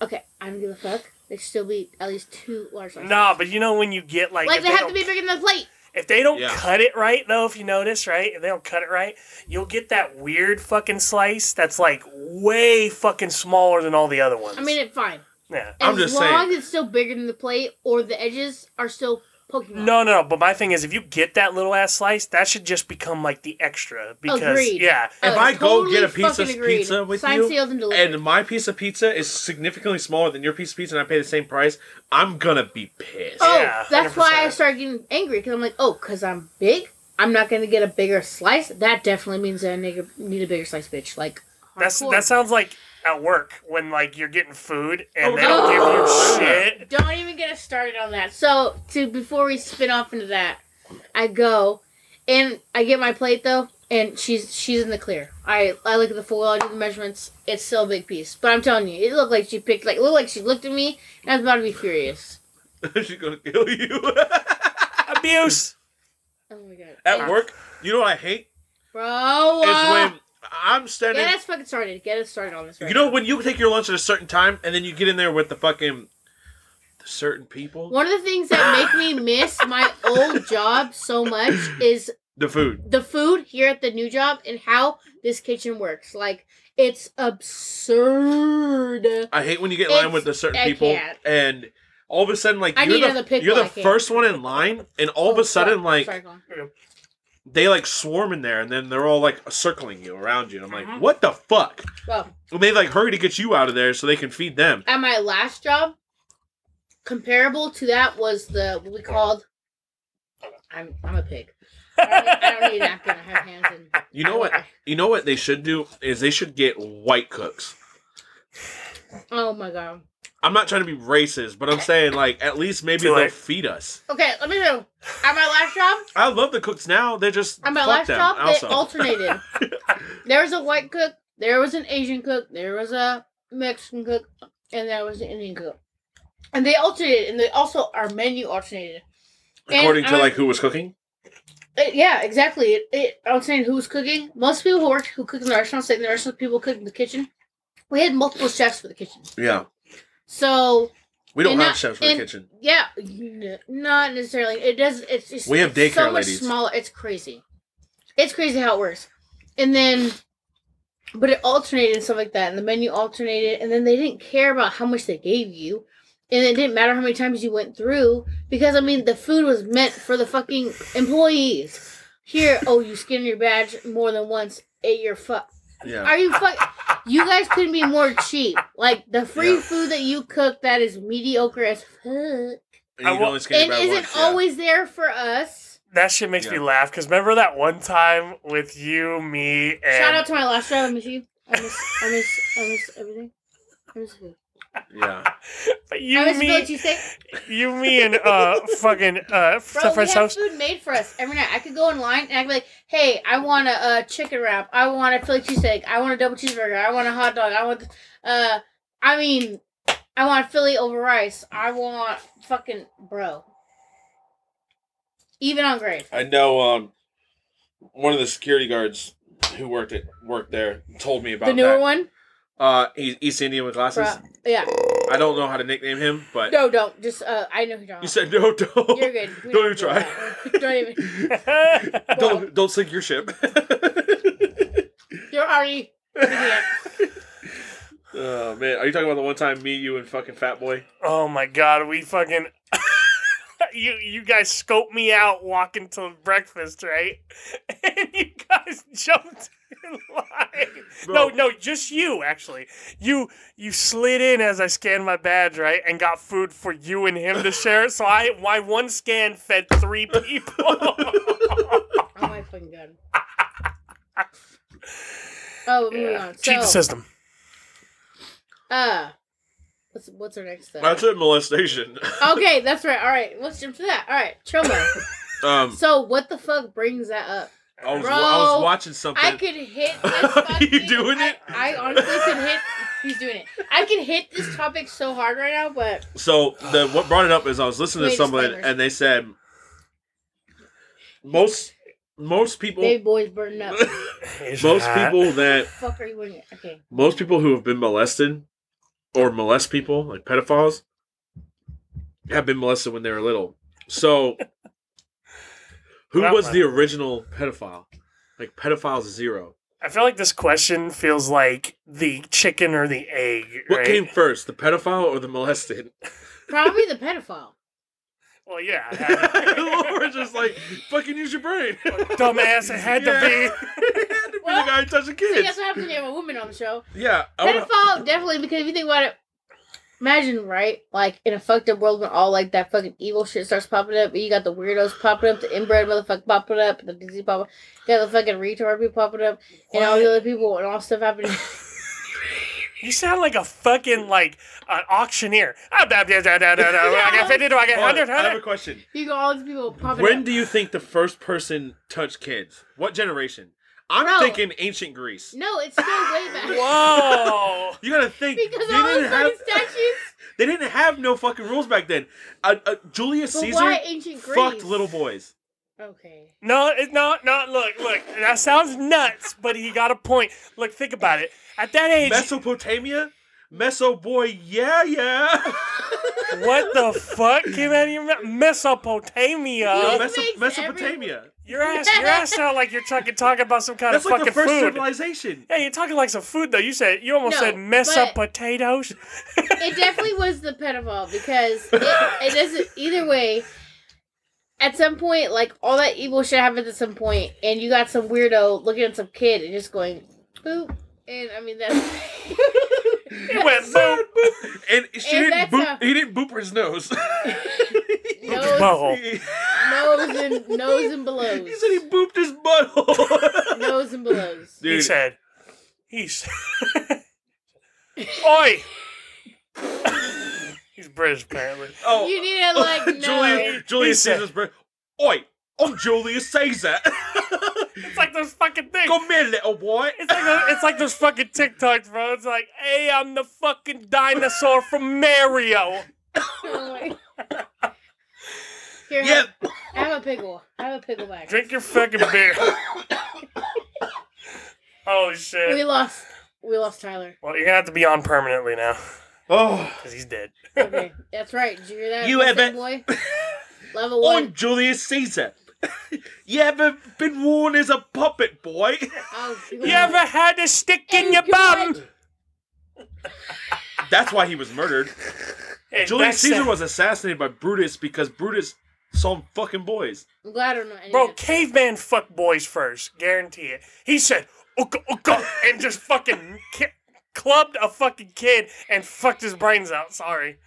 Speaker 4: Okay, I don't give a fuck. There should still be at least two large slices.
Speaker 2: Nah, but you know when you get like,
Speaker 4: like
Speaker 2: if
Speaker 4: they have
Speaker 2: don't-
Speaker 4: to be bigger than the plate.
Speaker 2: If they don't
Speaker 3: Yeah.
Speaker 2: cut it right, though, if you notice, right, if they don't cut it right, you'll get that weird fucking slice that's like way fucking smaller than all the other ones.
Speaker 4: I mean, it fine.
Speaker 2: yeah.
Speaker 4: As
Speaker 3: I'm just
Speaker 4: long
Speaker 3: saying.
Speaker 4: as it's still bigger than the plate or the edges are still poking. out.
Speaker 2: No, no, no. But my thing is, if you get that little ass slice, that should just become like the extra because
Speaker 4: Agreed.
Speaker 2: yeah,
Speaker 3: If
Speaker 4: Oh,
Speaker 3: I go get a
Speaker 4: totally
Speaker 3: piece of
Speaker 4: fucking agreed.
Speaker 3: pizza with
Speaker 4: Signed,
Speaker 3: you,
Speaker 4: sealed, and delivered.
Speaker 3: and my piece of pizza is significantly smaller than your piece of pizza and I pay the same price, I'm gonna be pissed.
Speaker 4: Oh,
Speaker 2: Yeah,
Speaker 4: that's why I
Speaker 2: 100%.
Speaker 4: started getting angry because I'm like, oh, because I'm big, I'm not gonna get a bigger slice. That definitely means that I nigga need a bigger slice, bitch. Like,
Speaker 2: that's
Speaker 4: hardcore.
Speaker 2: that sounds like at work when like you're getting food and
Speaker 3: Oh,
Speaker 2: they don't
Speaker 3: no.
Speaker 2: give you shit.
Speaker 4: Don't even get us started on that. So, to before we spin off into that, I go and I get my plate though, and she's she's in the clear. I I look at the foil, I do the measurements. It's still a big piece, but I'm telling you, it looked like she picked like it looked like she looked at me, and I was about to be furious.
Speaker 3: She's gonna kill you.
Speaker 2: Abuse.
Speaker 4: Oh my god,
Speaker 3: At work, you know what I hate?
Speaker 4: bro.
Speaker 3: Is
Speaker 4: uh,
Speaker 3: when I'm standing.
Speaker 4: Get us fucking started. Get us started on this. Right
Speaker 3: You know when you take your lunch at a certain time and then you get in there with the fucking the certain people,
Speaker 4: One of the things that make me miss my old job so much is
Speaker 3: the food.
Speaker 4: the food here at the new job and how this kitchen works. Like it's absurd.
Speaker 3: I hate when you get in line
Speaker 4: It's-
Speaker 3: with the certain
Speaker 4: I
Speaker 3: people
Speaker 4: can't.
Speaker 3: and all of a sudden like
Speaker 4: I
Speaker 3: you're
Speaker 4: need
Speaker 3: the,
Speaker 4: another pickle,
Speaker 3: you're
Speaker 4: I
Speaker 3: the
Speaker 4: can't.
Speaker 3: first one in line and all of
Speaker 4: Oh,
Speaker 3: a sudden
Speaker 4: sorry.
Speaker 3: like
Speaker 4: Sorry, Colin.
Speaker 3: they like swarm in there and then they're all like circling you around you and i'm like
Speaker 4: Uh-huh.
Speaker 2: Mhm.
Speaker 3: what the fuck
Speaker 4: well,
Speaker 3: and they like hurry to get you out of there so they can feed them
Speaker 4: at my last job, comparable to that was the what we called. I'm I'm a pig. I don't, need, I don't need a napkin. I have hands and.
Speaker 3: you know what you know what they should do is they should get white cooks
Speaker 4: Oh my god.
Speaker 3: i'm not trying to be racist but i'm saying like at least maybe
Speaker 2: Too
Speaker 3: they'll
Speaker 2: late.
Speaker 3: feed us
Speaker 4: Okay, let me know. At my last job,
Speaker 3: i love the cooks now they're just
Speaker 4: at my
Speaker 3: fuck
Speaker 4: last
Speaker 3: them
Speaker 4: job,
Speaker 3: also.
Speaker 4: they alternated. there was a white cook, there was an Asian cook, there was a Mexican cook, and there was an Indian cook. And they alternated, and they also our menu alternated. And
Speaker 3: according to
Speaker 4: I'm-
Speaker 3: like who was cooking
Speaker 4: It- yeah, exactly. It, it, I was saying who's cooking. Most people who work who cook in the restaurants, like the restaurant people cook in the kitchen. We had multiple chefs for the kitchen,
Speaker 3: yeah
Speaker 4: so
Speaker 3: we don't
Speaker 4: And
Speaker 3: have
Speaker 4: not-
Speaker 3: chefs in the
Speaker 4: and-
Speaker 3: kitchen
Speaker 4: yeah, n- not necessarily. It does. It's just
Speaker 3: We have
Speaker 4: it's so
Speaker 3: daycare
Speaker 4: much
Speaker 3: ladies.
Speaker 4: smaller. It's crazy. It's crazy how it works, and then, but it alternated and stuff like that, and the menu alternated, and then they didn't care about how much they gave you, and it didn't matter how many times you went through because I mean the food was meant for the fucking employees. Here, oh, you skinned your badge more than once. Ate your fuck.
Speaker 3: yeah
Speaker 4: Are you fuck? You guys couldn't be more cheap. Like the free
Speaker 3: Yeah.
Speaker 4: food that you cook that is mediocre as fuck
Speaker 3: and you
Speaker 2: I
Speaker 3: can
Speaker 2: wa-
Speaker 3: only skate
Speaker 4: and
Speaker 3: about
Speaker 4: isn't
Speaker 3: once, yeah.
Speaker 4: always there for us.
Speaker 2: That shit makes me
Speaker 3: Yeah.
Speaker 2: laugh because remember that one time with you, me, and
Speaker 4: Shout out to my last job. I miss you. I miss. I miss. I miss everything. I miss food.
Speaker 3: yeah
Speaker 2: But you,
Speaker 4: I miss
Speaker 2: me,
Speaker 4: food. You say,
Speaker 2: you, me, and uh, fucking uh,
Speaker 4: bro, we
Speaker 2: French
Speaker 4: have
Speaker 2: house.
Speaker 4: food made for us every night. I could go online and I'd be like, hey, I want a uh, chicken wrap. I want a Philly cheesesteak. I want a double cheeseburger. I want a hot dog. I want, th- uh, I mean, I want Philly over rice. I want fucking bro. Even on grade.
Speaker 3: I know um, one of the security guards who worked at worked there told me about
Speaker 4: the newer
Speaker 3: that.
Speaker 4: one,
Speaker 3: Uh, he's East Indian with glasses.
Speaker 4: bro. Yeah.
Speaker 3: I don't know how to nickname him, but
Speaker 4: No, don't. Just uh, I know who you're on.
Speaker 3: you said no, don't,
Speaker 4: You're good. We
Speaker 3: don't even
Speaker 4: do
Speaker 3: try.
Speaker 4: that. don't even. Well-
Speaker 3: don't don't sink your ship.
Speaker 4: You're already.
Speaker 3: oh man, are you talking about the one time me, you, and fucking Fat Boy?
Speaker 2: oh my god, we fucking. You, you guys scoped me out walking to breakfast, right? And you guys jumped in line.
Speaker 3: Bro.
Speaker 2: No, no, just you actually. You you slid in as I scanned my badge, right, and got food for you and him to share. So I my one scan fed three people.
Speaker 4: Oh my fucking god. Oh, moving on. So,
Speaker 2: system.
Speaker 4: uh, what's what's our next thing?
Speaker 3: That's it, molestation.
Speaker 4: okay, that's right. All right, let's jump to that. All right, Chomo.
Speaker 3: Um,
Speaker 4: so what the fuck brings that up?
Speaker 3: I was
Speaker 4: Bro,
Speaker 3: I was watching something.
Speaker 4: I could hit. This
Speaker 3: Are you
Speaker 4: fucking-
Speaker 3: doing
Speaker 4: I-
Speaker 3: it?
Speaker 4: I honestly could hit. He's doing it. I could hit this topic so hard right now, but
Speaker 3: So the what brought it up is I was listening to
Speaker 4: Wait,
Speaker 3: someone
Speaker 4: disclaimer.
Speaker 3: and they said most most people
Speaker 4: baby boy's burning up.
Speaker 3: most people that
Speaker 4: fuck are you doing it? Okay.
Speaker 3: most people who have been molested or molest people like pedophiles have been molested when they were little so who
Speaker 2: That
Speaker 3: was
Speaker 2: one.
Speaker 3: the original pedophile like pedophiles zero
Speaker 2: I feel like this question feels like the chicken or the egg.
Speaker 3: what
Speaker 2: right?
Speaker 3: came first the pedophile or the molested
Speaker 4: Probably the pedophile.
Speaker 2: Well, yeah, it had
Speaker 3: or just like fucking use your brain
Speaker 2: to be. dumbass. It had
Speaker 3: Yeah.
Speaker 2: to
Speaker 3: it had to be
Speaker 4: Well,
Speaker 3: the guy touching
Speaker 4: See, that's
Speaker 3: kids
Speaker 4: what happens when you have a woman on the show.
Speaker 3: yeah I wanna-
Speaker 4: Pedophile, definitely, because if you think about it, imagine, right? Like, in a fucked up world when all, like, that fucking evil shit starts popping up, and you got the weirdos popping up, the inbred motherfucker popping up, the Disney popping up, you got the fucking retard people popping up, and all the other people and all stuff happening.
Speaker 2: be. You sound like a fucking like an auctioneer. Ah, I got fifty. Do I get
Speaker 3: Hold on,
Speaker 2: hundred?
Speaker 3: I have a
Speaker 2: Hundred?
Speaker 3: question
Speaker 4: you got all these people popping
Speaker 3: When
Speaker 4: up.
Speaker 3: do you think the first person touched kids? What generation? I'm
Speaker 4: Bro.
Speaker 3: thinking ancient Greece.
Speaker 4: no, it's still way back.
Speaker 2: Whoa!
Speaker 3: You gotta think
Speaker 4: Because
Speaker 3: they
Speaker 4: all
Speaker 3: didn't
Speaker 4: these
Speaker 3: have
Speaker 4: fucking statues.
Speaker 3: they didn't have no fucking rules back then. Uh, uh, Julius
Speaker 4: But
Speaker 3: Caesar
Speaker 4: why ancient Greece?
Speaker 3: fucked little boys.
Speaker 4: Okay.
Speaker 2: No, it, no, no. Look, look. That sounds nuts, but he got a point. Look, think about it. At that age,
Speaker 3: Mesopotamia, Meso boy, yeah, yeah.
Speaker 2: What the fuck came out of your mouth? Mesopotamia.
Speaker 3: No,
Speaker 4: It
Speaker 3: Meso-
Speaker 4: makes
Speaker 3: Mesopotamia.
Speaker 2: Your ass, your ass sound like you're talking, talking about some kind
Speaker 3: That's
Speaker 2: of
Speaker 3: like the
Speaker 2: fucking
Speaker 3: first
Speaker 2: food.
Speaker 3: civilization.
Speaker 2: yeah, you're talking like some food though. You said you almost
Speaker 4: No,
Speaker 2: said mess up
Speaker 4: but-
Speaker 2: potatoes.
Speaker 4: it definitely was the pedophile because it, it doesn't either way at some point like all that evil shit happens at some point and you got some weirdo looking at some kid and just going boop and i mean that's
Speaker 2: It went boom.
Speaker 3: And she
Speaker 4: And
Speaker 3: didn't
Speaker 4: that's
Speaker 3: boop,
Speaker 4: a-
Speaker 3: he didn't boop his nose.
Speaker 4: nose,
Speaker 2: Butthole.
Speaker 4: nose and nose and belows
Speaker 3: He said he booped his butthole.
Speaker 4: nose and belows
Speaker 2: He said, he's. Oi! he's British, apparently.
Speaker 3: oh,
Speaker 4: you need it like no
Speaker 3: Julius,
Speaker 2: He
Speaker 3: Julius
Speaker 2: said-
Speaker 3: Caesar's breath. Oi, I'm Julius Caesar.
Speaker 2: It's like those fucking things.
Speaker 3: Come here, little boy.
Speaker 2: It's like, those, it's like those fucking TikToks, bro. It's like, hey, I'm the fucking dinosaur from Mario.
Speaker 4: Oh my- Here,
Speaker 3: Yeah,
Speaker 4: I have a pickle. I have a pickle back.
Speaker 2: Drink your fucking beer. oh, shit.
Speaker 4: We lost. We lost Tyler.
Speaker 2: well, you're gonna have to be on permanently now,
Speaker 3: Oh,
Speaker 2: because he's dead.
Speaker 4: Okay, that's right. Did you hear that?
Speaker 3: You
Speaker 4: What's
Speaker 3: ever-
Speaker 4: that, boy? Level one.
Speaker 3: I'm Julius Caesar. you ever been worn as a puppet, boy?
Speaker 4: Oh,
Speaker 2: You ever had a stick in your bum?
Speaker 3: That's why he was murdered.
Speaker 2: Hey,
Speaker 3: Julius
Speaker 2: that's
Speaker 3: Caesar
Speaker 2: it.
Speaker 3: was assassinated by Brutus because Brutus saw him fucking boys.
Speaker 4: I'm glad I'm not. any
Speaker 2: Bro,
Speaker 4: of that.
Speaker 2: caveman fuck boys first. Guarantee it. He said, ooka ooka, and just fucking ki- clubbed a fucking kid and fucked his brains out. Sorry.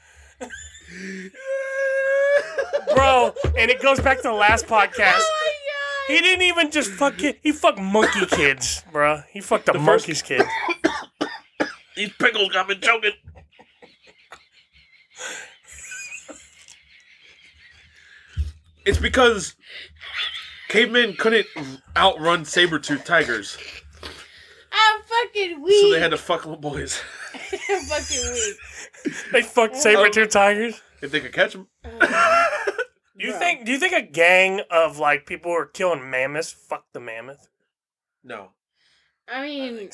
Speaker 2: Bro, and it goes back to the last podcast. He didn't even just fuck kid. He fucked monkey kids, bro. He fucked a
Speaker 3: first-
Speaker 2: monkey's kid.
Speaker 3: These pickles got me choking. It's because cavemen couldn't outrun saber-toothed tigers,
Speaker 4: I'm fucking weak.
Speaker 3: so they had to fuck little boys
Speaker 4: I'm fucking weak.
Speaker 2: They fucked saber tooth tigers.
Speaker 3: if they could catch them.
Speaker 2: Do you
Speaker 4: Bro.
Speaker 2: think? Do you think a gang of like people who are killing mammoths fuck the mammoth?
Speaker 3: No,
Speaker 4: I mean,
Speaker 3: I, think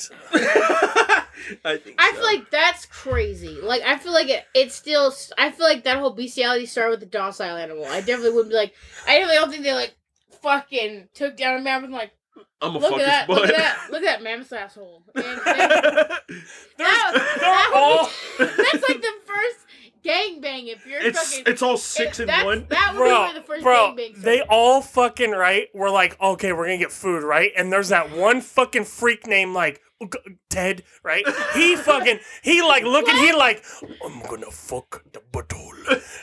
Speaker 4: I
Speaker 3: so.
Speaker 4: feel like that's crazy. Like, I feel like it, it's still. I feel like that whole bestiality started with the docile animal. I definitely would be like. I definitely don't think they like fucking took down a mammoth and like
Speaker 3: I'm a
Speaker 4: look
Speaker 3: fucking
Speaker 4: at that,
Speaker 3: boy.
Speaker 4: look at that, look at that mammoth's asshole. And- and-
Speaker 2: There's,
Speaker 4: That-
Speaker 2: they're
Speaker 4: that would
Speaker 2: all.
Speaker 4: Oh, that's like the first gangbang. If you're
Speaker 3: it's
Speaker 4: fucking,
Speaker 3: it's all six
Speaker 4: if
Speaker 3: and
Speaker 4: that's-
Speaker 3: one.
Speaker 4: That would be
Speaker 2: bro,
Speaker 4: one of the first
Speaker 2: bro,
Speaker 4: gangbangs.
Speaker 2: they all fucking right. We're like, okay, we're gonna get food, right? And there's that one fucking freak named like Ted, right? He fucking, he like looking, he like, I'm gonna fuck the butthole.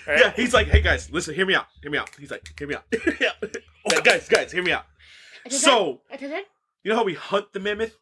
Speaker 2: Right?
Speaker 3: Yeah, he's like, hey guys, listen, hear me out, hear me out. He's like, hear me out, hear me out. Yeah, guys, guys, hear me out. So
Speaker 4: I did that.
Speaker 3: you know how we hunt the mammoth?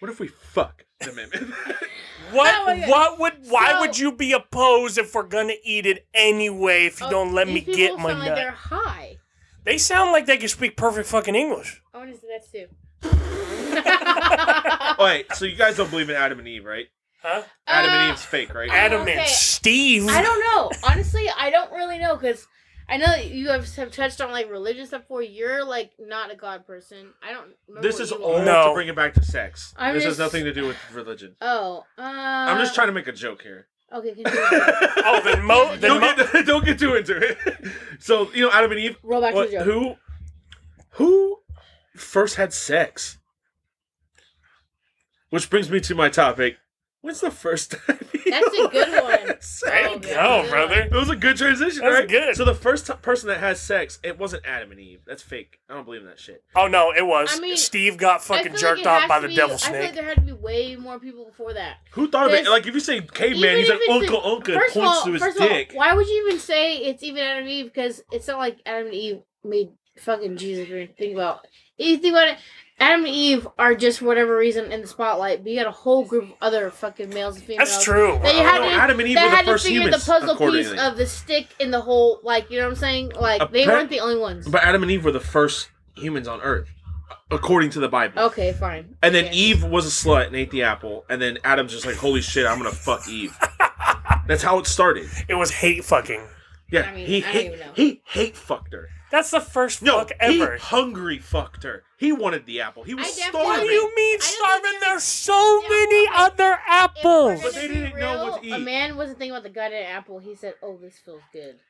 Speaker 3: What if we fuck the mammoth?
Speaker 2: What?
Speaker 4: Oh my God.
Speaker 2: what would? Why
Speaker 4: So-
Speaker 2: would you be opposed if we're gonna eat it anyway? If you
Speaker 4: Oh,
Speaker 2: don't let me
Speaker 4: these
Speaker 2: get
Speaker 4: people
Speaker 2: my
Speaker 4: sound like
Speaker 2: nut,
Speaker 4: they're high.
Speaker 2: they sound like they can speak perfect fucking English.
Speaker 4: I want to say that too.
Speaker 3: All right, so you guys don't believe in Adam and Eve, right?
Speaker 2: Huh?
Speaker 3: Adam and
Speaker 4: Uh,
Speaker 3: Eve's fake, right?
Speaker 2: Adam
Speaker 4: okay.
Speaker 2: and Steve.
Speaker 4: I don't know. Honestly, I don't really know because I know that you have, have touched on like religious stuff before. You're like not a god person. I don't. Remember
Speaker 3: This
Speaker 4: what
Speaker 3: is
Speaker 4: you
Speaker 3: all
Speaker 4: are.
Speaker 2: No.
Speaker 3: to bring it back to sex.
Speaker 4: I'm
Speaker 3: this has
Speaker 4: just-
Speaker 3: nothing to do with religion.
Speaker 4: Oh, uh,
Speaker 3: I'm just trying to make a joke here.
Speaker 4: Okay, continue.
Speaker 2: Oh, then Mo. Then
Speaker 3: don't,
Speaker 2: Mo-
Speaker 3: get, don't get too into it. So you know, Adam and Eve.
Speaker 4: roll back
Speaker 3: what-
Speaker 4: to the joke.
Speaker 3: who? Who first had sex? Which brings me to my topic. When's the first time? you
Speaker 4: That's a good one.
Speaker 3: had sex?
Speaker 2: there you
Speaker 4: Oh,
Speaker 2: go,
Speaker 4: God.
Speaker 2: brother.
Speaker 3: It was a good transition,
Speaker 2: That was
Speaker 3: right?
Speaker 2: good.
Speaker 3: So the first t- person that has sex, it wasn't Adam and Eve. That's fake. I don't believe in that shit.
Speaker 2: Oh no, it was.
Speaker 4: I mean,
Speaker 2: Steve got
Speaker 4: I
Speaker 2: fucking
Speaker 4: feel
Speaker 2: jerked
Speaker 4: like it
Speaker 2: off
Speaker 4: has
Speaker 2: by
Speaker 4: to
Speaker 2: the
Speaker 4: be-
Speaker 2: devil
Speaker 4: I feel like
Speaker 2: snake.
Speaker 4: there had to be way more people before that.
Speaker 3: Who thought of it?
Speaker 4: There's-
Speaker 3: Like if you say caveman,
Speaker 4: Even
Speaker 3: he's like
Speaker 4: if it's
Speaker 3: uncle,
Speaker 4: a-
Speaker 3: uncle, and
Speaker 4: First of
Speaker 3: points
Speaker 4: all,
Speaker 3: to his
Speaker 4: first of all,
Speaker 3: dick.
Speaker 4: why would you even say it's even Adam and Eve? Because it's not like Adam and Eve made fucking Jesus or anything about. If you think about it, Adam and Eve are just for whatever reason in the spotlight, but you got a whole group of other fucking males and females.
Speaker 2: That's true.
Speaker 4: That you
Speaker 2: bro.
Speaker 4: had
Speaker 3: No,
Speaker 4: to,
Speaker 3: Adam and Eve
Speaker 4: that
Speaker 3: were the
Speaker 4: had to
Speaker 3: first
Speaker 4: figure
Speaker 3: humans,
Speaker 4: the puzzle piece
Speaker 3: accordingly.
Speaker 4: of the stick in the whole, like you know what I'm saying? Like
Speaker 3: A
Speaker 4: they
Speaker 3: pet-
Speaker 4: weren't the only ones.
Speaker 3: But Adam and Eve were the first humans on Earth, according to the Bible.
Speaker 4: okay, fine.
Speaker 3: And then
Speaker 4: Okay.
Speaker 3: Eve was a slut and ate the apple, and then Adam's just like, "Holy shit, I'm gonna fuck Eve." That's how it started.
Speaker 2: It was hate fucking.
Speaker 3: Yeah,
Speaker 4: I mean,
Speaker 3: he
Speaker 4: I don't
Speaker 3: hate,
Speaker 4: even know.
Speaker 3: he hate fucked her.
Speaker 2: That's the first
Speaker 3: No,
Speaker 2: fuck
Speaker 3: he
Speaker 2: ever.
Speaker 3: hungry fucked her. He wanted the apple. He was
Speaker 4: definitely-
Speaker 2: What do
Speaker 3: starving.
Speaker 2: you mean
Speaker 4: I don't
Speaker 2: starving?
Speaker 4: think you're-
Speaker 2: There's so
Speaker 4: Yeah,
Speaker 2: many
Speaker 4: okay.
Speaker 2: other
Speaker 4: If we're
Speaker 2: apples.
Speaker 4: gonna
Speaker 3: But they
Speaker 4: be
Speaker 3: didn't know what to
Speaker 4: A
Speaker 3: eat.
Speaker 4: man wasn't thinking about the gutted apple. He said, "Oh, this feels good."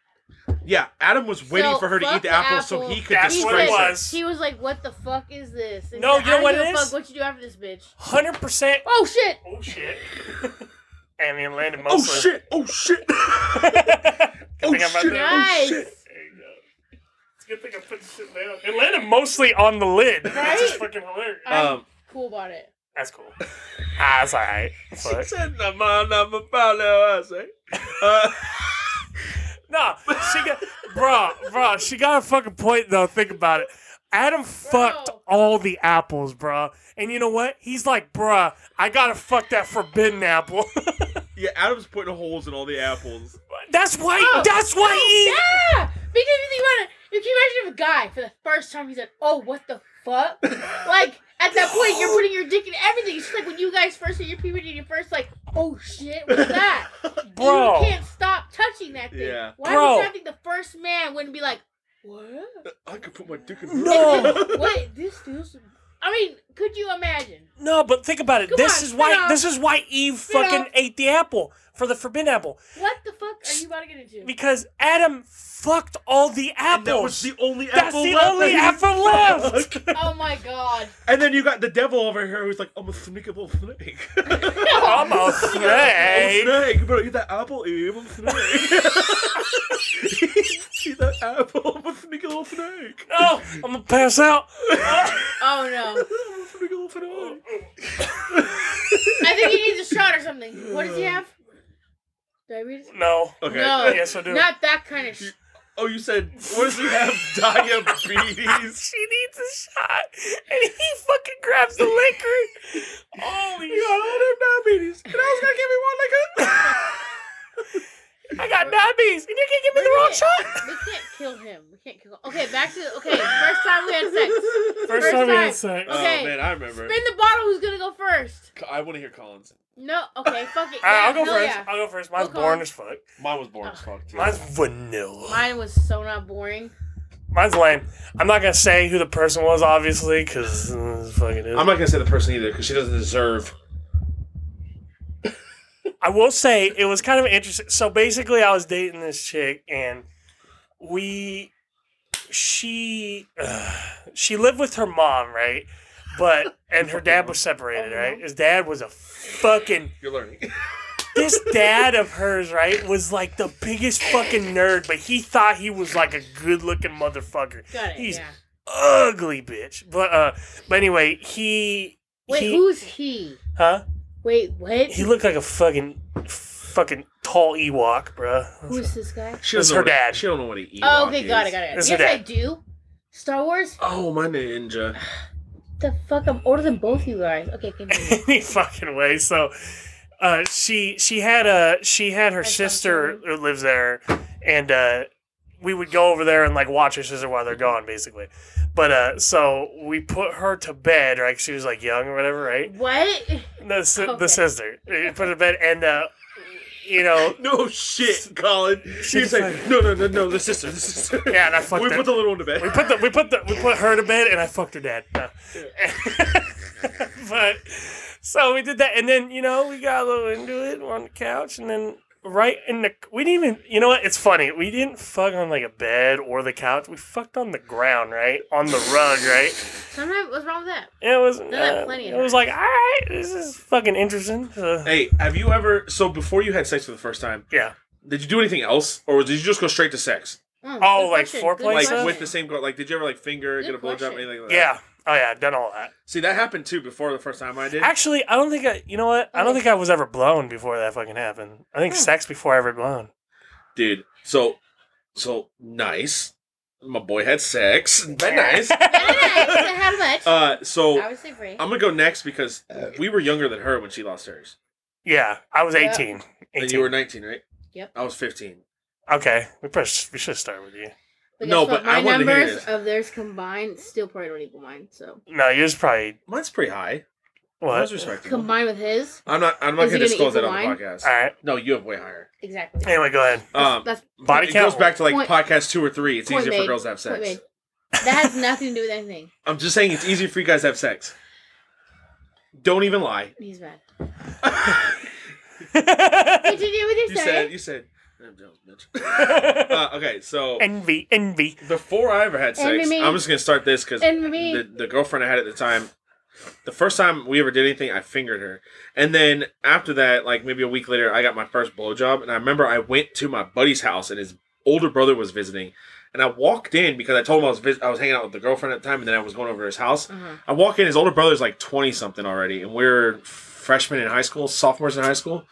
Speaker 3: Yeah, Adam was waiting
Speaker 4: So,
Speaker 3: for her to
Speaker 4: fuck
Speaker 3: eat the
Speaker 4: the
Speaker 3: apple, so
Speaker 4: apple.
Speaker 3: he could
Speaker 2: That's what it
Speaker 3: disgrace her.
Speaker 2: was.
Speaker 4: He was like, "What the fuck is this?" And
Speaker 2: No, you know
Speaker 4: he said, "I don't
Speaker 2: what
Speaker 4: give
Speaker 2: it
Speaker 4: a
Speaker 2: is?
Speaker 4: Fuck what you do after this, bitch?
Speaker 2: Hundred percent.
Speaker 4: Oh shit!
Speaker 2: Oh shit. I mean, Landon
Speaker 3: Oh
Speaker 2: mostly.
Speaker 3: shit! Oh shit!
Speaker 2: Good
Speaker 3: Oh
Speaker 2: thing I'm out
Speaker 3: shit.
Speaker 2: there.
Speaker 3: shit.
Speaker 4: Nice,
Speaker 2: There you go. It's a good thing I put shit down. It landed mostly on the lid. Which is
Speaker 4: Right?
Speaker 2: fucking hilarious.
Speaker 4: I'm
Speaker 3: Um,
Speaker 4: cool about it.
Speaker 2: That's cool. Ah, that's alright.
Speaker 3: she
Speaker 2: Fuck.
Speaker 3: said, "No, man, I'm about to say." Uh,
Speaker 2: Nah, she got bro, bro, she got a fucking point though, think about it. Adam fucked all the apples, bro. And you know what? He's like, bruh, I gotta fuck that forbidden apple.
Speaker 3: yeah, Adam's putting holes in all the apples.
Speaker 2: that's why
Speaker 4: Oh,
Speaker 2: that's why he
Speaker 4: Yeah, because if you think about it, you can imagine if a guy for the first time he said, "Oh, what the fuck?" like at that point, you're putting your dick in everything. It's just like when you guys first hit your puberty, and you're first like, "Oh shit, what's that?"
Speaker 2: Bro.
Speaker 4: you can't stop touching that thing.
Speaker 3: Yeah.
Speaker 4: Why
Speaker 2: Bro.
Speaker 4: would you not think the first man wouldn't be like, "What?
Speaker 3: I could put my dick in.
Speaker 2: No.
Speaker 4: what? This feels." I mean, could you imagine?
Speaker 2: No, but think about it.
Speaker 4: Come
Speaker 2: this
Speaker 4: on,
Speaker 2: is
Speaker 4: spit
Speaker 2: why
Speaker 4: off.
Speaker 2: this is why Eve
Speaker 4: off.
Speaker 2: fucking ate the apple for the forbidden apple.
Speaker 4: What the fuck are you about to get into?
Speaker 2: Because Adam fucked all the
Speaker 3: And
Speaker 2: apples.
Speaker 3: that was the only
Speaker 2: That's
Speaker 3: apple
Speaker 2: the
Speaker 3: left.
Speaker 2: only
Speaker 3: that he
Speaker 2: apple left.
Speaker 3: fucked.
Speaker 4: Oh my god.
Speaker 3: and then you got the devil over here who's like, "I'm a sneakable snake."
Speaker 2: I'm a
Speaker 3: I'm
Speaker 2: snake.
Speaker 3: a snake, bro. Eat that apple, Eve. I'm a snake. eat that apple. I'm a sneaky little snake.
Speaker 2: No, I'm gonna Oh, pass out.
Speaker 4: Oh no.
Speaker 3: I'm a sneaky little snake.
Speaker 4: I think he needs a shot or something. What does he have? Diabetes?
Speaker 2: No.
Speaker 3: Okay.
Speaker 4: No.
Speaker 2: Yes, I do.
Speaker 4: Not that kind of sh-
Speaker 3: Oh, you said, what does he have? Diabetes.
Speaker 2: She needs a shot, and he fucking grabs the liquor. Holy
Speaker 3: You got
Speaker 2: shit!
Speaker 3: all them diabetes. And I was
Speaker 2: I got diabetes, and you can't give me the wrong shot.
Speaker 4: We can't kill him. We can't kill Okay, back to okay, first time we had sex.
Speaker 3: gonna give
Speaker 4: First time we had time.
Speaker 2: sex.
Speaker 3: Oh,
Speaker 4: Okay.
Speaker 3: man, I remember.
Speaker 4: Spin the bottle, who's gonna go first?
Speaker 3: I want to hear Collins.
Speaker 4: No, okay, fuck it.
Speaker 2: Uh, I'll
Speaker 4: Yeah,
Speaker 2: go
Speaker 4: hell
Speaker 2: first.
Speaker 4: yeah.
Speaker 2: I'll go first. Mine's
Speaker 4: Go,
Speaker 2: boring
Speaker 4: Colin.
Speaker 2: as fuck.
Speaker 3: Mine was boring as fuck, too.
Speaker 2: Mine's vanilla.
Speaker 4: Mine was so not boring.
Speaker 2: Mine's lame. I'm not gonna say who the person was, obviously, uh, because fucking.
Speaker 3: I'm not going to say the person either because she doesn't deserve.
Speaker 2: I will say it was kind of interesting. So basically, I was dating this chick, and we, she, she lived with her mom, right? But and her dad was separated, right? His dad was a fucking
Speaker 3: You're learning.
Speaker 2: this dad of hers, right, was like the biggest fucking nerd, but he thought he was like a good looking motherfucker.
Speaker 4: Got it.
Speaker 2: He's
Speaker 4: yeah.
Speaker 2: ugly bitch. But uh but anyway, he
Speaker 4: Wait,
Speaker 2: he,
Speaker 4: who's he?
Speaker 2: huh?
Speaker 4: Wait, what?
Speaker 2: He looked like a fucking fucking tall Ewok, bruh.
Speaker 4: Who's this guy?
Speaker 3: She
Speaker 2: That's
Speaker 3: doesn't
Speaker 2: her
Speaker 3: know what-
Speaker 2: dad.
Speaker 3: She don't know what he eats.
Speaker 4: Oh, okay, got it, got it.
Speaker 2: It's her
Speaker 4: yes, I
Speaker 2: dad.
Speaker 4: do. Star Wars?
Speaker 3: Oh, my ninja.
Speaker 4: The fuck? I'm older than both you guys. Okay, continue.
Speaker 2: any fucking way. So uh, she she had a she had her
Speaker 4: That's
Speaker 2: sister
Speaker 4: awesome.
Speaker 2: who lives there, and uh, we would go over there and like watch her sister while they're gone, basically. But uh, so we put her to bed, right? 'cause She was like young or whatever, right?
Speaker 4: what?
Speaker 2: The si-
Speaker 4: Okay.
Speaker 2: the sister We put her to bed, and uh, you know,
Speaker 3: No shit, Colin. She's
Speaker 2: She's
Speaker 3: like,
Speaker 2: like-
Speaker 3: no, no, no, no, the sister, the sister.
Speaker 2: yeah, and I fucked
Speaker 3: we
Speaker 2: her.
Speaker 3: put the little one to bed.
Speaker 2: we put the we put the we put her to bed, and I fucked her dad. No. but so we did that, and then you know we got a little into it on the couch, and then right in the we didn't even you know what it's funny we didn't fuck on like a bed or the couch we fucked on the ground right on the rug right
Speaker 4: Sometimes, what's wrong with that?
Speaker 2: it was
Speaker 4: There's
Speaker 2: uh,
Speaker 4: plenty
Speaker 2: it
Speaker 4: of
Speaker 2: was like all right this is fucking interesting so,
Speaker 3: Hey, have you ever? So before you had sex for the first time,
Speaker 2: yeah
Speaker 3: did you do anything else, or did you just go straight to sex,
Speaker 4: Mm,
Speaker 2: Oh, like
Speaker 4: good question,
Speaker 2: foreplay
Speaker 4: good
Speaker 2: Like,
Speaker 3: like
Speaker 4: question.
Speaker 3: with the same girl? Like, did you ever like finger,
Speaker 4: Good
Speaker 3: get a blowjob,
Speaker 4: question.
Speaker 3: anything like that?
Speaker 2: yeah oh yeah I've done all that
Speaker 3: See, that happened too before the first time I did.
Speaker 2: actually I don't think I you know what I don't
Speaker 4: Okay.
Speaker 2: think I was ever blown before that fucking happened I think
Speaker 4: Hmm.
Speaker 2: sex before I ever blown
Speaker 3: Dude, so, so nice. My boy had sex. Very nice.
Speaker 4: Nice, How much?
Speaker 3: Uh, so
Speaker 4: I would say free.
Speaker 3: I'm gonna go next because we were younger than her when she lost hers,
Speaker 2: Yeah, I was
Speaker 4: Yeah.
Speaker 2: 18.
Speaker 3: and
Speaker 2: 18.
Speaker 3: you were 19, right?
Speaker 4: Yep.
Speaker 3: I was 15.
Speaker 2: okay, we probably sh- we should start with you.
Speaker 4: But
Speaker 3: No,
Speaker 4: guess what?
Speaker 3: but I
Speaker 4: my
Speaker 3: wanted to hear
Speaker 4: numbers
Speaker 3: this.
Speaker 4: of theirs combined still probably don't equal mine. So
Speaker 2: No, yours probably
Speaker 3: Mine's pretty high. Well, that's
Speaker 2: What?
Speaker 3: respectable.
Speaker 4: combined with his.
Speaker 3: I'm not. I'm not
Speaker 4: Is he
Speaker 3: going to
Speaker 4: gonna
Speaker 3: disclose
Speaker 4: eat the
Speaker 3: that on
Speaker 4: wine?
Speaker 3: the podcast.
Speaker 2: All right.
Speaker 3: No, you have way higher.
Speaker 4: Exactly.
Speaker 2: Anyway, go ahead.
Speaker 3: Um,
Speaker 4: That's
Speaker 2: Body
Speaker 3: it
Speaker 2: count.
Speaker 3: goes back to like
Speaker 4: Point-
Speaker 3: podcast two or three. It's
Speaker 4: point
Speaker 3: easier
Speaker 4: made.
Speaker 3: for girls to have sex.
Speaker 4: Point made. That has nothing to do with anything.
Speaker 3: I'm just saying it's easier for you guys to have sex. Don't even lie.
Speaker 4: He's mad.
Speaker 2: to.
Speaker 4: Continue with your
Speaker 3: You
Speaker 4: story.
Speaker 3: said. You said. I'm jealous, bitch. uh, okay, so
Speaker 2: envy, envy.
Speaker 3: before I ever had sex,
Speaker 4: Envy me.
Speaker 3: I'm just gonna start this because
Speaker 4: Envy me.
Speaker 3: the, the girlfriend I had at the time, the first time we ever did anything, I fingered her, and then after that, like maybe a week later, I got my first blowjob, and I remember I went to my buddy's house, and his older brother was visiting, and I walked in because I told him I was vis- I was hanging out with the girlfriend at the time, and then I was going over to his house.
Speaker 4: Uh-huh.
Speaker 3: I walk in, his older brother's like twenty something already, and we're freshmen in high school, sophomores in high school.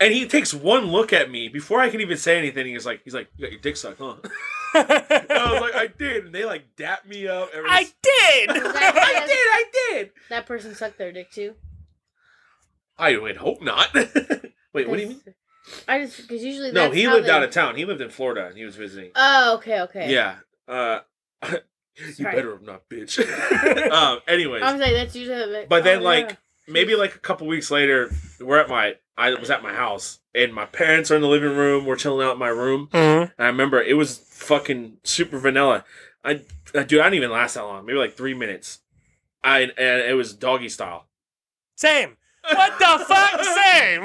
Speaker 3: And he takes one look at me before I can even say anything. He's like, he's like, you got your dick sucked, huh? I was like, I did, and they like dapped me up. Every-
Speaker 2: I did.
Speaker 4: That-
Speaker 3: I did, I did.
Speaker 4: That person sucked their dick too.
Speaker 3: I would hope not. Wait, what do you mean?
Speaker 4: I just because usually
Speaker 3: No,
Speaker 4: that's
Speaker 3: he
Speaker 4: how
Speaker 3: lived
Speaker 4: they-
Speaker 3: out of town. He lived in Florida, and he was visiting.
Speaker 4: Oh, okay, okay.
Speaker 3: Yeah. Uh, you
Speaker 4: Right.
Speaker 3: better have not, bitch. um, anyways,
Speaker 4: I was like, that's usually. Like,
Speaker 3: But then,
Speaker 4: oh,
Speaker 3: like,
Speaker 4: yeah.
Speaker 3: maybe like a couple weeks later, we're at my I was at my house, and my parents are in the living room. We're chilling out in my room.
Speaker 2: Mhm.
Speaker 3: And I remember it was fucking super vanilla. I, I dude, I didn't even last that long. Maybe like three minutes. I and it was doggy style.
Speaker 2: Same. What the fuck? Same.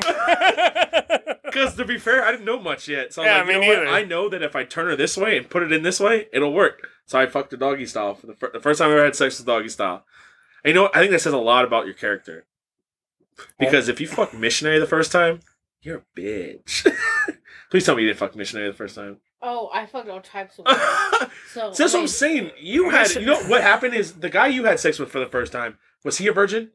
Speaker 3: Because to be fair, I didn't know much yet. So I'm
Speaker 2: Yeah,
Speaker 3: like,
Speaker 2: me
Speaker 3: you know what?
Speaker 2: neither.
Speaker 3: I know that if I turn her this way and put it in this way, it'll work. So I fucked the doggy style for the, fir- the first time I ever had sex with doggy style. And you know what? I think that says a lot about your character. Because if you fuck missionary the first time, you're a bitch. Please tell me you didn't fuck missionary the first time.
Speaker 4: Oh, I fucked all types of.
Speaker 3: so
Speaker 4: women. So
Speaker 3: that's what I'm
Speaker 4: wait,
Speaker 3: saying. You had, you know, what happened is the guy you had sex with for the first time was he a virgin?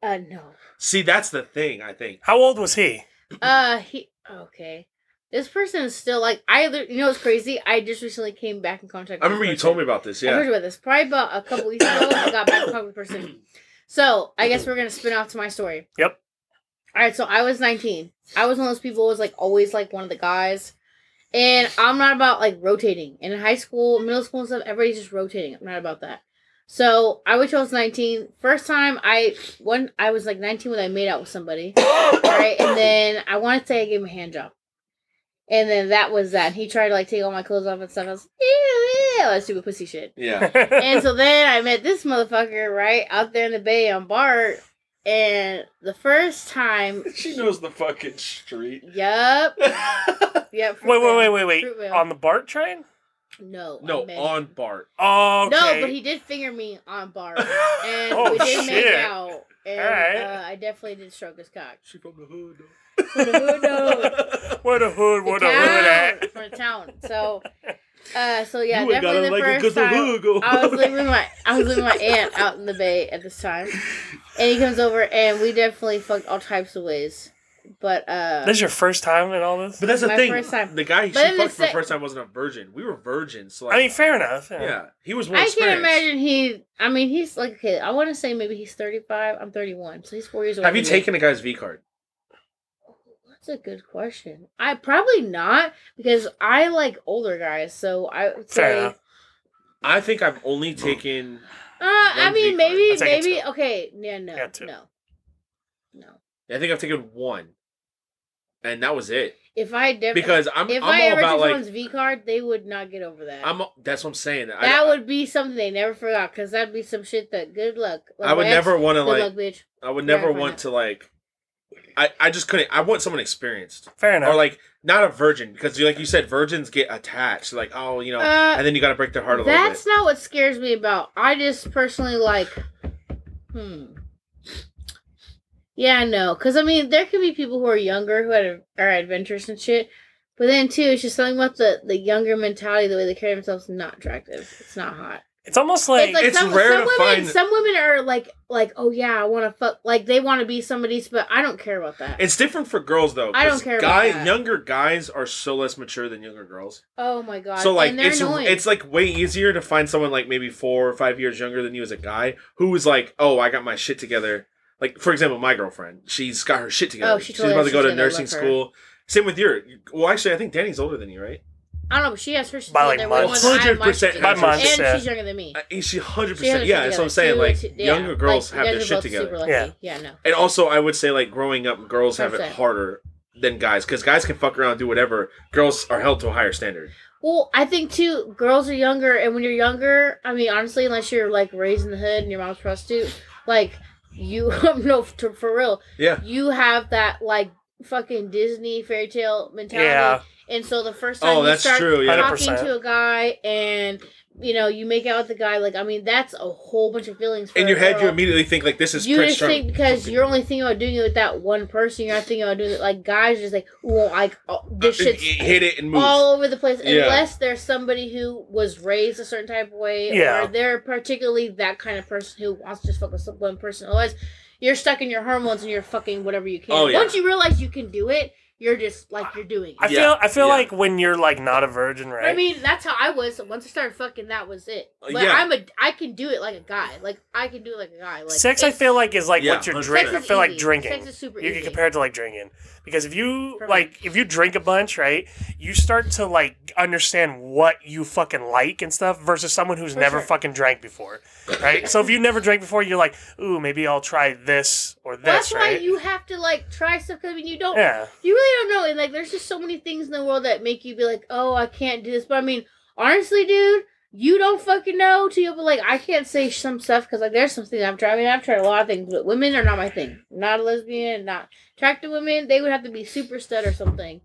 Speaker 4: Uh, no.
Speaker 3: See, that's the thing. I think.
Speaker 2: How old was he?
Speaker 4: Uh, he okay. This person is still like I. li- You know what's crazy? I just recently came back in contact.
Speaker 3: I remember
Speaker 4: this
Speaker 3: you
Speaker 4: person.
Speaker 3: told me about this.
Speaker 4: I
Speaker 3: Yeah.
Speaker 4: heard about this probably about a couple weeks ago. I got back in contact with the person. So I guess we're gonna spin off to my story.
Speaker 2: Yep.
Speaker 4: All right. So I was 19. I was one of those people who was like always like one of the guys, and I'm not about like rotating. And in high school, middle school, and stuff, everybody's just rotating. I'm not about that. So I went till I was 19. First time I one I was like 19 when I made out with somebody. right? And then I want to say I gave him a hand job. And then that was that. He tried to like take all my clothes off and stuff. I was ew, ew, that stupid pussy shit.
Speaker 3: Yeah.
Speaker 4: And so then I met this motherfucker right out there in the bay on Bart. And the first time,
Speaker 3: she knows the fucking street.
Speaker 4: yup, yup.
Speaker 2: Wait, wait, wait, wait, wait.
Speaker 4: Fruitvale.
Speaker 2: On the BART train?
Speaker 4: No, I
Speaker 3: No,
Speaker 4: met
Speaker 3: on
Speaker 4: him.
Speaker 3: Bart.
Speaker 2: Oh, okay.
Speaker 4: No, but he did finger me on Bart, and
Speaker 2: Oh,
Speaker 4: we did make
Speaker 2: shit.
Speaker 4: out. And
Speaker 2: Alright.
Speaker 4: uh, I definitely did stroke his cock.
Speaker 3: She from the hood.
Speaker 4: From the hood, though.
Speaker 2: What a hood,
Speaker 4: The
Speaker 2: what a hood
Speaker 4: town,
Speaker 2: at.
Speaker 4: from the town. So, uh, so yeah,
Speaker 3: you ain't gotta
Speaker 4: definitely the
Speaker 3: like it
Speaker 4: first
Speaker 3: the
Speaker 4: time.
Speaker 3: hood go.
Speaker 4: I was living with my I was living with my aunt out in the bay at this time, and he comes over and we definitely fucked all types of ways, but uh,
Speaker 2: This is your first time in all this?
Speaker 3: but that's the
Speaker 4: my
Speaker 3: thing.
Speaker 4: first time.
Speaker 3: The guy she
Speaker 4: But then
Speaker 3: fucked
Speaker 4: the
Speaker 3: for the
Speaker 4: sec-
Speaker 3: first time wasn't a virgin. We were virgins. So like,
Speaker 2: I mean, fair enough.
Speaker 3: yeah, he was more
Speaker 4: I can't
Speaker 3: experienced.
Speaker 4: imagine he. I mean, he's like okay. I want to say maybe he's thirty five. I'm thirty one, so he's four years old.
Speaker 3: Have you taken a guy's V card?
Speaker 4: That's a good question. I probably not because I like older guys, so I would
Speaker 2: Fair
Speaker 4: say.
Speaker 2: enough.
Speaker 3: I think I've only taken.
Speaker 4: Uh, I
Speaker 3: One V card.
Speaker 4: mean, maybe,
Speaker 2: That's like a
Speaker 4: maybe
Speaker 2: two.
Speaker 4: okay. Yeah, no,
Speaker 2: Yeah, two.
Speaker 4: no, no.
Speaker 3: I think I've taken one, and that was it.
Speaker 4: If I had never,
Speaker 3: Because I'm,
Speaker 4: if
Speaker 3: I'm
Speaker 4: I
Speaker 3: all
Speaker 4: ever
Speaker 3: about
Speaker 4: took
Speaker 3: like
Speaker 4: someone's V card, they would not get over that.
Speaker 3: I'm. That's what I'm saying.
Speaker 4: that
Speaker 3: I,
Speaker 4: would be something they never forgot, because that'd be some shit that good luck. Like,
Speaker 3: I would
Speaker 4: my ex,
Speaker 3: never want to
Speaker 4: Good
Speaker 3: like.
Speaker 4: luck, bitch.
Speaker 3: I would
Speaker 4: Yeah,
Speaker 3: never
Speaker 4: why
Speaker 3: want
Speaker 4: not?
Speaker 3: to like. I, I just couldn't. I want someone experienced
Speaker 2: Fair enough.
Speaker 3: or like not a virgin because you like you said virgins get attached like oh you know
Speaker 4: Uh,
Speaker 3: and then you got to break their heart a little bit.
Speaker 4: That's not what scares me about. I just personally like, hmm. Yeah, no, because I mean, there could be people who are younger who had are adventurous and shit, but then too, it's just something about the the younger mentality, the way they carry themselves, is not attractive. It's not hot.
Speaker 2: it's almost like,
Speaker 4: it's like
Speaker 3: It's
Speaker 4: some,
Speaker 3: rare
Speaker 4: some
Speaker 3: to
Speaker 4: women
Speaker 3: find-
Speaker 4: some women are like like oh yeah i want to fuck like they want to be somebody's but i don't care about that
Speaker 3: It's different for girls though.
Speaker 4: I don't
Speaker 3: 'cause
Speaker 4: care about
Speaker 3: Guy,
Speaker 4: that.
Speaker 3: younger guys are so less mature than younger girls.
Speaker 4: oh my god
Speaker 3: so like
Speaker 4: and they're
Speaker 3: it's
Speaker 4: annoying
Speaker 3: it's like way easier to find someone like maybe four or five years younger than you as a guy who is like, oh, I got my shit together. Like for example, my girlfriend, she's got her shit together.
Speaker 4: Oh, she
Speaker 3: she's
Speaker 4: totally
Speaker 3: about
Speaker 4: has
Speaker 3: to go
Speaker 4: shit
Speaker 3: to
Speaker 4: together, I
Speaker 3: nursing
Speaker 4: love her.
Speaker 3: school. Same with your. Well, actually, I think Danny's older than you, right?
Speaker 4: I don't know, but she has her shit
Speaker 2: By, like,
Speaker 4: together way more
Speaker 2: months.
Speaker 4: than I have mine
Speaker 3: 100%
Speaker 4: together.
Speaker 3: by
Speaker 2: months,
Speaker 4: And
Speaker 2: yeah.
Speaker 4: she's younger than me.
Speaker 3: Uh, and she hundred
Speaker 4: She has
Speaker 3: percent.
Speaker 4: her shit
Speaker 3: Yeah, that's
Speaker 4: together.
Speaker 3: what I'm saying.
Speaker 4: Two-
Speaker 3: Like
Speaker 4: two- yeah,
Speaker 3: younger girls
Speaker 4: like, you
Speaker 3: have
Speaker 4: guys
Speaker 3: their
Speaker 4: are
Speaker 3: shit
Speaker 4: both Super
Speaker 3: together.
Speaker 4: lucky.
Speaker 2: Yeah.
Speaker 4: Yeah. yeah, no.
Speaker 3: And also, I would say like growing up, girls have it
Speaker 4: 100%.
Speaker 3: harder than guys because guys can fuck around and do whatever. Girls are held to a higher standard.
Speaker 4: Well, I think too, girls are younger, and when you're younger, I mean, honestly, unless you're like raised in the hood and your mom's prostitute, like you, no, to, for real,
Speaker 3: Yeah,
Speaker 4: you have that like fucking Disney fairy tale mentality.
Speaker 2: Yeah.
Speaker 4: And so the first time
Speaker 3: Oh,
Speaker 4: you
Speaker 3: that's
Speaker 4: start
Speaker 3: true, yeah.
Speaker 4: talking
Speaker 2: 100%.
Speaker 4: to a guy and you know you make out with the guy, like I mean, that's a whole bunch of feelings. For
Speaker 3: in
Speaker 4: a
Speaker 3: your head,
Speaker 4: girl.
Speaker 3: you immediately think like this is Uh,
Speaker 4: You
Speaker 3: Prince
Speaker 4: just think
Speaker 3: Charming.
Speaker 4: because you're only thinking about doing it with that one person, you're not thinking about doing it like guys. are Just like, well, like oh, this
Speaker 3: Uh,
Speaker 4: shit's
Speaker 3: hit it and move.
Speaker 4: all over the place
Speaker 3: Yeah.
Speaker 4: unless there's somebody who was raised a certain type of way
Speaker 2: Yeah.
Speaker 4: or they're particularly that kind of person who wants to just fuck with some- one person otherwise you're stuck in your hormones and you're fucking whatever you can
Speaker 3: Oh, yeah.
Speaker 4: once you realize you can do it you're just like you're doing
Speaker 2: I
Speaker 4: it
Speaker 2: feel
Speaker 3: Yeah,
Speaker 2: I feel
Speaker 3: yeah.
Speaker 2: like when you're like not a virgin, right?
Speaker 4: I mean, that's how I was. Once I started fucking, that was it.
Speaker 3: Uh,
Speaker 4: But
Speaker 3: yeah.
Speaker 4: I'm a, I can do it like a guy. Like I can do it like a guy. Like
Speaker 2: sex, I
Speaker 4: it's-
Speaker 2: feel like is like
Speaker 3: Yeah,
Speaker 2: what you're
Speaker 3: 100%.
Speaker 2: drinking. I
Speaker 4: Sex is
Speaker 2: feel like
Speaker 4: easy.
Speaker 2: drinking.
Speaker 4: Sex is super
Speaker 2: you can
Speaker 4: easy.
Speaker 2: compare it to like drinking because if you
Speaker 4: Perfect.
Speaker 2: like if you drink a bunch, right, you start to like understand what you fucking like and stuff versus someone who's
Speaker 4: For
Speaker 2: never
Speaker 4: sure.
Speaker 2: fucking drank before, right? so if you never drank before, you're like, ooh, maybe I'll try this or this,
Speaker 4: That's why
Speaker 2: right?
Speaker 4: you have to like try stuff. 'cause, I mean, you don't
Speaker 2: yeah,
Speaker 4: You really don't know. And like, there's just so many things in the world that make you be like, oh, I can't do this. But I mean, honestly, dude, you don't fucking know till you. But like, I can't say some stuff because like, there's something I've tried. I mean, I've tried a lot of things, but women are not my thing. Not a lesbian, not attracted to women. They would have to be super stud or something.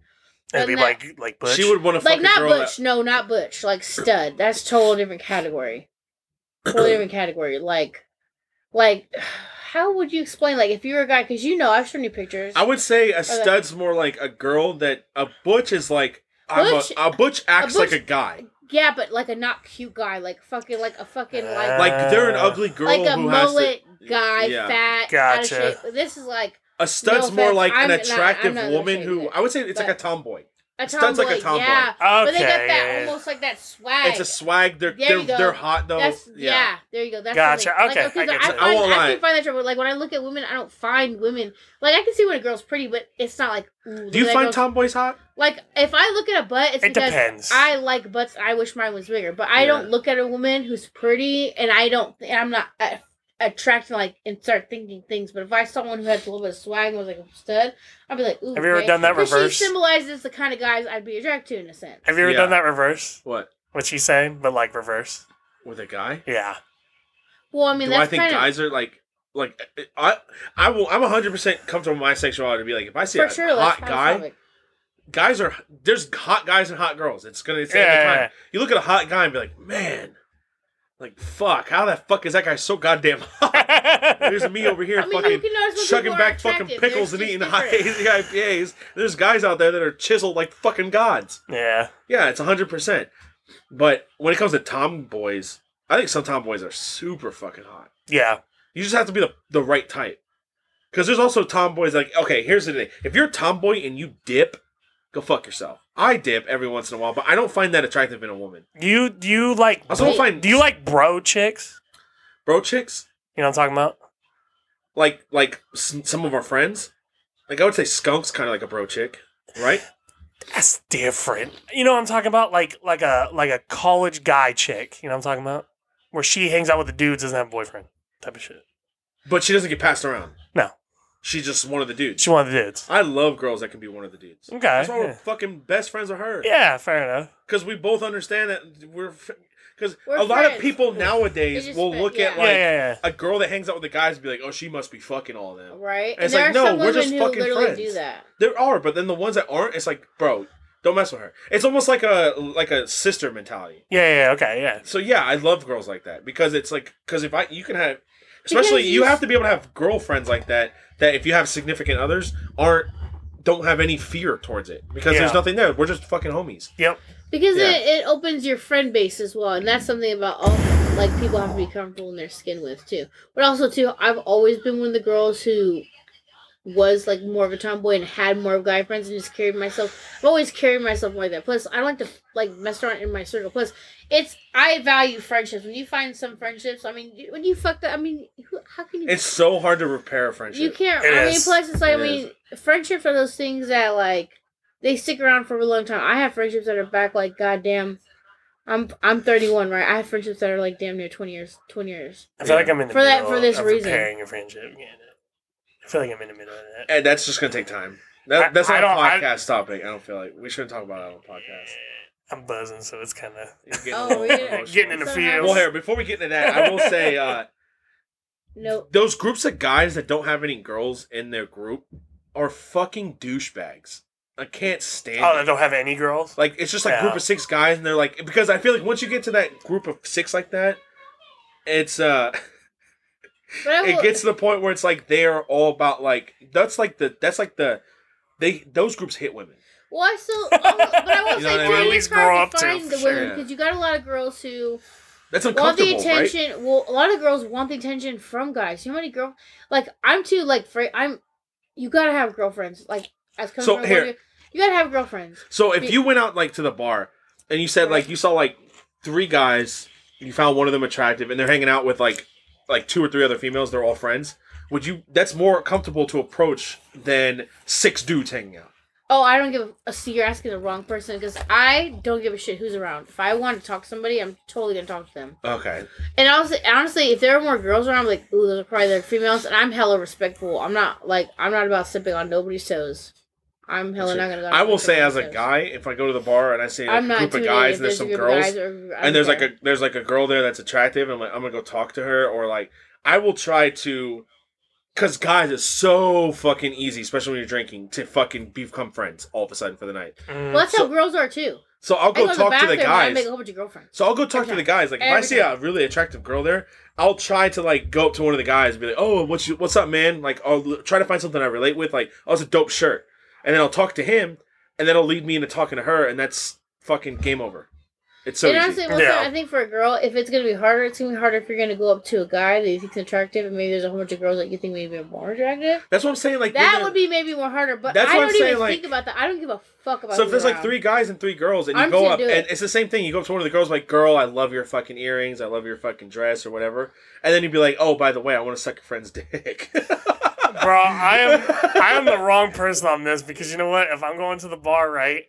Speaker 2: and
Speaker 4: And
Speaker 2: be
Speaker 4: that-
Speaker 2: like like Butch.
Speaker 3: She would want to fuck
Speaker 4: Like,
Speaker 3: a
Speaker 4: not
Speaker 3: girl
Speaker 4: butch. No, not butch. Like stud. That's total different category. Totally different category. Like, like. How would you explain, like, if you're a guy, because you know I've shown you pictures.
Speaker 3: That, I would say a
Speaker 4: Okay.
Speaker 3: stud's more like a girl that a butch is like. I'm
Speaker 4: Butch-
Speaker 3: a, a butch acts
Speaker 4: butch-
Speaker 3: like a guy.
Speaker 4: Yeah, but like a not cute guy, like fucking, like a fucking
Speaker 2: Uh,
Speaker 4: like
Speaker 3: Like they're an ugly girl
Speaker 4: like a
Speaker 3: who has to-
Speaker 4: mullet guy,
Speaker 3: Yeah.
Speaker 4: fat,
Speaker 2: Gotcha.
Speaker 4: out of shape. This is like
Speaker 3: A stud's
Speaker 4: No
Speaker 3: more
Speaker 4: offense,
Speaker 3: like
Speaker 4: I'm
Speaker 3: an
Speaker 4: not- I'm
Speaker 3: attractive
Speaker 4: not
Speaker 3: woman
Speaker 4: ashamed
Speaker 3: who
Speaker 4: of it,
Speaker 3: I would say it's like a
Speaker 4: but-
Speaker 3: tomboy.
Speaker 4: a tomboy.
Speaker 3: Stud's like a tomboy.
Speaker 4: Yeah,
Speaker 3: Okay,
Speaker 4: but they got that
Speaker 2: yeah, yeah.
Speaker 4: almost like that swag.
Speaker 3: It's a swag. They're
Speaker 4: There
Speaker 3: they're,
Speaker 4: you go.
Speaker 3: they're hot though.
Speaker 4: That's yeah. There you go. That's
Speaker 2: Gotcha,
Speaker 4: something.
Speaker 2: okay,
Speaker 4: Like,
Speaker 2: I get
Speaker 4: I,
Speaker 2: it.
Speaker 4: find,
Speaker 3: I won't
Speaker 4: I
Speaker 3: lie.
Speaker 4: can find that trouble. Like when I look at women, I don't find women. Like I can see when a girl's pretty, but it's not like. Ooh, look
Speaker 3: Do you
Speaker 4: at that
Speaker 3: find
Speaker 4: girl's-
Speaker 3: tomboys hot?
Speaker 4: Like if I look at a butt, it's
Speaker 2: It
Speaker 4: because
Speaker 2: depends.
Speaker 4: I like butts. I wish mine was bigger, but I
Speaker 3: Yeah.
Speaker 4: don't look at a woman who's pretty, and I don't. And I'm not uh, attracted like and start thinking things. But if I saw one who had a little bit of swag and was like a stud, I'd be like, "Ooh."
Speaker 2: Have you ever
Speaker 4: okay.
Speaker 2: done that
Speaker 4: 'Cause
Speaker 2: reverse?
Speaker 4: She symbolizes the kind of guys I'd be attracted to in a sense.
Speaker 2: Have you ever
Speaker 3: Yeah.
Speaker 2: done that reverse?
Speaker 3: What
Speaker 2: What she's saying, but like reverse.
Speaker 3: with a guy?
Speaker 2: Yeah,
Speaker 4: Well, I mean,
Speaker 3: Do
Speaker 4: that's
Speaker 3: I think
Speaker 4: kind
Speaker 3: guys are like like I I will I'm 100 percent comfortable with my sexuality to be like if I
Speaker 4: of
Speaker 3: see
Speaker 4: for
Speaker 3: a
Speaker 4: sure that's
Speaker 3: hot guy,
Speaker 4: homophobic.
Speaker 3: guys are there's hot guys and hot girls. It's gonna it's
Speaker 2: Yeah,
Speaker 3: yeah,
Speaker 2: yeah,
Speaker 3: time.
Speaker 2: yeah.
Speaker 3: You look at a hot guy and be like, man, like fuck, how the fuck is that guy so goddamn hot? There's me over here
Speaker 4: I mean, you
Speaker 3: fucking
Speaker 4: can notice when
Speaker 3: chugging
Speaker 4: people are
Speaker 3: back fucking
Speaker 4: attractive.
Speaker 3: pickles
Speaker 4: They're
Speaker 3: and eating
Speaker 4: just
Speaker 3: high
Speaker 4: different.
Speaker 3: IPAs. There's guys out there that are chiseled like fucking gods.
Speaker 2: yeah.
Speaker 3: Yeah, it's hundred percent. But when it comes to tomboys, I think some tomboys are super fucking hot.
Speaker 2: Yeah.
Speaker 3: You just have to be the, the right type. Because there's also tomboys like, okay, here's the thing. If you're a tomboy and you dip, go fuck yourself. I dip every once in a while, but I don't find that attractive in a woman.
Speaker 2: You do you like
Speaker 3: I also don't
Speaker 4: Wait.
Speaker 3: find
Speaker 2: do you like bro chicks?
Speaker 3: bro chicks
Speaker 2: You know what I'm talking about?
Speaker 3: like like s- some of our friends. Like I would say skunks kind of like a bro chick, right?
Speaker 2: That's different. You know what I'm talking about? Like like a like a college guy chick. You know what I'm talking about? Where she hangs out with the dudes, doesn't have a boyfriend, type of shit.
Speaker 3: But she doesn't get passed around.
Speaker 2: No,
Speaker 3: She's just one of the dudes.
Speaker 2: she one of the dudes.
Speaker 3: I love girls that can be one of the dudes.
Speaker 2: Okay,
Speaker 3: That's why we're
Speaker 2: yeah.
Speaker 3: fucking best friends of her.
Speaker 2: Yeah, fair enough.
Speaker 3: because we both understand that we're because
Speaker 4: We're
Speaker 3: a lot of
Speaker 4: friends.
Speaker 3: people
Speaker 4: They
Speaker 3: nowadays
Speaker 4: just
Speaker 3: will
Speaker 4: friend-
Speaker 3: look at like
Speaker 4: yeah.
Speaker 2: yeah, yeah,
Speaker 3: a girl that hangs out with the guys and be like, oh, she must be fucking all them.
Speaker 4: right?
Speaker 3: It's
Speaker 4: And there
Speaker 3: like,
Speaker 4: are
Speaker 3: no,
Speaker 4: some
Speaker 3: we're
Speaker 4: women
Speaker 3: just
Speaker 4: who
Speaker 3: fucking
Speaker 4: literally
Speaker 3: friends.
Speaker 4: do that.
Speaker 3: There are, but then the ones that aren't, it's like, bro, don't mess with her. It's almost like a like a sister mentality.
Speaker 2: yeah, yeah, yeah. Okay, yeah.
Speaker 3: So yeah, I love girls like that because it's like because if I you can have. Especially,
Speaker 4: Because
Speaker 3: you
Speaker 4: you-
Speaker 3: have to be able to have girlfriends like that. That if you have significant others, aren't don't have any fear towards it because
Speaker 2: Yeah.
Speaker 3: there's nothing there. We're just fucking homies.
Speaker 2: Yep.
Speaker 4: Because
Speaker 3: Yeah.
Speaker 4: it, it opens your friend base as well, and that's something about all like people have to be comfortable in their skin with too. But also too, I've always been one of the girls who was like more of a tomboy and had more of guy friends and just carried myself. I've always carried myself like that. Plus, I don't like to like mess around in my circle. Plus, it's I value friendships. When you find some friendships, I mean, you- when you fuck that, I mean, who, how can you?
Speaker 3: It's so hard to repair a friendship.
Speaker 4: you can't.
Speaker 2: It
Speaker 4: I
Speaker 2: is.
Speaker 4: mean, plus it's like
Speaker 3: It
Speaker 4: I mean, friendships are those things that like they stick around for a long time. I have friendships that are back like goddamn. I'm I'm 31, right? I have friendships that are like damn near 20 years, 20 years.
Speaker 2: I feel like I'm in the
Speaker 4: For
Speaker 2: middle
Speaker 4: that- for this
Speaker 2: of
Speaker 4: reason.
Speaker 2: repairing a friendship. Yeah, I feel like I'm in the middle of that.
Speaker 3: And that's just gonna take time.
Speaker 2: I-
Speaker 3: That, that's
Speaker 2: I
Speaker 3: not a
Speaker 2: don't- I-
Speaker 3: podcast topic. I don't feel like we shouldn't talk about it on the podcast.
Speaker 2: I'm buzzing, so it's kind of.
Speaker 3: You're getting a
Speaker 4: Oh,
Speaker 3: little
Speaker 4: yeah.
Speaker 3: emotional.
Speaker 2: Getting in the feels.
Speaker 3: Well, here before we get into that, I will say uh,
Speaker 4: No,
Speaker 3: those groups of guys that don't have any girls in their group are fucking douchebags. I can't stand.
Speaker 2: Oh, I
Speaker 3: it.
Speaker 2: don't have any girls.
Speaker 3: Like it's just like group
Speaker 2: Yeah.
Speaker 3: of six guys, and they're like because I feel like once you get to that group of six like that, it's uh
Speaker 4: but I will,
Speaker 3: it gets to the point where it's like they are all about like that's like the that's like the they those groups hit women.
Speaker 4: Well, I still, I'll- but I will
Speaker 3: You know
Speaker 4: say,
Speaker 3: what I
Speaker 4: too,
Speaker 3: mean? At
Speaker 4: it's
Speaker 2: least grow
Speaker 4: hard
Speaker 2: up to,
Speaker 4: to find
Speaker 2: for
Speaker 4: the women
Speaker 3: sure.
Speaker 4: because you got a lot of girls who
Speaker 3: That's
Speaker 4: want the
Speaker 3: uncomfortable, right?
Speaker 4: attention. Well, a lot of girls want the attention from guys. You know how many girl, like I'm too, like fra- I'm. You gotta have girlfriends. Like as coming
Speaker 3: So,
Speaker 4: from a
Speaker 3: here.
Speaker 4: woman, you gotta have girlfriends.
Speaker 3: So if
Speaker 4: Be-
Speaker 3: you went out like to the bar and you said like you saw like three guys, you found one of them attractive, and they're hanging out with like like two or three other females, they're all friends. Would you? That's more comfortable to approach than six dudes hanging out.
Speaker 4: Oh, I don't give a. See, you're asking the wrong person because I don't give a shit who's around. If I want to talk to somebody, I'm totally gonna talk to them.
Speaker 3: Okay,
Speaker 4: And honestly, honestly, if there are more girls around, I'm like, ooh, those are probably their females, and I'm hella respectful. I'm not like I'm not about stepping on nobody's toes. I'm hella not gonna. Go
Speaker 3: I will say as a
Speaker 4: nobody's toes.
Speaker 3: guy, if I go to the bar and I see like,
Speaker 4: I'm
Speaker 3: a
Speaker 4: not
Speaker 3: group of guys
Speaker 4: intimidated if
Speaker 3: and there's
Speaker 4: a
Speaker 3: some
Speaker 4: group of
Speaker 3: girls,
Speaker 4: guys or- I don't
Speaker 3: and there's
Speaker 4: care.
Speaker 3: like a there's like a girl there that's attractive. I'm like I'm gonna go talk to her or like I will try to, cause guys it's so fucking easy, especially when you're drinking, to fucking become friends all of a sudden for the night.
Speaker 2: Mm.
Speaker 4: Well, that's how
Speaker 3: Mm-hmm. so-
Speaker 4: girls are too.
Speaker 3: So I'll go,
Speaker 4: I go
Speaker 3: talk to
Speaker 4: bathroom
Speaker 3: the
Speaker 4: and I
Speaker 3: guys.
Speaker 4: make a whole bunch of girlfriends.
Speaker 3: So I'll go talk
Speaker 4: Every
Speaker 3: to the
Speaker 4: time.
Speaker 3: guys. Like if I
Speaker 4: Every
Speaker 3: see
Speaker 4: time.
Speaker 3: a really attractive girl there, I'll try to like go up to one of the guys and be like, "Oh, what's you, what's up, man?" Like I'll l- try to find something I relate with. Like, "Oh, it's a dope shirt," and then I'll talk to him, and that'll lead me into talking to her, and that's fucking game over. It's so
Speaker 4: and
Speaker 3: easy.
Speaker 4: honestly, most
Speaker 2: Yeah.
Speaker 4: time, I think for a girl, if it's gonna be harder, it's gonna be harder if you're gonna go up to a guy that you think's attractive, and maybe there's a whole bunch of girls that you think maybe are more attractive.
Speaker 3: that's what I'm saying. Like
Speaker 4: That
Speaker 3: we're
Speaker 4: would be maybe more harder, but
Speaker 3: That's
Speaker 4: I
Speaker 3: what
Speaker 4: don't
Speaker 3: I'm
Speaker 4: even
Speaker 3: saying, like-
Speaker 4: think about that. I don't give a fuck about.
Speaker 3: So if
Speaker 4: who's
Speaker 3: there's like
Speaker 4: around.
Speaker 3: three guys and three girls, and you
Speaker 4: I'm
Speaker 3: go
Speaker 4: gonna
Speaker 3: up,
Speaker 4: do it.
Speaker 3: and it's the same thing. You go up to one of the girls, like, "Girl, I love your fucking earrings. I love your fucking dress, or whatever," and then you'd be like, "Oh, by the way, I want to suck your friend's dick."
Speaker 2: Bro, I am I am the wrong person on this because you know what? If I'm going to the bar, right,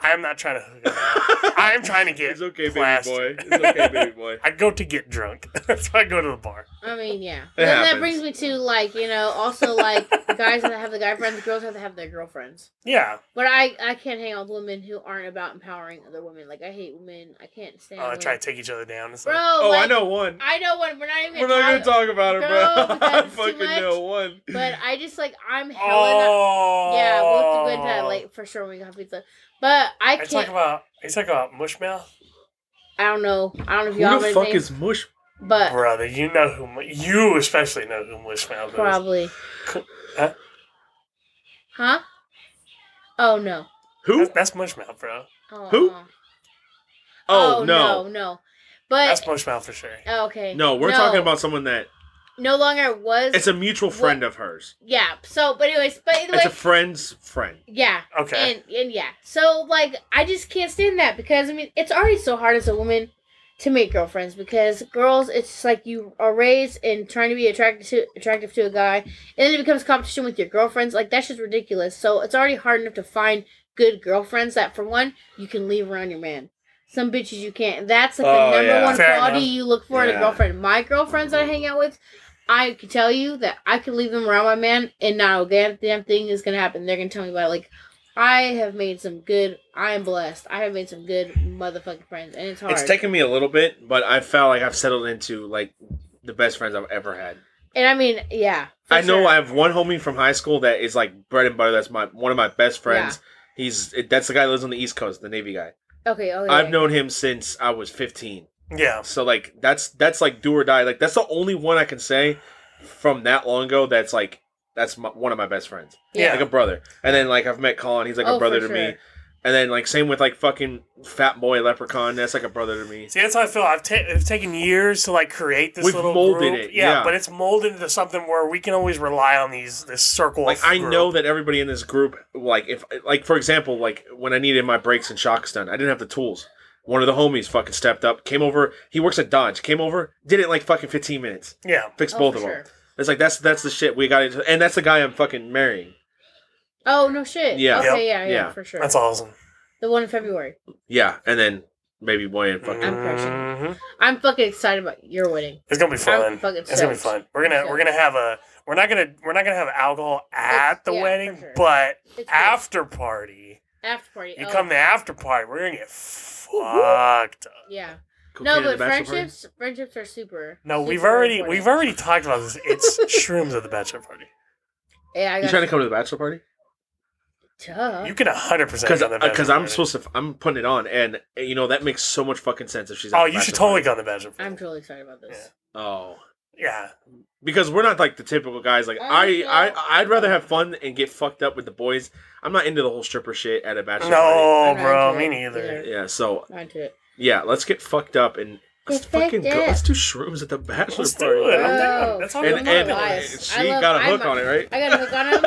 Speaker 2: I am not trying to hook up. I am trying to get.
Speaker 3: It's okay, baby
Speaker 2: plastered.
Speaker 3: boy. It's okay, baby boy.
Speaker 2: I go to get drunk. That's why I go to the bar.
Speaker 4: I mean, yeah. But then
Speaker 3: happens.
Speaker 4: that brings me to like you know also like guys that have the guy friends, girls have to have their girlfriends.
Speaker 2: Yeah.
Speaker 4: But I I can't hang out with women who aren't about empowering other women. Like I hate women. I can't stand.
Speaker 2: Oh, I
Speaker 4: women.
Speaker 2: try to take each other down. And
Speaker 4: Bro,
Speaker 2: stuff.
Speaker 3: Oh, I
Speaker 4: like,
Speaker 3: know one.
Speaker 4: I know one. We're not even.
Speaker 3: We're not gonna talk about it,
Speaker 4: No,
Speaker 3: bro.
Speaker 4: because
Speaker 3: I
Speaker 4: it's too
Speaker 3: fucking
Speaker 4: much.
Speaker 3: know one.
Speaker 4: But I just like I'm hella.
Speaker 2: Oh.
Speaker 4: not- yeah, we'll have to go into that like for sure when we have pizza. But I
Speaker 2: Are you talking
Speaker 4: can't.
Speaker 2: about? Are you talking about mushmouth,
Speaker 4: I don't know. I don't know if y'all
Speaker 3: Who
Speaker 4: know
Speaker 3: the fuck
Speaker 4: anything,
Speaker 3: is Mush?
Speaker 4: But
Speaker 2: brother? You know who? mu- You especially know who mushmouth is.
Speaker 4: probably.
Speaker 3: Uh,
Speaker 2: Huh?
Speaker 4: Huh? Oh no.
Speaker 3: Who?
Speaker 2: That's, that's mushmouth, bro.
Speaker 4: Oh,
Speaker 3: Who?
Speaker 4: uh-uh.
Speaker 3: Oh, no,
Speaker 4: no, no. But
Speaker 2: That's mushmouth for sure.
Speaker 4: Oh, okay.
Speaker 3: no. We're talking about someone that
Speaker 4: no longer was.
Speaker 3: it's a mutual friend of hers.
Speaker 4: yeah. So, but anyways, but either
Speaker 3: It's
Speaker 4: way,
Speaker 3: a friend's friend.
Speaker 4: yeah,
Speaker 2: Okay.
Speaker 4: and and yeah. So like, I just can't stand that because I mean, it's already so hard as a woman to make girlfriends because girls, it's just like you are raised and trying to be attracted to attractive to a guy, and then it becomes competition with your girlfriends. Like that's just ridiculous. So it's already hard enough to find good girlfriends that, for one, you can leave around your man. Some bitches you can't. That's like
Speaker 3: Oh,
Speaker 4: the number
Speaker 3: yeah.
Speaker 4: one
Speaker 2: Fair
Speaker 4: quality
Speaker 2: enough.
Speaker 4: you look for in
Speaker 3: Yeah.
Speaker 4: a girlfriend. My girlfriends that I hang out with, I can tell you that I could leave them around my man, and not a damn damn thing is gonna happen. They're gonna tell me about it. like I have made some good. I am blessed. I have made some good motherfucking friends, and it's hard.
Speaker 3: It's taken me a little bit, but I felt like I've settled into like the best friends I've ever had.
Speaker 4: and I mean, yeah. for
Speaker 3: I know
Speaker 4: sure.
Speaker 3: I have one homie from high school that is like bread and butter. That's my one of my best friends. He's it, that's the guy that lives on the East Coast, the Navy guy.
Speaker 4: Okay. Okay.
Speaker 3: I've known him since I was fifteen.
Speaker 2: Yeah.
Speaker 3: So like that's that's like do or die. Like that's the only one I can say from that long ago. That's like that's my, one of my best friends,
Speaker 2: Yeah.
Speaker 3: like a brother. And then like I've met Colin. He's like
Speaker 4: Oh,
Speaker 3: a
Speaker 4: for
Speaker 3: brother to
Speaker 4: sure.
Speaker 3: me. And then like same with like fucking Fat Boy Leprechaun. That's like a brother to me.
Speaker 2: See, that's how I feel. I've ta- it's taken years to like create this
Speaker 3: We've
Speaker 2: little
Speaker 3: molded
Speaker 2: group.
Speaker 3: it,
Speaker 2: Yeah,
Speaker 3: yeah.
Speaker 2: but it's molded into something where we can always rely on these this circle.
Speaker 3: Like
Speaker 2: of
Speaker 3: I
Speaker 2: group.
Speaker 3: know that everybody in this group, like if like for example, like when I needed my brakes and shocks done, I didn't have the tools. One of the homies fucking stepped up, came over. He works at Dodge. Came over, did it in, like fucking fifteen minutes,
Speaker 2: Yeah,
Speaker 3: fixed
Speaker 4: Oh,
Speaker 3: both
Speaker 4: for
Speaker 3: of them.
Speaker 4: sure.
Speaker 3: It's like that's that's the shit we got, into, and that's the guy I'm fucking marrying.
Speaker 4: Oh no shit.
Speaker 3: Yeah.
Speaker 4: Okay. Yeah. Yeah.
Speaker 3: Yeah.
Speaker 4: For sure.
Speaker 2: That's awesome.
Speaker 4: The one in February.
Speaker 3: Yeah, and then maybe Boy and fucking.
Speaker 4: I'm crushing.
Speaker 2: Mhm.
Speaker 4: I'm fucking excited about your wedding.
Speaker 2: It's gonna be
Speaker 4: I'm
Speaker 2: fun.
Speaker 4: fucking
Speaker 2: It's gonna be
Speaker 4: stoked.
Speaker 2: fun. We're gonna we're gonna have a we're not gonna we're not gonna have alcohol at
Speaker 4: It's-
Speaker 2: the
Speaker 4: yeah, for
Speaker 2: wedding,
Speaker 4: sure.
Speaker 2: but
Speaker 4: It's after,
Speaker 2: after party.
Speaker 4: after party.
Speaker 2: You
Speaker 4: oh,
Speaker 2: come to after party, we're gonna get fucked up.
Speaker 4: Yeah.
Speaker 2: Mm.
Speaker 3: Cocaine
Speaker 4: No,
Speaker 3: at the
Speaker 4: but
Speaker 3: bachelor party?
Speaker 4: friendships friendships are super.
Speaker 2: No,
Speaker 4: super
Speaker 2: we've already
Speaker 4: important.
Speaker 2: we've already talked about this. It's shrooms at the bachelor party.
Speaker 4: Yeah, I got
Speaker 3: You trying to come to the bachelor party?
Speaker 4: Duh.
Speaker 2: You can hundred percent
Speaker 3: Because
Speaker 2: come to the bachelor
Speaker 3: uh, I'm
Speaker 2: party.
Speaker 3: supposed to, I'm putting it on, and uh, you know that makes so much fucking sense if she's. at
Speaker 2: Oh,
Speaker 3: the
Speaker 2: you should
Speaker 3: bachelor
Speaker 2: totally
Speaker 3: party.
Speaker 2: go to the bachelor party.
Speaker 4: I'm totally excited about this.
Speaker 3: Oh,
Speaker 2: yeah,
Speaker 3: because we're not like the typical guys. Like
Speaker 4: Oh,
Speaker 3: I,
Speaker 4: yeah.
Speaker 3: I, I'd rather have fun and get fucked up with the boys. I'm not into the whole stripper shit at a bachelor
Speaker 2: no,
Speaker 4: I'm not
Speaker 2: bro,
Speaker 4: into
Speaker 2: me
Speaker 4: it
Speaker 2: neither.
Speaker 4: either.
Speaker 3: party. Yeah, so
Speaker 4: Not into it.
Speaker 3: yeah, let's get fucked up and let's
Speaker 4: Get
Speaker 3: fucking
Speaker 4: fucked
Speaker 3: go.
Speaker 4: up.
Speaker 3: Let's do shrooms at the bachelor
Speaker 2: Let's
Speaker 3: party.
Speaker 2: do it. I'm
Speaker 4: Bro.
Speaker 2: down. That's all
Speaker 3: And
Speaker 4: I'm not
Speaker 2: I'm doing.
Speaker 3: and
Speaker 4: biased.
Speaker 3: she
Speaker 4: I love-
Speaker 3: got a
Speaker 4: I'm
Speaker 3: hook
Speaker 4: a-
Speaker 3: on it, right?
Speaker 4: I got a hook on him.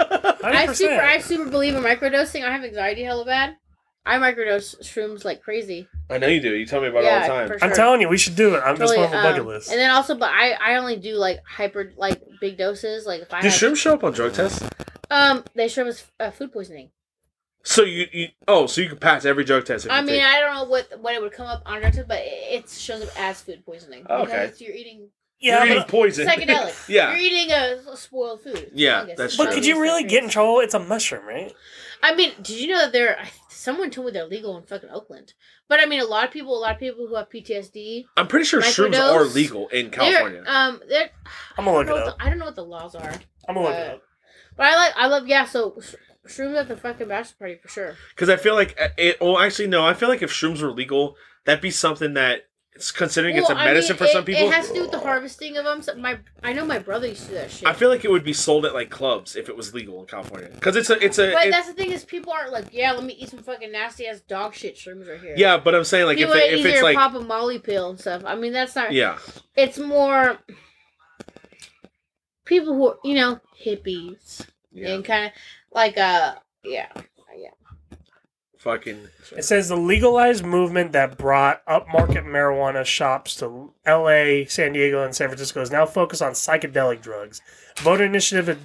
Speaker 2: 100%.
Speaker 4: I super I super believe in microdosing. I have anxiety hella bad. I microdose shrooms like crazy.
Speaker 3: I know you do. You tell me about it all the
Speaker 4: Yeah,
Speaker 3: time.
Speaker 4: for
Speaker 2: I'm
Speaker 4: sure.
Speaker 2: telling you, we should do it. I'm just one
Speaker 4: Totally,
Speaker 2: of a bucket
Speaker 4: um,
Speaker 2: list.
Speaker 4: And then also, but I I only do like hyper like big doses. Like if I
Speaker 3: Did
Speaker 4: have-
Speaker 3: shrooms show up on drug tests?
Speaker 4: um they show us uh, food poisoning.
Speaker 3: So you, you oh, so you can pass every drug test. If
Speaker 4: I
Speaker 3: you
Speaker 4: mean,
Speaker 3: take-
Speaker 4: I don't know what what it would come up on drugs, but it, it shows up as food poisoning.
Speaker 3: Oh, okay.
Speaker 4: Because you're eating
Speaker 2: yeah,
Speaker 3: you're eating
Speaker 2: but,
Speaker 3: poison.
Speaker 4: psychedelic.
Speaker 3: Yeah.
Speaker 4: You're eating a spoiled food.
Speaker 3: Yeah,
Speaker 4: Fungus.
Speaker 3: that's
Speaker 2: but
Speaker 3: true.
Speaker 2: could you really get in trouble? It's a mushroom, right?
Speaker 4: I mean, did you know that they're? Someone told me they're legal in fucking Oakland. But I mean, a lot of people, a lot of people who have PTSD,
Speaker 3: I'm pretty sure shrooms
Speaker 4: Microdose?
Speaker 3: are legal in California.
Speaker 4: They're, um, they're.
Speaker 2: I'm gonna
Speaker 4: I
Speaker 2: look
Speaker 4: don't know
Speaker 2: it
Speaker 4: what
Speaker 2: up.
Speaker 4: the- I don't know what the laws are,
Speaker 2: I'm gonna look it
Speaker 4: Uh,
Speaker 2: up.
Speaker 4: but I like, I love, yeah. So sh- shrooms at the fucking bachelor party for sure.
Speaker 3: Because I feel like uh, it. Well, actually, no. I feel like if shrooms were legal, that'd be something that it's considering it's a
Speaker 4: Well, I
Speaker 3: medicine
Speaker 4: mean,
Speaker 3: for
Speaker 4: it,
Speaker 3: some people.
Speaker 4: It has to do with the harvesting of them. So my, I know my brother used to do that shit.
Speaker 3: I feel like it would be sold at like clubs if it was legal in California. Because it's a, it's a.
Speaker 4: but
Speaker 3: it-
Speaker 4: that's the thing is, people aren't like, yeah, let me eat some fucking nasty ass dog shit shrooms right here.
Speaker 3: yeah, but I'm saying like if
Speaker 4: people
Speaker 3: they,
Speaker 4: eat
Speaker 3: if
Speaker 4: their
Speaker 3: it's like
Speaker 4: pop a Molly pill and stuff. I mean, that's not.
Speaker 3: yeah,
Speaker 4: It's more people who are, you know hippies
Speaker 3: yeah,
Speaker 4: and kind of like uh yeah.
Speaker 3: fucking
Speaker 2: It says the legalized movement that brought upmarket marijuana shops to L.A., San Diego, and San Francisco is now focused on psychedelic drugs. Voter initiative. To,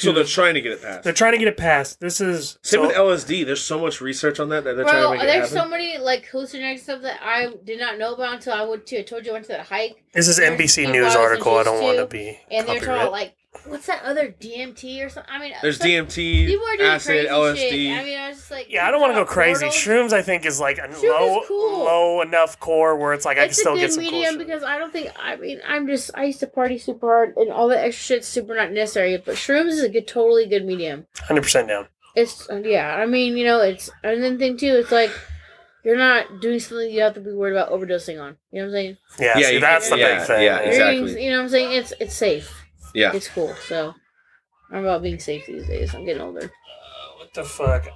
Speaker 3: so they're trying to get it passed.
Speaker 2: they're trying to get it passed. This is
Speaker 3: Same
Speaker 2: so-
Speaker 3: with LSD. There's so much research on that that they're trying to
Speaker 4: Bro,
Speaker 3: make it happen.
Speaker 4: there's so many like hallucinogenic stuff that I did not know about until I went to. I told you I went to that hike,
Speaker 2: this is NBC
Speaker 4: and
Speaker 2: News
Speaker 4: Ross
Speaker 2: article. I don't
Speaker 4: introduced
Speaker 2: want to
Speaker 4: you,
Speaker 2: be
Speaker 4: and they're talking about
Speaker 2: copyright.
Speaker 4: like, what's that other DMT or something? I mean,
Speaker 3: There's
Speaker 4: some-
Speaker 3: DMT,
Speaker 4: People are doing
Speaker 3: acid,
Speaker 4: crazy
Speaker 3: LSD.
Speaker 4: shit. I mean, I was just like,
Speaker 2: Yeah, I don't want to go
Speaker 4: about
Speaker 2: crazy.
Speaker 4: portals.
Speaker 2: Shrooms, I think, is like a
Speaker 4: Shroom
Speaker 2: low,
Speaker 4: is cool.
Speaker 2: low enough core where it's like I can
Speaker 4: it's
Speaker 2: still
Speaker 4: a good
Speaker 2: get some
Speaker 4: medium
Speaker 2: cool shit.
Speaker 4: because I don't think I mean I'm just I used to party super hard and all that extra shit's super not necessary. But shrooms is a good, totally good medium.
Speaker 2: Hundred percent down.
Speaker 4: It's yeah, I mean you know it's and then thing too, it's like you're not doing something you have to be worried about overdosing on. You know what I'm saying?
Speaker 2: Yeah,
Speaker 3: Yeah,
Speaker 2: see,
Speaker 3: you-
Speaker 2: that's the
Speaker 4: yeah,
Speaker 2: big thing.
Speaker 3: yeah,
Speaker 2: man.
Speaker 4: You're
Speaker 3: exactly.
Speaker 4: doing- you know what I'm saying? It's it's safe.
Speaker 3: Yeah.
Speaker 4: It's cool. So I'm about being safe these days. I'm getting older.
Speaker 2: What the fuck?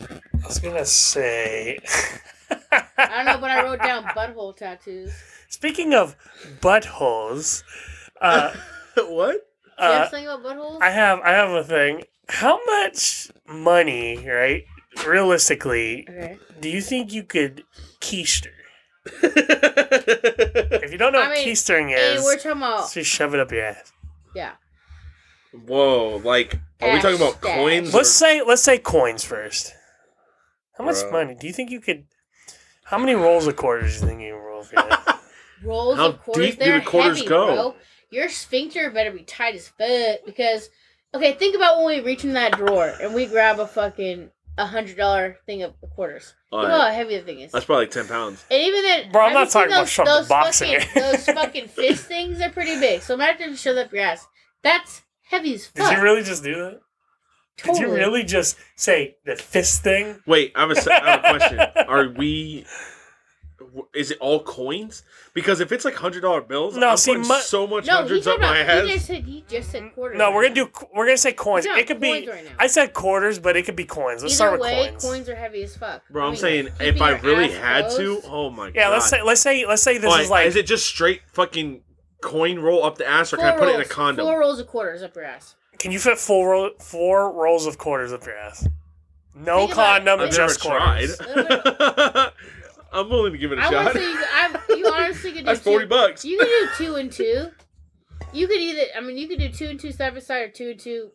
Speaker 2: I was gonna say.
Speaker 4: I don't know, but I wrote down butthole tattoos.
Speaker 2: Speaking of buttholes, uh,
Speaker 3: what?
Speaker 4: Do you
Speaker 2: uh,
Speaker 4: have something about buttholes?
Speaker 2: I have I have a thing. How much money, right? Realistically,
Speaker 4: okay.
Speaker 2: do you think you could keister? If you don't know
Speaker 4: I
Speaker 2: what
Speaker 4: mean,
Speaker 2: keistering
Speaker 4: Hey,
Speaker 2: is,
Speaker 4: we're talking about
Speaker 2: just shove it up your ass.
Speaker 4: yeah.
Speaker 3: Whoa! Like, are we talking about
Speaker 4: Hashtag.
Speaker 3: coins?
Speaker 2: Let's
Speaker 3: or-
Speaker 2: say let's say coins first. How much
Speaker 3: Bro.
Speaker 2: money do you think you could? How many rolls of quarters do you think you can roll for that?
Speaker 4: rolls
Speaker 3: How
Speaker 4: of quarters.
Speaker 3: deep do
Speaker 4: They're
Speaker 3: the quarters
Speaker 4: heavy,
Speaker 3: go?
Speaker 4: Bro. Your sphincter better be tight as fuck because okay, think about when we reach in that drawer and we grab a fucking a hundred dollar thing of quarters.
Speaker 3: All
Speaker 4: Think
Speaker 3: right.
Speaker 4: about how heavy the thing is.
Speaker 3: That's probably like ten pounds.
Speaker 4: And even then,
Speaker 2: Bro, I'm
Speaker 4: have
Speaker 2: not
Speaker 4: you seen
Speaker 2: talking about
Speaker 4: those-
Speaker 2: shoving the
Speaker 4: those
Speaker 2: box in
Speaker 4: fucking,
Speaker 2: here.
Speaker 4: those fucking fist things are pretty big. So imagine you shove up your ass. That's heavy as
Speaker 2: Did
Speaker 4: fuck.
Speaker 2: you really just do that? Did you
Speaker 4: Totally.
Speaker 2: really just say the fist thing?
Speaker 3: Wait, I have a, se- I have a question. Are we? w- Is it all coins? Because if it's like hundred dollar bills,
Speaker 2: No,
Speaker 3: I'm
Speaker 2: see,
Speaker 3: putting
Speaker 2: mu-
Speaker 3: so much
Speaker 4: No, he,
Speaker 3: hundreds
Speaker 4: said
Speaker 3: up my
Speaker 4: about,
Speaker 3: ass.
Speaker 4: he just said he just said quarters.
Speaker 2: No, we're gonna do. qu- We're gonna say coins.
Speaker 4: He's not
Speaker 2: It could be.
Speaker 4: coins right now.
Speaker 2: I said quarters, but it could be coins. Let's
Speaker 4: Either
Speaker 2: start with
Speaker 4: way,
Speaker 2: coins.
Speaker 4: coins. are heavy as fuck.
Speaker 3: Bro,
Speaker 4: I
Speaker 3: I'm
Speaker 4: mean,
Speaker 3: saying if
Speaker 4: keeping
Speaker 3: I
Speaker 4: your
Speaker 3: really
Speaker 4: ass
Speaker 3: had
Speaker 4: closed-
Speaker 3: to, oh my god.
Speaker 2: Yeah, let's say let's say let's say this
Speaker 3: Like,
Speaker 2: is like
Speaker 3: is it just straight fucking coin roll up the ass, or can
Speaker 4: Four
Speaker 3: I put it in a
Speaker 4: rolls-
Speaker 3: condom?
Speaker 4: Four rolls of quarters up your ass.
Speaker 2: can you fit four roll, four rolls of quarters up your ass? No
Speaker 4: Think about it.
Speaker 2: condom,
Speaker 3: I've
Speaker 4: It's
Speaker 2: just
Speaker 3: never
Speaker 2: quarters.
Speaker 3: tried. I'm willing to give it a
Speaker 4: I
Speaker 3: shot.
Speaker 4: want to say you, I, you honestly could do
Speaker 3: That's forty
Speaker 4: two-
Speaker 3: bucks.
Speaker 4: You could do two and two. You could either, I mean, you could do two and two side by side or two and two.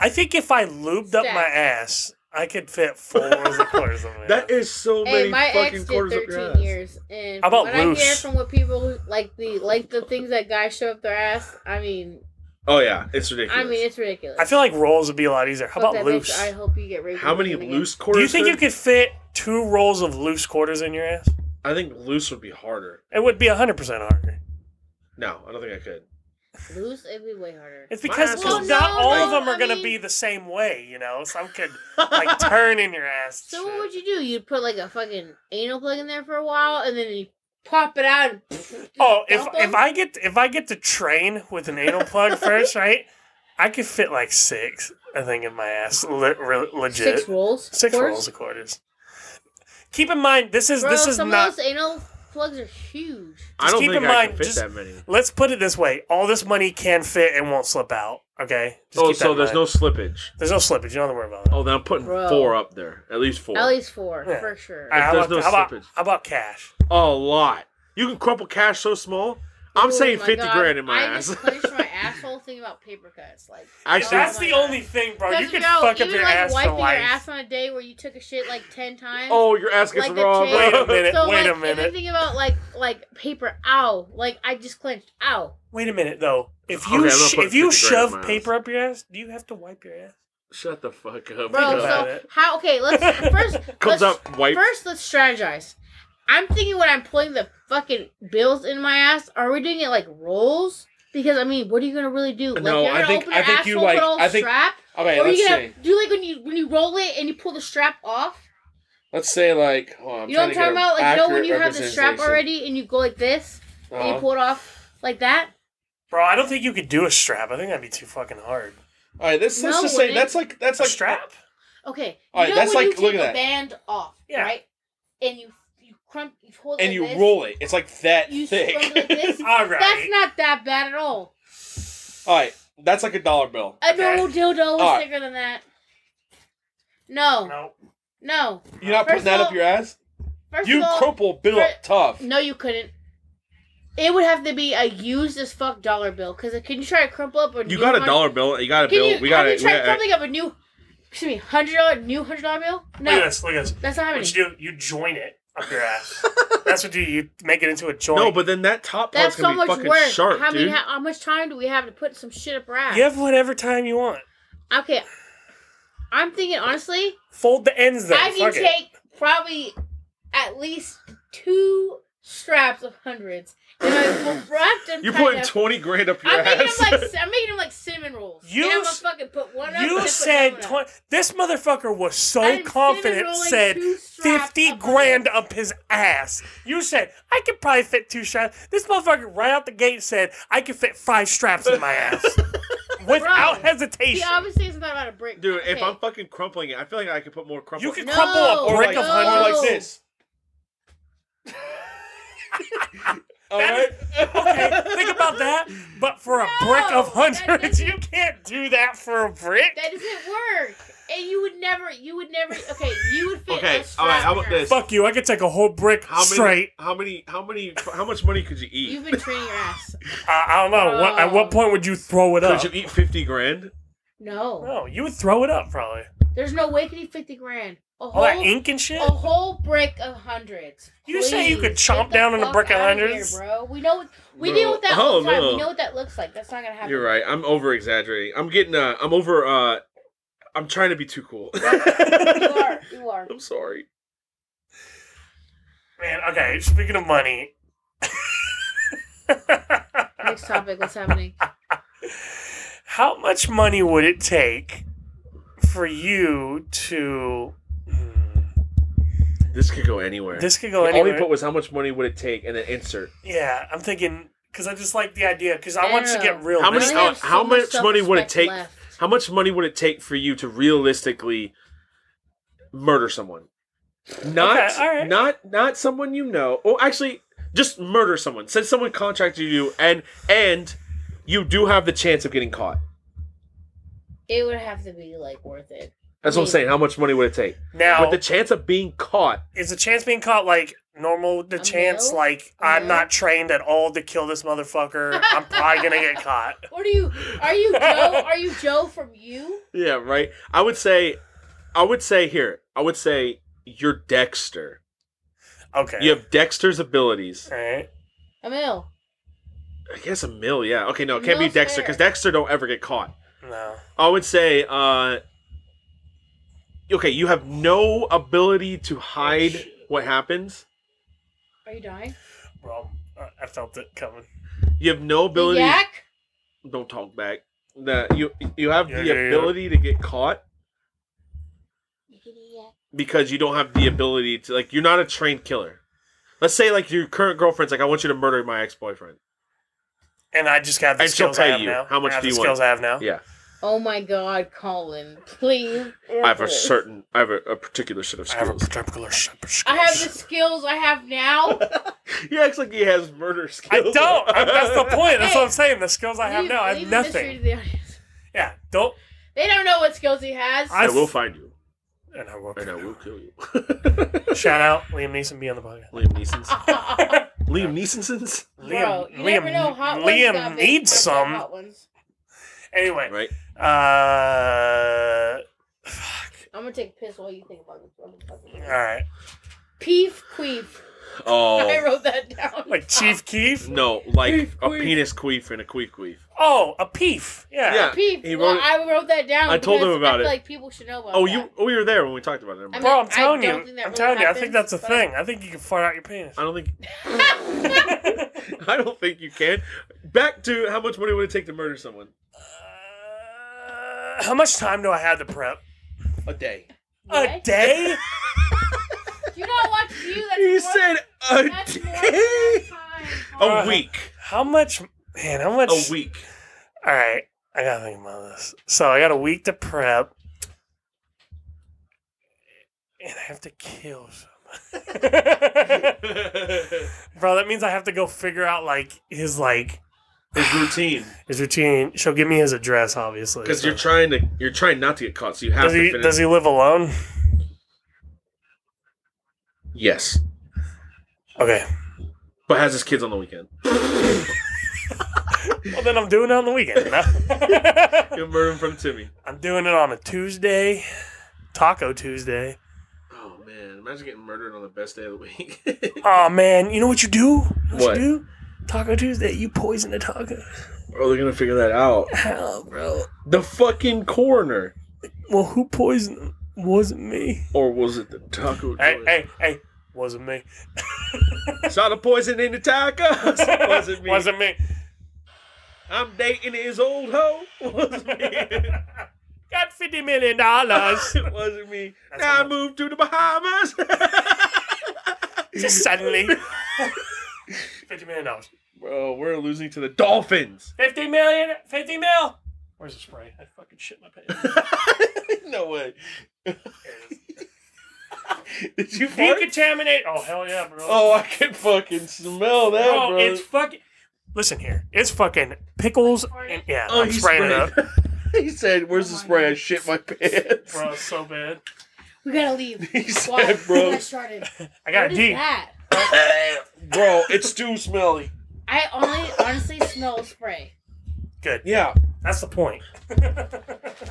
Speaker 2: I think if I lubed up my
Speaker 4: Stacked.
Speaker 2: ass, I could fit four of the quarters of my
Speaker 3: That
Speaker 2: ass.
Speaker 3: is so
Speaker 4: hey,
Speaker 3: many
Speaker 4: my
Speaker 3: fucking
Speaker 4: ex did
Speaker 3: quarters up your
Speaker 4: 13
Speaker 3: ass.
Speaker 4: years, and
Speaker 2: How
Speaker 4: from
Speaker 2: about
Speaker 4: what I hear
Speaker 2: loose?
Speaker 4: from what people who- like the like the things that guys show up their ass. I mean,
Speaker 3: Oh yeah, it's ridiculous.
Speaker 4: I mean, it's ridiculous.
Speaker 2: I feel like rolls would be a lot easier. How
Speaker 4: Fuck
Speaker 2: about
Speaker 4: that bitch.
Speaker 2: loose?
Speaker 4: I hope you get raped.
Speaker 3: how many
Speaker 4: again.
Speaker 3: loose
Speaker 2: Do
Speaker 3: quarters?
Speaker 2: you think you
Speaker 3: could-
Speaker 2: could fit two rolls of loose quarters in your ass?
Speaker 3: I think loose would be harder.
Speaker 2: It would be 100% harder.
Speaker 3: No, I don't think I could.
Speaker 4: loose? It'd be way harder.
Speaker 2: It's
Speaker 3: My
Speaker 2: because
Speaker 3: ass
Speaker 2: cause
Speaker 3: is-
Speaker 2: not
Speaker 4: Well,
Speaker 2: all
Speaker 4: no,
Speaker 2: of them
Speaker 4: I
Speaker 2: are going to
Speaker 4: mean-
Speaker 2: be the same way, you know? Some could, like, turn in your ass.
Speaker 4: So what would you do? You'd put like a fucking anal plug in there for a while, and then you pop it out. And
Speaker 2: Oh, if
Speaker 4: dump 'em?
Speaker 2: if I get if I get to train with an anal plug first, right? I could fit like six, I think, in my ass. Le- re- legit,
Speaker 4: six rolls,
Speaker 2: six
Speaker 4: Quarters?
Speaker 2: rolls of quarters. Keep in mind, this is
Speaker 4: Bro,
Speaker 2: this is
Speaker 4: some
Speaker 2: not.
Speaker 4: of those anal plugs are huge.
Speaker 3: I don't
Speaker 2: keep
Speaker 3: think
Speaker 2: in
Speaker 3: I
Speaker 2: mind,
Speaker 3: can fit
Speaker 2: just-
Speaker 3: that many.
Speaker 2: Let's put it this way: all this money can fit and won't slip out. Okay. Just
Speaker 3: Oh,
Speaker 2: keep that
Speaker 3: so
Speaker 2: in
Speaker 3: there's
Speaker 2: mind.
Speaker 3: no slippage.
Speaker 2: there's no slippage. You don't have to worry about it.
Speaker 3: Oh, then I'm putting
Speaker 4: Bro.
Speaker 3: four up there, at least four.
Speaker 4: At least four
Speaker 2: Yeah.
Speaker 4: for sure.
Speaker 2: All right, how,
Speaker 3: there's
Speaker 2: about,
Speaker 3: no
Speaker 2: how, about,
Speaker 3: slippage.
Speaker 2: how about cash?
Speaker 3: a lot. You can crumple cash so small. I'm
Speaker 4: Oh
Speaker 3: saying
Speaker 4: my
Speaker 3: fifty
Speaker 4: God,
Speaker 3: grand in my
Speaker 4: I
Speaker 3: ass.
Speaker 4: just clenched my asshole thinking about paper cuts. Like
Speaker 3: Actually-
Speaker 4: oh
Speaker 2: That's
Speaker 4: my
Speaker 2: the
Speaker 4: God.
Speaker 2: only thing, bro. You
Speaker 4: Because,
Speaker 2: can
Speaker 4: no,
Speaker 2: fuck up
Speaker 4: even
Speaker 2: your
Speaker 4: like
Speaker 2: ass
Speaker 4: wiping
Speaker 2: for
Speaker 4: your
Speaker 2: life.
Speaker 4: ass on a day where you took a shit like ten times.
Speaker 3: oh, your ass gets
Speaker 4: Like the
Speaker 3: raw.
Speaker 4: chain-
Speaker 3: bro.
Speaker 2: Wait a minute.
Speaker 4: so like
Speaker 2: a
Speaker 4: if
Speaker 2: minute.
Speaker 4: you think about like like paper, ow, like I just clenched, ow.
Speaker 2: Wait a minute though. If
Speaker 3: Okay, I'm
Speaker 2: you
Speaker 3: gonna
Speaker 2: sh-
Speaker 3: put
Speaker 2: if you
Speaker 3: 50 grand in my
Speaker 2: shove
Speaker 3: ass.
Speaker 2: paper up your ass, do you have to wipe your ass?
Speaker 3: Shut the fuck
Speaker 2: Think
Speaker 3: up.
Speaker 4: Bro,
Speaker 2: about
Speaker 4: so
Speaker 2: it.
Speaker 4: how okay, let's first
Speaker 3: Comes
Speaker 4: let's,
Speaker 3: up, wipe.
Speaker 4: first let's strategize. I'm thinking when I'm pulling the fucking bills in my ass, are we doing it like rolls? Because I mean, what are you gonna really do? Like
Speaker 3: No,
Speaker 4: you're
Speaker 3: I
Speaker 4: gonna
Speaker 3: think-
Speaker 4: open
Speaker 3: I
Speaker 4: your
Speaker 3: think you,
Speaker 4: asshole,
Speaker 3: like-
Speaker 4: put on
Speaker 3: I think-
Speaker 4: strap,
Speaker 3: Okay,
Speaker 4: or are
Speaker 3: let's
Speaker 4: you gonna
Speaker 3: say,
Speaker 4: do like when you when you roll it and you pull the strap off?
Speaker 3: let's say like, hold on, I'm
Speaker 4: you know what I'm
Speaker 3: trying
Speaker 4: talking
Speaker 3: to get
Speaker 4: about?
Speaker 3: an
Speaker 4: Like you know when
Speaker 3: accurate
Speaker 4: you have the strap
Speaker 3: representation.
Speaker 4: already and you go like this and you
Speaker 3: Uh-huh.
Speaker 4: pull it off like that.
Speaker 2: Bro, I don't think you could do a strap. I think that'd be too fucking hard.
Speaker 3: All right, this
Speaker 4: No,
Speaker 3: let's just
Speaker 4: when
Speaker 3: say
Speaker 4: it-
Speaker 3: that's like that's
Speaker 2: A
Speaker 3: like
Speaker 2: strap?
Speaker 4: Okay.
Speaker 3: All right,
Speaker 4: you know
Speaker 3: that's
Speaker 4: when
Speaker 3: like-
Speaker 4: you
Speaker 3: look
Speaker 4: take
Speaker 3: at
Speaker 4: a
Speaker 3: that.
Speaker 4: band off,
Speaker 2: Yeah.
Speaker 4: right? And you you crump, you hold it
Speaker 3: and
Speaker 4: like
Speaker 3: you
Speaker 4: this,
Speaker 3: roll it. It's like that
Speaker 4: You
Speaker 3: thick.
Speaker 4: scrumble like this.
Speaker 2: All right.
Speaker 4: That's not that bad at all.
Speaker 3: All right, that's like a dollar bill.
Speaker 4: A
Speaker 2: Okay.
Speaker 4: normal dildo is
Speaker 3: Alright.
Speaker 4: bigger than that. No,
Speaker 2: no.
Speaker 4: no.
Speaker 3: You're not putting
Speaker 4: First
Speaker 3: that
Speaker 4: of
Speaker 3: up
Speaker 4: all-
Speaker 3: your ass.
Speaker 4: First
Speaker 3: You
Speaker 4: of all,
Speaker 3: crumple bill up
Speaker 4: fir-
Speaker 3: tough.
Speaker 4: no, you couldn't. It would have to be a used as fuck dollar bill. Cause can you try to crumple up a new hun-
Speaker 3: bill. You got a
Speaker 4: Can you, have you tried crumpling up a new, excuse me, hundred dollar new hundred dollar bill? No,
Speaker 2: Look at this. Look at this.
Speaker 4: that's not happening.
Speaker 2: What you do? You joint it up your ass. That's what you do. You make it into a joint.
Speaker 3: No, but then that top part's
Speaker 4: That's so
Speaker 3: gonna be
Speaker 4: much
Speaker 3: fucking
Speaker 4: work.
Speaker 3: sharp,
Speaker 4: how many?
Speaker 3: dude.
Speaker 4: How, how much time do we have to put some shit up our ass?
Speaker 2: you have whatever time you want.
Speaker 4: Okay, I'm thinking honestly.
Speaker 2: Fold the ends though.
Speaker 4: I can
Speaker 2: Fuck it.
Speaker 4: take probably at least two straps of hundreds, and I'm wrapped in
Speaker 3: You're
Speaker 4: kind
Speaker 3: putting
Speaker 4: of-
Speaker 3: twenty grand up your
Speaker 4: I'm making
Speaker 3: ass.
Speaker 4: them like I'm making them like cinnamon rolls.
Speaker 2: You
Speaker 4: and I'm gonna
Speaker 2: s-
Speaker 4: fucking put one up. and
Speaker 2: You
Speaker 4: then
Speaker 2: said
Speaker 4: put another one up.
Speaker 2: 20. This motherfucker was so
Speaker 4: I'm
Speaker 2: confident,
Speaker 4: cinnamon-rolling
Speaker 2: said
Speaker 4: two straps
Speaker 2: 50
Speaker 4: up my
Speaker 2: grand
Speaker 4: ass.
Speaker 2: up his ass. You said, I could probably fit two straps. This motherfucker right out the gate said, I could fit five straps in my ass. Without
Speaker 4: Bro, He
Speaker 2: hesitation.
Speaker 4: obviously isn't that about a brick,
Speaker 3: Dude, if
Speaker 4: Okay.
Speaker 3: I'm fucking crumpling it, I feel like I could put more crumple.
Speaker 2: You could
Speaker 4: No,
Speaker 2: crumple a
Speaker 3: or
Speaker 2: brick
Speaker 3: like,
Speaker 2: of
Speaker 4: no.
Speaker 3: or
Speaker 2: honey.
Speaker 3: like this. All right.
Speaker 2: That Okay, think about that. But for a
Speaker 4: No,
Speaker 2: brick of
Speaker 4: that
Speaker 2: hundreds,
Speaker 4: doesn't-
Speaker 2: you can't do that for a brick.
Speaker 4: that doesn't work. And you would never, you would never. Okay, you would fit.
Speaker 3: Okay,
Speaker 4: a strap
Speaker 3: all right, how
Speaker 4: in
Speaker 3: about
Speaker 4: your
Speaker 3: this?
Speaker 4: ass.
Speaker 2: Fuck you! I could take a whole brick
Speaker 3: How many?
Speaker 2: straight.
Speaker 3: How many? How many? How much money could you eat?
Speaker 4: You've been training your ass.
Speaker 2: I, I don't know. What, at what
Speaker 4: Oh.
Speaker 2: point would you throw it up?
Speaker 3: Could you eat fifty grand?
Speaker 4: No,
Speaker 2: No, you would throw it up probably.
Speaker 4: there's no way could eat fifty grand. A
Speaker 2: All that
Speaker 4: whole
Speaker 2: ink and shit.
Speaker 4: A whole brick of hundreds.
Speaker 2: You say you could
Speaker 4: Please,
Speaker 2: chomp
Speaker 4: get the
Speaker 2: down on a
Speaker 4: fuck
Speaker 2: brick of
Speaker 4: outta here,
Speaker 2: hundreds?
Speaker 4: bro. We know what, we
Speaker 3: No.
Speaker 4: deal with that
Speaker 3: Oh,
Speaker 4: all the time.
Speaker 3: no.
Speaker 4: We know what that looks like. That's not gonna happen.
Speaker 3: You're right. I'm over exaggerating. I'm getting. Uh, I'm over. Uh, I'm trying to be too cool.
Speaker 4: You are. You are.
Speaker 3: I'm sorry.
Speaker 2: Man, okay. Speaking of money,
Speaker 4: Next topic. What's happening?
Speaker 2: how much money would it take for you to? Hmm,
Speaker 3: This could go anywhere.
Speaker 2: This could go
Speaker 3: all he
Speaker 2: anywhere.
Speaker 3: put was how much money would it take, and then insert.
Speaker 2: yeah, I'm thinking because I just like the idea because I want you to
Speaker 4: Ew.
Speaker 2: get real.
Speaker 3: How many-
Speaker 4: I
Speaker 3: how-
Speaker 4: have so
Speaker 3: how much money would it
Speaker 4: self-respect
Speaker 3: take?
Speaker 4: left.
Speaker 3: How much money would it take for you to realistically murder someone? Not,
Speaker 2: Okay, all right.
Speaker 3: not, not someone you know. Oh, actually, just murder someone. Since someone contracted you, and and you do have the chance of getting caught.
Speaker 4: It would have to be like worth it.
Speaker 3: That's what I'm saying. How much money would it take?
Speaker 2: now?
Speaker 3: But the chance of being caught
Speaker 2: is the chance being caught like normal with the
Speaker 4: A
Speaker 2: chance
Speaker 4: male?
Speaker 2: like
Speaker 4: A
Speaker 2: I'm
Speaker 4: male?
Speaker 2: not trained at all to kill this motherfucker. I'm probably gonna get caught.
Speaker 4: What are you? Are you Joe? Are you Joe from you?
Speaker 3: Yeah, right. I would say, I would say here, I would say you're Dexter.
Speaker 2: Okay.
Speaker 3: You have Dexter's abilities.
Speaker 2: All right.
Speaker 4: Emil.
Speaker 3: I guess a mill. Yeah. Okay. No, it can't be
Speaker 4: Mill's
Speaker 3: Dexter
Speaker 4: fair.
Speaker 3: because Dexter don't ever get caught.
Speaker 2: No.
Speaker 3: I would say, uh, okay, you have no ability to hide
Speaker 2: Oh,
Speaker 3: what happens.
Speaker 4: Are you dying?
Speaker 2: Well, I- I felt it coming.
Speaker 3: You have no ability.
Speaker 4: Yak.
Speaker 3: Don't talk back. That you you have
Speaker 2: Yeah,
Speaker 3: the
Speaker 2: yeah, yeah.
Speaker 3: ability to get caught because you don't have the ability to like you're not a trained killer. Let's say like your current girlfriend's like, I want you to murder my ex boyfriend.
Speaker 2: And I just got the
Speaker 3: And she'll
Speaker 2: skills I
Speaker 3: pay
Speaker 2: have
Speaker 3: you.
Speaker 2: now.
Speaker 3: How much
Speaker 2: I have
Speaker 3: do
Speaker 2: the
Speaker 3: you want?
Speaker 2: skills I have now.
Speaker 3: Yeah,
Speaker 4: Oh my God, Colin! Please.
Speaker 3: I have a certain, I have a, a particular set of
Speaker 2: I have a
Speaker 3: skills.
Speaker 2: particular sh-
Speaker 4: I have the skills I have now.
Speaker 3: he acts like he has murder
Speaker 2: I
Speaker 3: skills.
Speaker 2: don't. I- that's the point. That's what I'm saying. The skills I have
Speaker 4: Leave-
Speaker 2: now, I have
Speaker 4: leave the mystery
Speaker 2: nothing.
Speaker 4: to the audience.
Speaker 2: Yeah. Don't.
Speaker 4: They don't know what skills he has.
Speaker 2: I-
Speaker 3: I will find you,
Speaker 2: And I will.
Speaker 3: and I will kill you.
Speaker 2: Shout out Liam Neeson. Be on the podcast.
Speaker 3: Liam Neeson's. Liam Neeson's.
Speaker 4: Bro,
Speaker 2: Liam.
Speaker 4: you never know. Hot ones
Speaker 2: Liam
Speaker 4: got big
Speaker 2: needs
Speaker 4: parts of
Speaker 2: some.
Speaker 4: hot ones.
Speaker 2: Anyway.
Speaker 3: Right.
Speaker 2: Uh. Fuck.
Speaker 4: I'm gonna take a piss while you think about this.
Speaker 2: All
Speaker 4: motherfucker.
Speaker 2: right.
Speaker 4: Peef queef. I
Speaker 3: Oh
Speaker 4: wrote that down.
Speaker 2: Like Chief Keef.
Speaker 3: no, like
Speaker 4: Queef,
Speaker 3: a
Speaker 4: queef.
Speaker 3: penis queef and a queef queef.
Speaker 2: Oh, a peef. Yeah.
Speaker 3: Yeah.
Speaker 4: Peef.
Speaker 3: He
Speaker 4: well,
Speaker 3: wrote-
Speaker 4: I wrote that down.
Speaker 3: I told him
Speaker 4: because
Speaker 3: about
Speaker 4: I feel
Speaker 3: it.
Speaker 4: Like people should know about.
Speaker 3: Oh,
Speaker 4: that.
Speaker 3: you we were there when we talked about it. Never
Speaker 4: I
Speaker 3: mind.
Speaker 4: mean-
Speaker 2: Bro, I'm
Speaker 4: I
Speaker 2: telling you.
Speaker 4: don't
Speaker 2: I'm
Speaker 4: think that really
Speaker 2: telling you. I think
Speaker 4: happens,
Speaker 2: that's a
Speaker 4: but-
Speaker 2: thing. I think you can fart out your penis.
Speaker 3: I don't think
Speaker 2: Uh,
Speaker 3: I don't think you can. Back to how much money would it take to murder someone?
Speaker 2: how much time do I have to prep?
Speaker 3: A day.
Speaker 2: A
Speaker 4: What?
Speaker 2: day?
Speaker 4: You don't watch you. That's
Speaker 3: He
Speaker 4: more,
Speaker 3: said Oh, a
Speaker 4: that's more than
Speaker 3: day.
Speaker 4: time.
Speaker 3: A week.
Speaker 2: How much? Man, how much?
Speaker 3: A week.
Speaker 2: All right, I gotta think about this. So I got a week to prep, and I have to kill someone. Bro, that means I have to go figure out like his like
Speaker 3: His routine.
Speaker 2: his routine. She'll give me his address, obviously.
Speaker 3: Because
Speaker 2: so-
Speaker 3: you're trying to you're trying not to get caught, so you have
Speaker 2: does
Speaker 3: to
Speaker 2: he
Speaker 3: finish.
Speaker 2: does he live alone?
Speaker 3: Yes.
Speaker 2: Okay.
Speaker 3: But has his kids on the weekend.
Speaker 2: Well, then I'm doing it on the weekend. no?
Speaker 3: He'll murder him from Timmy.
Speaker 2: I'm doing it on a Tuesday, Taco Tuesday.
Speaker 3: Oh man, imagine getting murdered on the best day of the week.
Speaker 2: Oh man, you know what you do? You know
Speaker 3: What?
Speaker 2: you do? Taco Tuesday, you poison a taco.
Speaker 3: Bro, Oh, they're gonna figure that out.
Speaker 2: How, bro?
Speaker 3: The fucking coroner.
Speaker 2: Well, who poisoned them? Wasn't me.
Speaker 3: Or was it the taco?
Speaker 2: Hey,
Speaker 3: joint?
Speaker 2: hey, hey. Wasn't me.
Speaker 3: Saw the poison in the tacos. Wasn't me.
Speaker 2: Wasn't me.
Speaker 3: I'm dating his old hoe. Wasn't me.
Speaker 2: Got $50 million. dollars.
Speaker 3: Wasn't me.
Speaker 2: That's
Speaker 3: now I
Speaker 2: almost-
Speaker 3: moved to the Bahamas.
Speaker 2: Just suddenly. $50 million. dollars.
Speaker 3: Bro, we're losing to the Dolphins.
Speaker 2: 50 million. 50 mil. Where's the spray? I fucking shit my pants.
Speaker 3: no way.
Speaker 2: There it is.
Speaker 3: Did you fart?
Speaker 2: Decontaminate. Oh, hell yeah, bro.
Speaker 3: Oh, I can fucking smell that,
Speaker 2: bro,
Speaker 3: bro.
Speaker 2: it's fucking. Listen here. It's fucking pickles. And, yeah,
Speaker 3: oh,
Speaker 2: I'm
Speaker 3: he
Speaker 2: spraying it up.
Speaker 3: sprayed. he said, "Where's the
Speaker 4: Oh my
Speaker 3: spray? I
Speaker 4: God.
Speaker 3: shit my pants."
Speaker 2: Bro, it's so bad.
Speaker 4: We gotta leave.
Speaker 3: He said,
Speaker 4: Why?
Speaker 3: "Bro,
Speaker 4: I started.
Speaker 2: I
Speaker 4: What
Speaker 2: got a
Speaker 4: is
Speaker 2: D.
Speaker 4: that?
Speaker 3: bro, it's too smelly."
Speaker 4: I only honestly smell spray.
Speaker 2: Good.
Speaker 3: Yeah.
Speaker 2: That's the point.
Speaker 4: I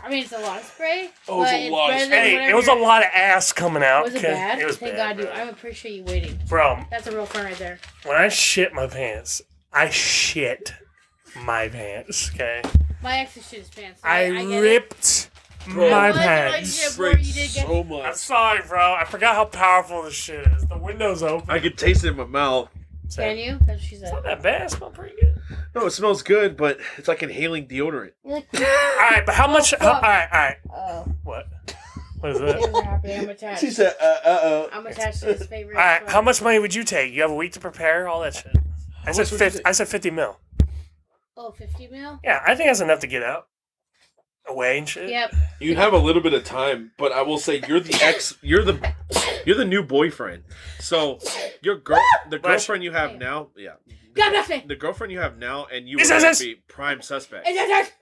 Speaker 4: mean, it's a lot of spray.
Speaker 3: Oh, it's
Speaker 4: but
Speaker 3: a lot of
Speaker 4: better than
Speaker 3: spray.
Speaker 2: Hey,
Speaker 4: whatever
Speaker 2: it was a
Speaker 4: you're-
Speaker 2: lot of ass coming out.
Speaker 4: Was it
Speaker 2: 'cause-
Speaker 4: bad?
Speaker 2: It was
Speaker 4: Thank
Speaker 2: bad.
Speaker 4: God, dude.
Speaker 2: bro.
Speaker 4: I appreciate you waiting.
Speaker 2: Bro,
Speaker 4: That's a real friend right there.
Speaker 2: when I shit my pants, I shit my pants. Okay,
Speaker 4: My ex is shit his pants. so
Speaker 2: I,
Speaker 4: get it.
Speaker 2: ripped
Speaker 3: Bro.
Speaker 2: my
Speaker 4: I was in a
Speaker 2: pants.
Speaker 4: relationship. Before
Speaker 3: Sprayed
Speaker 4: you did get-
Speaker 3: so
Speaker 2: I'm
Speaker 3: much.
Speaker 2: sorry, bro. I forgot how powerful this shit is. The window's open.
Speaker 3: I could taste it in my mouth.
Speaker 2: So-
Speaker 4: Can
Speaker 2: It's
Speaker 4: you? That's what she said.
Speaker 2: not that bad. It smelled pretty good.
Speaker 3: No, it smells good, but it's like inhaling deodorant.
Speaker 4: You're like,
Speaker 2: All right, but how much? How, all
Speaker 4: Oh, fuck.
Speaker 2: right, all right.
Speaker 4: oh,
Speaker 2: What? What is
Speaker 4: things
Speaker 2: that?
Speaker 4: are happening. I'm attached.
Speaker 3: She said, "Uh, uh, uh."
Speaker 4: I'm attached to his favorite.
Speaker 2: All right,
Speaker 4: friend.
Speaker 2: how much money would you take? You have a week to prepare all that shit. I said
Speaker 3: much would you
Speaker 2: fifty.
Speaker 3: take?
Speaker 2: I said fifty mil.
Speaker 4: Oh, 50 mil?
Speaker 2: Yeah, I think that's enough to get out, away and shit.
Speaker 4: Yep.
Speaker 3: You have a little bit of time, but I will say you're the ex. You're the you're the new boyfriend. So your girl, the
Speaker 2: Bless
Speaker 3: girlfriend you have now, yeah,
Speaker 4: Got nothing.
Speaker 3: the girlfriend you have now, and you
Speaker 2: Yes,
Speaker 3: would
Speaker 2: yes,
Speaker 3: be prime suspect.
Speaker 4: It's attached.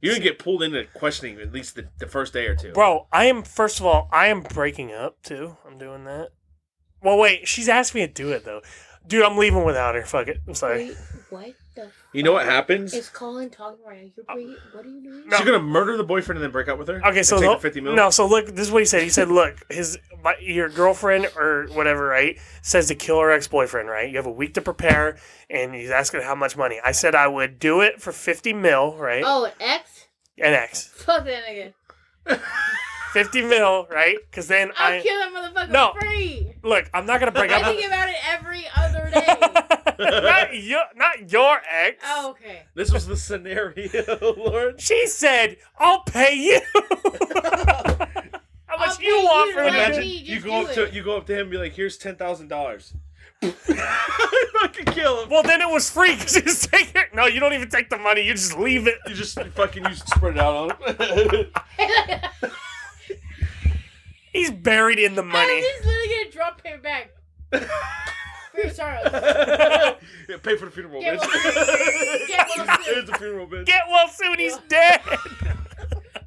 Speaker 3: You didn't get pulled into questioning at least the, the first day or two.
Speaker 2: Bro, I am first of all, I am breaking up too. I'm doing that. Well, wait. She's asked me to do it though. Dude, I'm leaving without her. Fuck it. I'm sorry.
Speaker 4: Wait, what the?
Speaker 3: You know what
Speaker 4: fuck?
Speaker 3: happens?
Speaker 4: Is Colin talking right now? You're bre- what are you doing?
Speaker 2: No.
Speaker 3: She's gonna murder the boyfriend and then break up with her.
Speaker 2: Okay,
Speaker 3: And
Speaker 2: so
Speaker 3: take
Speaker 2: the-
Speaker 3: the fifty mil.
Speaker 2: no, so look, this is what he said. He said, "Look, his my, your girlfriend or whatever, right, says to kill her ex boyfriend, right? You have a week to prepare, and he's asking how much money. I said I would do it for fifty mil, right?
Speaker 4: Oh, an X?
Speaker 2: An X,
Speaker 4: Fuck that nigga.
Speaker 2: fifty mil, right? Because then
Speaker 4: I'll
Speaker 2: I
Speaker 4: kill that motherfucker
Speaker 2: No.
Speaker 4: free.
Speaker 2: look, I'm not gonna break
Speaker 4: I
Speaker 2: up.
Speaker 4: think about it every other day.
Speaker 2: not your, not your ex.
Speaker 4: oh, okay.
Speaker 3: This was the scenario, Lord.
Speaker 2: She said, "I'll pay you." how much
Speaker 4: I'll
Speaker 2: you
Speaker 4: pay
Speaker 2: want
Speaker 4: you,
Speaker 2: for
Speaker 4: right?
Speaker 2: me?
Speaker 3: Imagine
Speaker 4: me, just
Speaker 3: you go
Speaker 4: do
Speaker 3: up to
Speaker 4: it.
Speaker 3: you go up to him and be like, "Here's ten thousand dollars." Fucking kill him.
Speaker 2: Well, then it was free because he's taking. No, you don't even take the money. You just leave it.
Speaker 3: You just fucking you spread it out on him.
Speaker 2: He's buried in the money.
Speaker 4: I'm just literally gonna drop him back. For your sorrows.
Speaker 3: yeah, pay for the funeral,
Speaker 4: Get
Speaker 3: bitch.
Speaker 4: well- get well soon.
Speaker 3: It's a funeral, bitch.
Speaker 2: Get well soon. He's dead.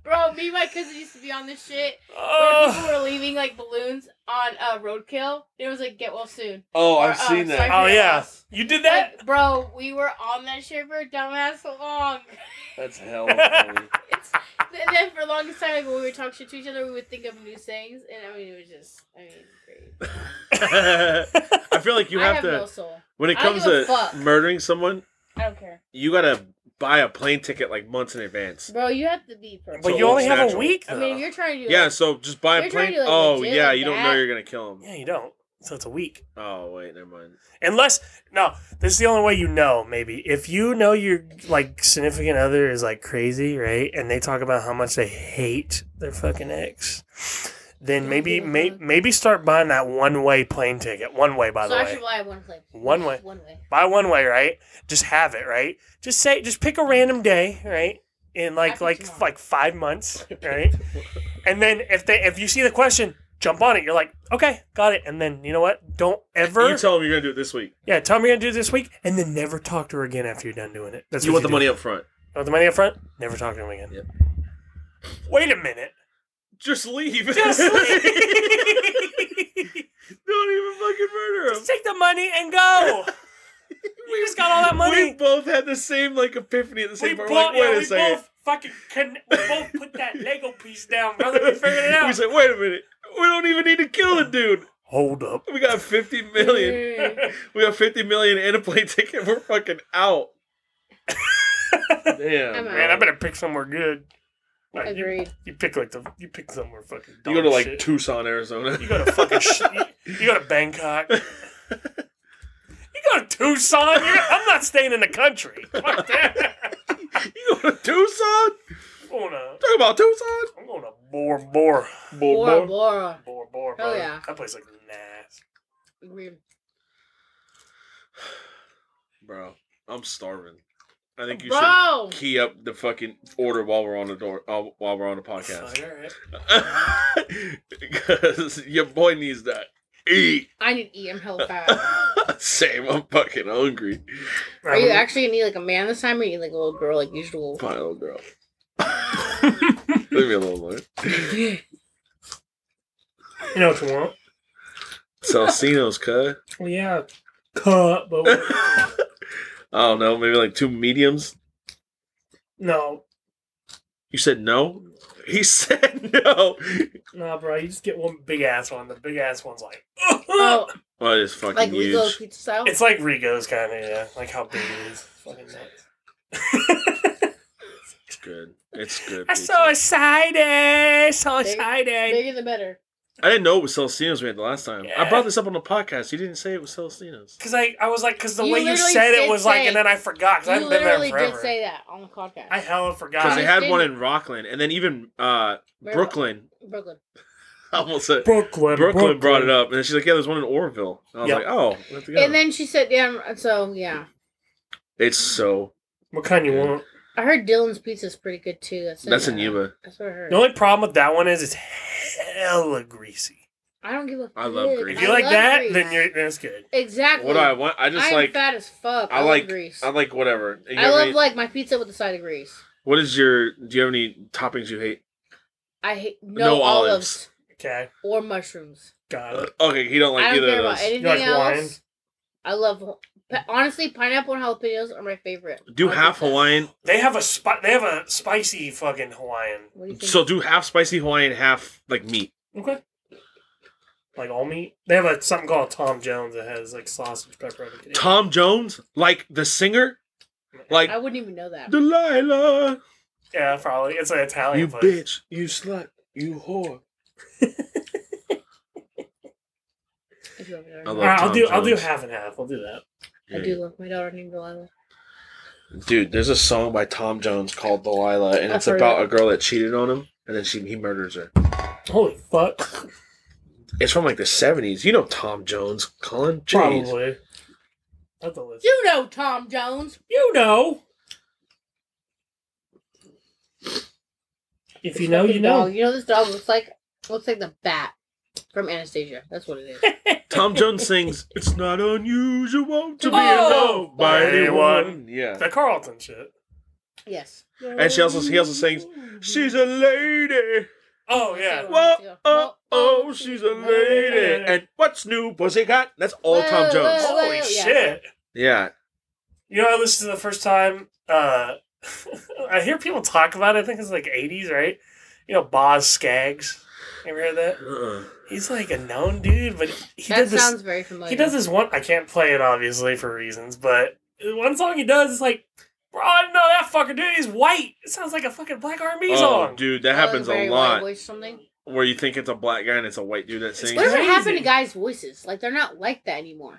Speaker 4: Bro, me and my cousin used to be on this shit. Where
Speaker 2: Oh.
Speaker 4: people were leaving like balloons on uh, roadkill. It was like get well soon.
Speaker 3: oh,
Speaker 4: Or,
Speaker 3: I've
Speaker 4: uh,
Speaker 3: seen that.
Speaker 4: sorry.
Speaker 2: Oh yeah, you did that.
Speaker 4: Like, bro, we were on that shit for dumbass so long.
Speaker 3: That's hell. funny.
Speaker 4: It's, th- then for the longest time, like, when we would talk shit to each other, we would think of new sayings, and I mean, it was just, I mean, great.
Speaker 3: I feel like you
Speaker 4: I
Speaker 3: have,
Speaker 4: have
Speaker 3: to
Speaker 4: no soul.
Speaker 3: when it
Speaker 4: I don't
Speaker 3: comes
Speaker 4: give a
Speaker 3: to
Speaker 4: fuck.
Speaker 3: murdering someone,
Speaker 4: I don't care,
Speaker 3: you gotta buy a plane ticket like months in advance.
Speaker 4: bro. You have to be perfect.
Speaker 2: But
Speaker 3: So
Speaker 2: you only
Speaker 3: it's
Speaker 2: have a
Speaker 3: natural.
Speaker 2: week.
Speaker 4: I
Speaker 2: Though.
Speaker 4: mean, you're trying to. Do
Speaker 3: Yeah,
Speaker 4: Like,
Speaker 3: so just buy a
Speaker 4: You're trying
Speaker 3: plane.
Speaker 4: to, like,
Speaker 3: oh
Speaker 4: legit
Speaker 3: yeah,
Speaker 4: like
Speaker 3: you don't
Speaker 4: that.
Speaker 3: know you're gonna kill him.
Speaker 2: yeah, you don't. So it's a week.
Speaker 3: Oh wait, never mind.
Speaker 2: Unless no, this is the only way you know. Maybe if you know your like significant other is like crazy, right? And they talk about how much they hate their fucking ex, then
Speaker 4: Yeah,
Speaker 2: maybe
Speaker 4: give a
Speaker 2: may,
Speaker 4: fuck.
Speaker 2: maybe start buying that one way plane ticket. One way, by
Speaker 4: so
Speaker 2: the
Speaker 4: I
Speaker 2: way.
Speaker 4: should buy one plane.
Speaker 2: One way.
Speaker 4: One way.
Speaker 2: buy one way, right? Just have it, right? Just say, just pick a random day, right? In like
Speaker 4: After
Speaker 2: like
Speaker 4: tomorrow.
Speaker 2: like five months, right? and then if they if you see the question, jump on it. You're like, okay, got it. And then you know what? Don't ever,
Speaker 3: You tell him you're gonna do it this week.
Speaker 2: yeah, tell me you're gonna do it this week, and then never talk to her again after you're done doing it. That's
Speaker 3: you
Speaker 2: what
Speaker 3: want the
Speaker 2: do.
Speaker 3: money up front.
Speaker 2: You want the money up front? Never talk to him again.
Speaker 3: Yep.
Speaker 2: Wait a minute.
Speaker 3: Just leave.
Speaker 2: Just leave.
Speaker 3: don't even fucking murder him.
Speaker 2: just take the money and go. we just got all that money.
Speaker 3: We both had the same like epiphany at the
Speaker 2: We
Speaker 3: same
Speaker 2: both,
Speaker 3: point. We're like, wait
Speaker 2: yeah,
Speaker 3: a
Speaker 2: we
Speaker 3: second.
Speaker 2: both fucking con- we both put that Lego piece down, brother. We figured it
Speaker 3: We
Speaker 2: out.
Speaker 3: said, wait a minute. We don't even need to kill the dude.
Speaker 2: Hold up.
Speaker 3: We got 50 million.
Speaker 4: Mm.
Speaker 3: We got 50 million and a plane ticket. We're fucking out. Damn.
Speaker 4: I'm out.
Speaker 2: Man, I better pick somewhere good. Like, you,
Speaker 4: Agreed.
Speaker 2: you pick like the you pick somewhere fucking.
Speaker 3: You go to
Speaker 2: dumb
Speaker 3: like
Speaker 2: shit.
Speaker 3: Tucson, Arizona.
Speaker 2: You go to fucking. sh- you, you go to Bangkok. You go to Tucson. You're, I'm not staying in the country. Fuck that.
Speaker 3: you go to Tucson?
Speaker 2: I'm going to
Speaker 3: Talk about Tucson?
Speaker 2: I'm going to Bora Bora.
Speaker 4: Bora Bora.
Speaker 2: Bora Bora.
Speaker 4: Oh,
Speaker 2: bro.
Speaker 4: yeah.
Speaker 2: That place looks nice.
Speaker 4: Agreed.
Speaker 3: Bro, I'm starving. I think you
Speaker 4: Bro,
Speaker 3: should key up the fucking order while we're on the door uh, while we're on the podcast.
Speaker 2: Fuck, all right.
Speaker 3: Because your boy needs that. Eat.
Speaker 4: I need to eat. I'm hella fat.
Speaker 3: Same, I'm fucking hungry.
Speaker 4: Are you actually gonna eat like a man this time, or you like a little girl like usual?
Speaker 3: My little girl. Leave me alone, Lord.
Speaker 2: You know what you want?
Speaker 3: Salsino's cut.
Speaker 2: Well, yeah, cut, but
Speaker 3: I don't know, maybe like two mediums.
Speaker 2: no,
Speaker 3: You said no? He said no.
Speaker 2: nah, bro. You just get one big ass one. The big ass one's like,
Speaker 4: Oh,
Speaker 3: Oh, it's fucking
Speaker 4: like we
Speaker 3: huge.
Speaker 4: go pizza style.
Speaker 2: it's like Rigo's kind of yeah, like how big it is. Fucking nuts.
Speaker 3: It's good. It's good.
Speaker 2: I'm
Speaker 3: pizza.
Speaker 2: so excited, so
Speaker 4: Big-
Speaker 2: excited.
Speaker 4: Bigger the better.
Speaker 3: I didn't know it was Celestino's we had the last time. I
Speaker 2: Yeah.
Speaker 3: brought this up on the podcast. You didn't say it was Celestino's.
Speaker 2: Because I, I was like, because the
Speaker 4: You
Speaker 2: way you
Speaker 4: literally
Speaker 2: said it
Speaker 4: did
Speaker 2: was like,
Speaker 4: say-
Speaker 2: and then I forgot because I
Speaker 4: You
Speaker 2: haven't been there
Speaker 4: literally
Speaker 2: in
Speaker 4: did
Speaker 2: forever.
Speaker 4: say that on the podcast.
Speaker 2: I hella
Speaker 3: Because
Speaker 2: forgot.
Speaker 3: they
Speaker 4: I
Speaker 3: had one
Speaker 4: didn't-
Speaker 3: in Rockland, and then even uh,
Speaker 4: Where-
Speaker 3: Brooklyn.
Speaker 4: Brooklyn.
Speaker 3: I almost said
Speaker 2: Brooklyn,
Speaker 3: Brooklyn, brought it up, and then she's like, "Yeah, there's one in Oroville." And I was
Speaker 2: Yep.
Speaker 3: like, "Oh, we have to go."
Speaker 4: And then she said, "Yeah." I'm- So yeah,
Speaker 3: it's so
Speaker 2: What kind you want?
Speaker 4: I heard Dylan's pizza is pretty good too. That's in,
Speaker 3: that's in
Speaker 4: uh,
Speaker 3: Yuba.
Speaker 4: That's what I heard.
Speaker 2: The only problem with that one is it's hella greasy.
Speaker 4: I don't give a.
Speaker 3: I love
Speaker 4: fuck.
Speaker 3: grease.
Speaker 2: If
Speaker 4: I
Speaker 2: you like
Speaker 4: love
Speaker 2: that,
Speaker 4: grease.
Speaker 2: then you're that's good.
Speaker 4: exactly.
Speaker 3: What do I want? I just
Speaker 4: am
Speaker 3: like
Speaker 4: fat as fuck.
Speaker 3: I
Speaker 4: I,
Speaker 3: like-
Speaker 4: love grease.
Speaker 3: I like whatever. You
Speaker 4: I
Speaker 3: have
Speaker 4: love
Speaker 3: any-
Speaker 4: like my pizza with a side of grease.
Speaker 3: What is your? Do you have any toppings you hate?
Speaker 4: I hate
Speaker 3: No
Speaker 4: no, olives.
Speaker 3: olives.
Speaker 2: Okay.
Speaker 4: or mushrooms.
Speaker 2: Got it.
Speaker 3: Okay, he don't like
Speaker 4: I don't
Speaker 3: either
Speaker 4: care
Speaker 3: of
Speaker 4: about
Speaker 3: those.
Speaker 4: anything
Speaker 2: like
Speaker 4: else.
Speaker 2: wine?
Speaker 4: I love pa- honestly pineapple and jalapenos are my favorite.
Speaker 3: Do
Speaker 4: I
Speaker 3: half
Speaker 4: think-
Speaker 3: Hawaiian.
Speaker 2: They have a spi- They have a spicy fucking Hawaiian.
Speaker 4: What do you think?
Speaker 3: So do half spicy Hawaiian, half like meat.
Speaker 2: Okay. Like all meat. They have a something called Tom Jones that has like sausage, pepperoni.
Speaker 3: Tom Jones, like the singer, like
Speaker 4: I wouldn't even know that.
Speaker 3: Delilah.
Speaker 2: Yeah, probably. It's an Italian.
Speaker 3: You
Speaker 2: place.
Speaker 3: bitch. You slut. You whore.
Speaker 4: If you want me to
Speaker 3: I
Speaker 4: learn.
Speaker 2: All right, I'll
Speaker 3: Tom
Speaker 2: do. I'll do
Speaker 3: Jones.
Speaker 2: half and half. I'll do that.
Speaker 4: I do love my daughter named Delilah.
Speaker 3: Dude, there's a song by Tom Jones called Delilah, and
Speaker 4: I've
Speaker 3: it's
Speaker 4: heard
Speaker 3: about
Speaker 4: it.
Speaker 3: a girl that cheated on him, and then she he murders her.
Speaker 2: Holy fuck!
Speaker 3: It's from like the 70s. You know Tom Jones, Colin. Jeez.
Speaker 2: Probably. That's a list.
Speaker 4: You know Tom Jones.
Speaker 2: You know. If you know, you
Speaker 4: Fucking
Speaker 2: know.
Speaker 4: Dog. You know this dog looks like looks like the bat from Anastasia. That's what it is.
Speaker 3: Tom Jones sings, It's not unusual to be
Speaker 2: Oh!
Speaker 3: loved by anyone.
Speaker 2: Anyone.
Speaker 3: Yeah.
Speaker 2: The Carlton shit.
Speaker 4: yes.
Speaker 3: And she also he also sings, She's a lady.
Speaker 2: Oh yeah.
Speaker 3: Whoa, oh, oh, she's a lady. And what's new, pussycat? That's all Tom
Speaker 4: Whoa,
Speaker 3: Jones.
Speaker 4: whoa.
Speaker 2: Holy
Speaker 4: yeah.
Speaker 2: shit!
Speaker 3: Yeah.
Speaker 2: You know, I listened to the first time. Uh, I hear people talk about. It, I think it's like '80s, right? You know, Boz Scaggs. You ever hear that?
Speaker 3: Uh-uh.
Speaker 2: He's like a known dude, but he
Speaker 4: That
Speaker 2: did this.
Speaker 4: sounds very familiar.
Speaker 2: he does this one. I can't play it obviously for reasons, but one song he does is like, bro, I didn't know that fucker dude. He's white. It sounds like a fucking Black R&B
Speaker 3: Oh,
Speaker 2: song.
Speaker 3: dude, that happens
Speaker 4: Very
Speaker 3: a
Speaker 4: white
Speaker 3: lot.
Speaker 4: Voice something.
Speaker 3: Where you think it's a black guy and it's a white dude that sings.
Speaker 4: What does it happen
Speaker 2: Crazy.
Speaker 4: to guys' voices? Like they're not like that anymore.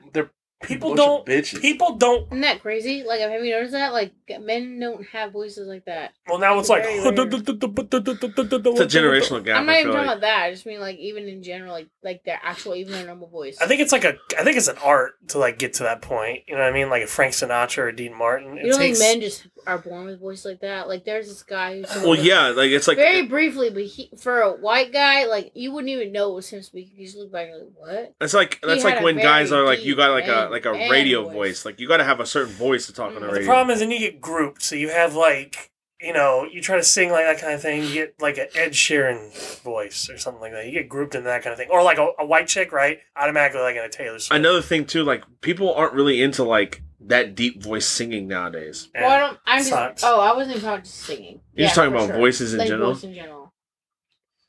Speaker 2: People
Speaker 3: Bunch of
Speaker 2: don't.
Speaker 3: bitches.
Speaker 2: People don't.
Speaker 4: Isn't that crazy? Like, have you noticed that? Like, men don't have voices like that.
Speaker 2: Well, now it's like.
Speaker 4: Very
Speaker 2: It's
Speaker 4: rare.
Speaker 3: It's a
Speaker 2: a
Speaker 3: generational gap.
Speaker 4: I'm not
Speaker 3: I
Speaker 4: even
Speaker 3: feel
Speaker 4: talking
Speaker 3: like.
Speaker 4: about that. I just mean like even in general, like like their actual, even their normal voice.
Speaker 2: I think it's like a. I think it's an art to like get to that point. You know what I mean? Like a Frank Sinatra or Dean Martin. It
Speaker 4: you don't
Speaker 2: takes-
Speaker 4: think men just are born with voice like that? Like, there's this guy who's
Speaker 3: Well, yeah, like it's like
Speaker 4: very briefly, but he, for a white guy, like you wouldn't even know it was him speaking. You just look back and you're like, what?
Speaker 3: That's like
Speaker 4: He
Speaker 3: that's
Speaker 4: had
Speaker 3: like
Speaker 4: a
Speaker 3: when guys
Speaker 4: very
Speaker 3: are like you
Speaker 4: deep
Speaker 3: got like a
Speaker 4: man-
Speaker 3: like a
Speaker 4: man
Speaker 3: radio voice.
Speaker 4: voice.
Speaker 3: Like you got to have a certain voice to talk on
Speaker 4: Mm.
Speaker 3: the
Speaker 4: But
Speaker 2: But the
Speaker 3: radio.
Speaker 2: problem is, then you get grouped, so you have like you know you try to sing like that kind of thing. You get like an Ed Sheeran voice or something like that. You get grouped into that kind of thing, or like a, a white chick, right? Automatically like in a Taylor Swift.
Speaker 3: Another thing too, like people aren't really into like that deep voice singing nowadays.
Speaker 2: Yeah.
Speaker 4: Well, I don't. I'm just.
Speaker 2: sucks.
Speaker 4: Oh, I wasn't even talking about just singing.
Speaker 3: You're just
Speaker 4: Yeah,
Speaker 3: talking
Speaker 4: for
Speaker 3: about
Speaker 4: sure.
Speaker 3: voices in
Speaker 4: like
Speaker 3: general.
Speaker 4: voice in general.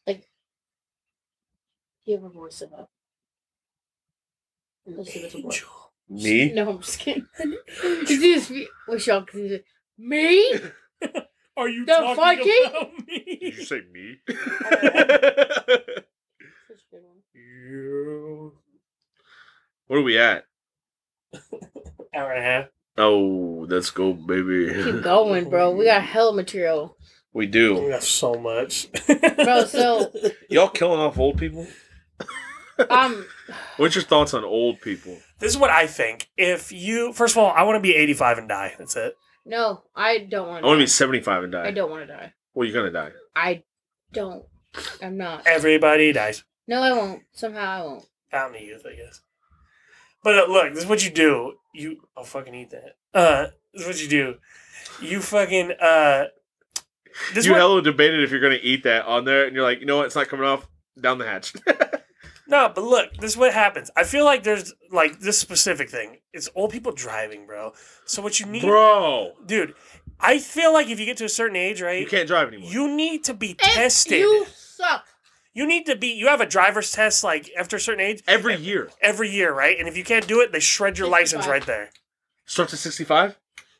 Speaker 4: Like, give a voice of a. Let's see what's a voice.
Speaker 2: Angel.
Speaker 3: Me?
Speaker 4: No, I'm just kidding. Just use- Wish y'all could use it. Me?
Speaker 2: Are you
Speaker 4: The
Speaker 2: talking
Speaker 4: Viking?
Speaker 2: about
Speaker 3: Did
Speaker 2: me?
Speaker 3: say me?
Speaker 2: You
Speaker 3: Where are we at?
Speaker 2: hour and a half.
Speaker 3: Oh, let's go, baby.
Speaker 4: Keep going, bro. We got hell material.
Speaker 3: We
Speaker 2: We
Speaker 3: do.
Speaker 2: got so much,
Speaker 4: Bro, so
Speaker 3: Y'all killing off old people?
Speaker 4: um
Speaker 3: What's your thoughts on old people?
Speaker 2: this is what I think. If you, first of all, I want to be 85 and die. That's it.
Speaker 4: no, I don't
Speaker 3: I
Speaker 4: want
Speaker 3: want to be
Speaker 4: to
Speaker 3: seventy-five and die.
Speaker 4: I don't want to die.
Speaker 3: Well, you're gonna die.
Speaker 4: I don't. I'm not.
Speaker 2: Everybody dies.
Speaker 4: No, I won't. Somehow I won't.
Speaker 2: fountain of youth, I guess. But uh, look, this is what you do. You, I'll fucking eat that. Uh, this is what you do. You fucking uh, this
Speaker 3: you
Speaker 2: one,
Speaker 3: hella debated if you're gonna eat that on there, and you're like, you know what? It's not coming off. Down the hatch.
Speaker 2: no, but look, this is what happens. I feel like there's like this specific thing. It's old people driving, bro. So what you need,
Speaker 3: Bro,
Speaker 2: dude? I feel like if you get to a certain age,
Speaker 3: you
Speaker 2: right,
Speaker 3: can't drive anymore.
Speaker 2: you need to be
Speaker 4: If
Speaker 2: tested.
Speaker 4: You suck.
Speaker 2: you need to be. You have a driver's test like after a certain age
Speaker 3: Every year.
Speaker 2: every year, right? And if you can't do it, they shred your license
Speaker 4: 65.
Speaker 2: right there.
Speaker 3: Start to 65?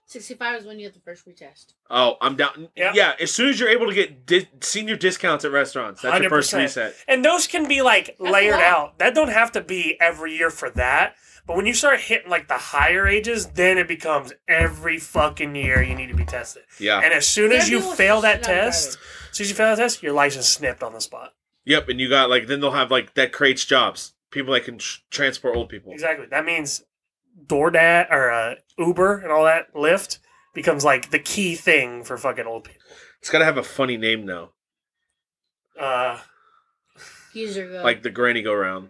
Speaker 4: 65 is when you get the first retest.
Speaker 3: Oh, I'm down.
Speaker 2: Yeah.
Speaker 3: Yeah, as soon as you're able to get di- senior discounts at restaurants, that's your first
Speaker 2: 100%.
Speaker 3: reset.
Speaker 2: And those can be like
Speaker 4: That's
Speaker 2: layered
Speaker 4: a lot.
Speaker 2: out. That don't have to be every year for that. But when you start hitting like the higher ages, then it becomes every fucking year you need to be tested.
Speaker 3: Yeah.
Speaker 2: And as soon as
Speaker 4: Some
Speaker 2: you
Speaker 4: people
Speaker 2: fail
Speaker 4: should
Speaker 2: that
Speaker 4: not drive
Speaker 2: test, as soon as you fail that test, your license snipped on the spot.
Speaker 3: yep, and you got like, then they'll have like, that creates jobs. People that can tr- transport old people.
Speaker 2: Exactly. That means DoorDash or uh, Uber and all that Lyft becomes like the key thing for fucking old people.
Speaker 3: It's got to have a funny name now.
Speaker 2: Uh,
Speaker 4: Geezer go.
Speaker 3: Like the granny go round.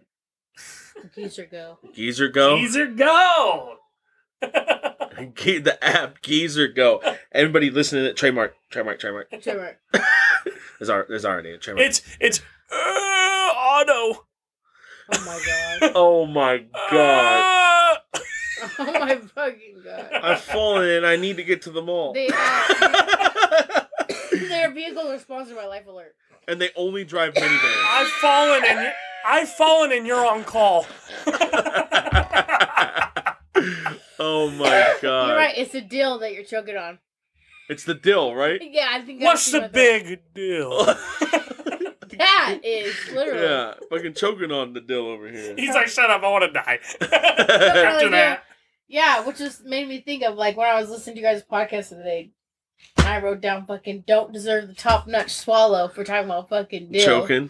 Speaker 4: Geezer go.
Speaker 3: Geezer go.
Speaker 2: Geezer go.
Speaker 3: Ge- the app, Geezer go. Everybody listening to it, trademark, trademark, trademark.
Speaker 4: Trevor.
Speaker 3: There's, our, there's already a trademark.
Speaker 2: oh, It's it's uh, auto.
Speaker 4: Oh my god.
Speaker 3: Oh my god.
Speaker 2: Ah!
Speaker 4: oh my fucking god.
Speaker 3: I've fallen and I need to get to the mall.
Speaker 4: They, uh, their vehicles are sponsored by Life Alert.
Speaker 3: and they only drive minivans.
Speaker 2: I've fallen and you- I've fallen and you're on call.
Speaker 3: oh my god.
Speaker 2: Uh,
Speaker 4: You're right. It's a deal that you're choking on.
Speaker 3: It's the dill, right?
Speaker 4: Yeah, I think. I
Speaker 2: What's
Speaker 4: see
Speaker 2: the
Speaker 4: what
Speaker 2: big deal?
Speaker 4: that- That is literally.
Speaker 3: Yeah, fucking choking on the dill over here.
Speaker 2: He's like, shut up, I want to die.
Speaker 4: Something
Speaker 2: After
Speaker 4: like
Speaker 2: that,
Speaker 4: Yeah, which just made me think of like when I was listening to you guys' podcast today. I wrote down fucking don't deserve the top notch swallow for talking about fucking deal.
Speaker 3: Choking.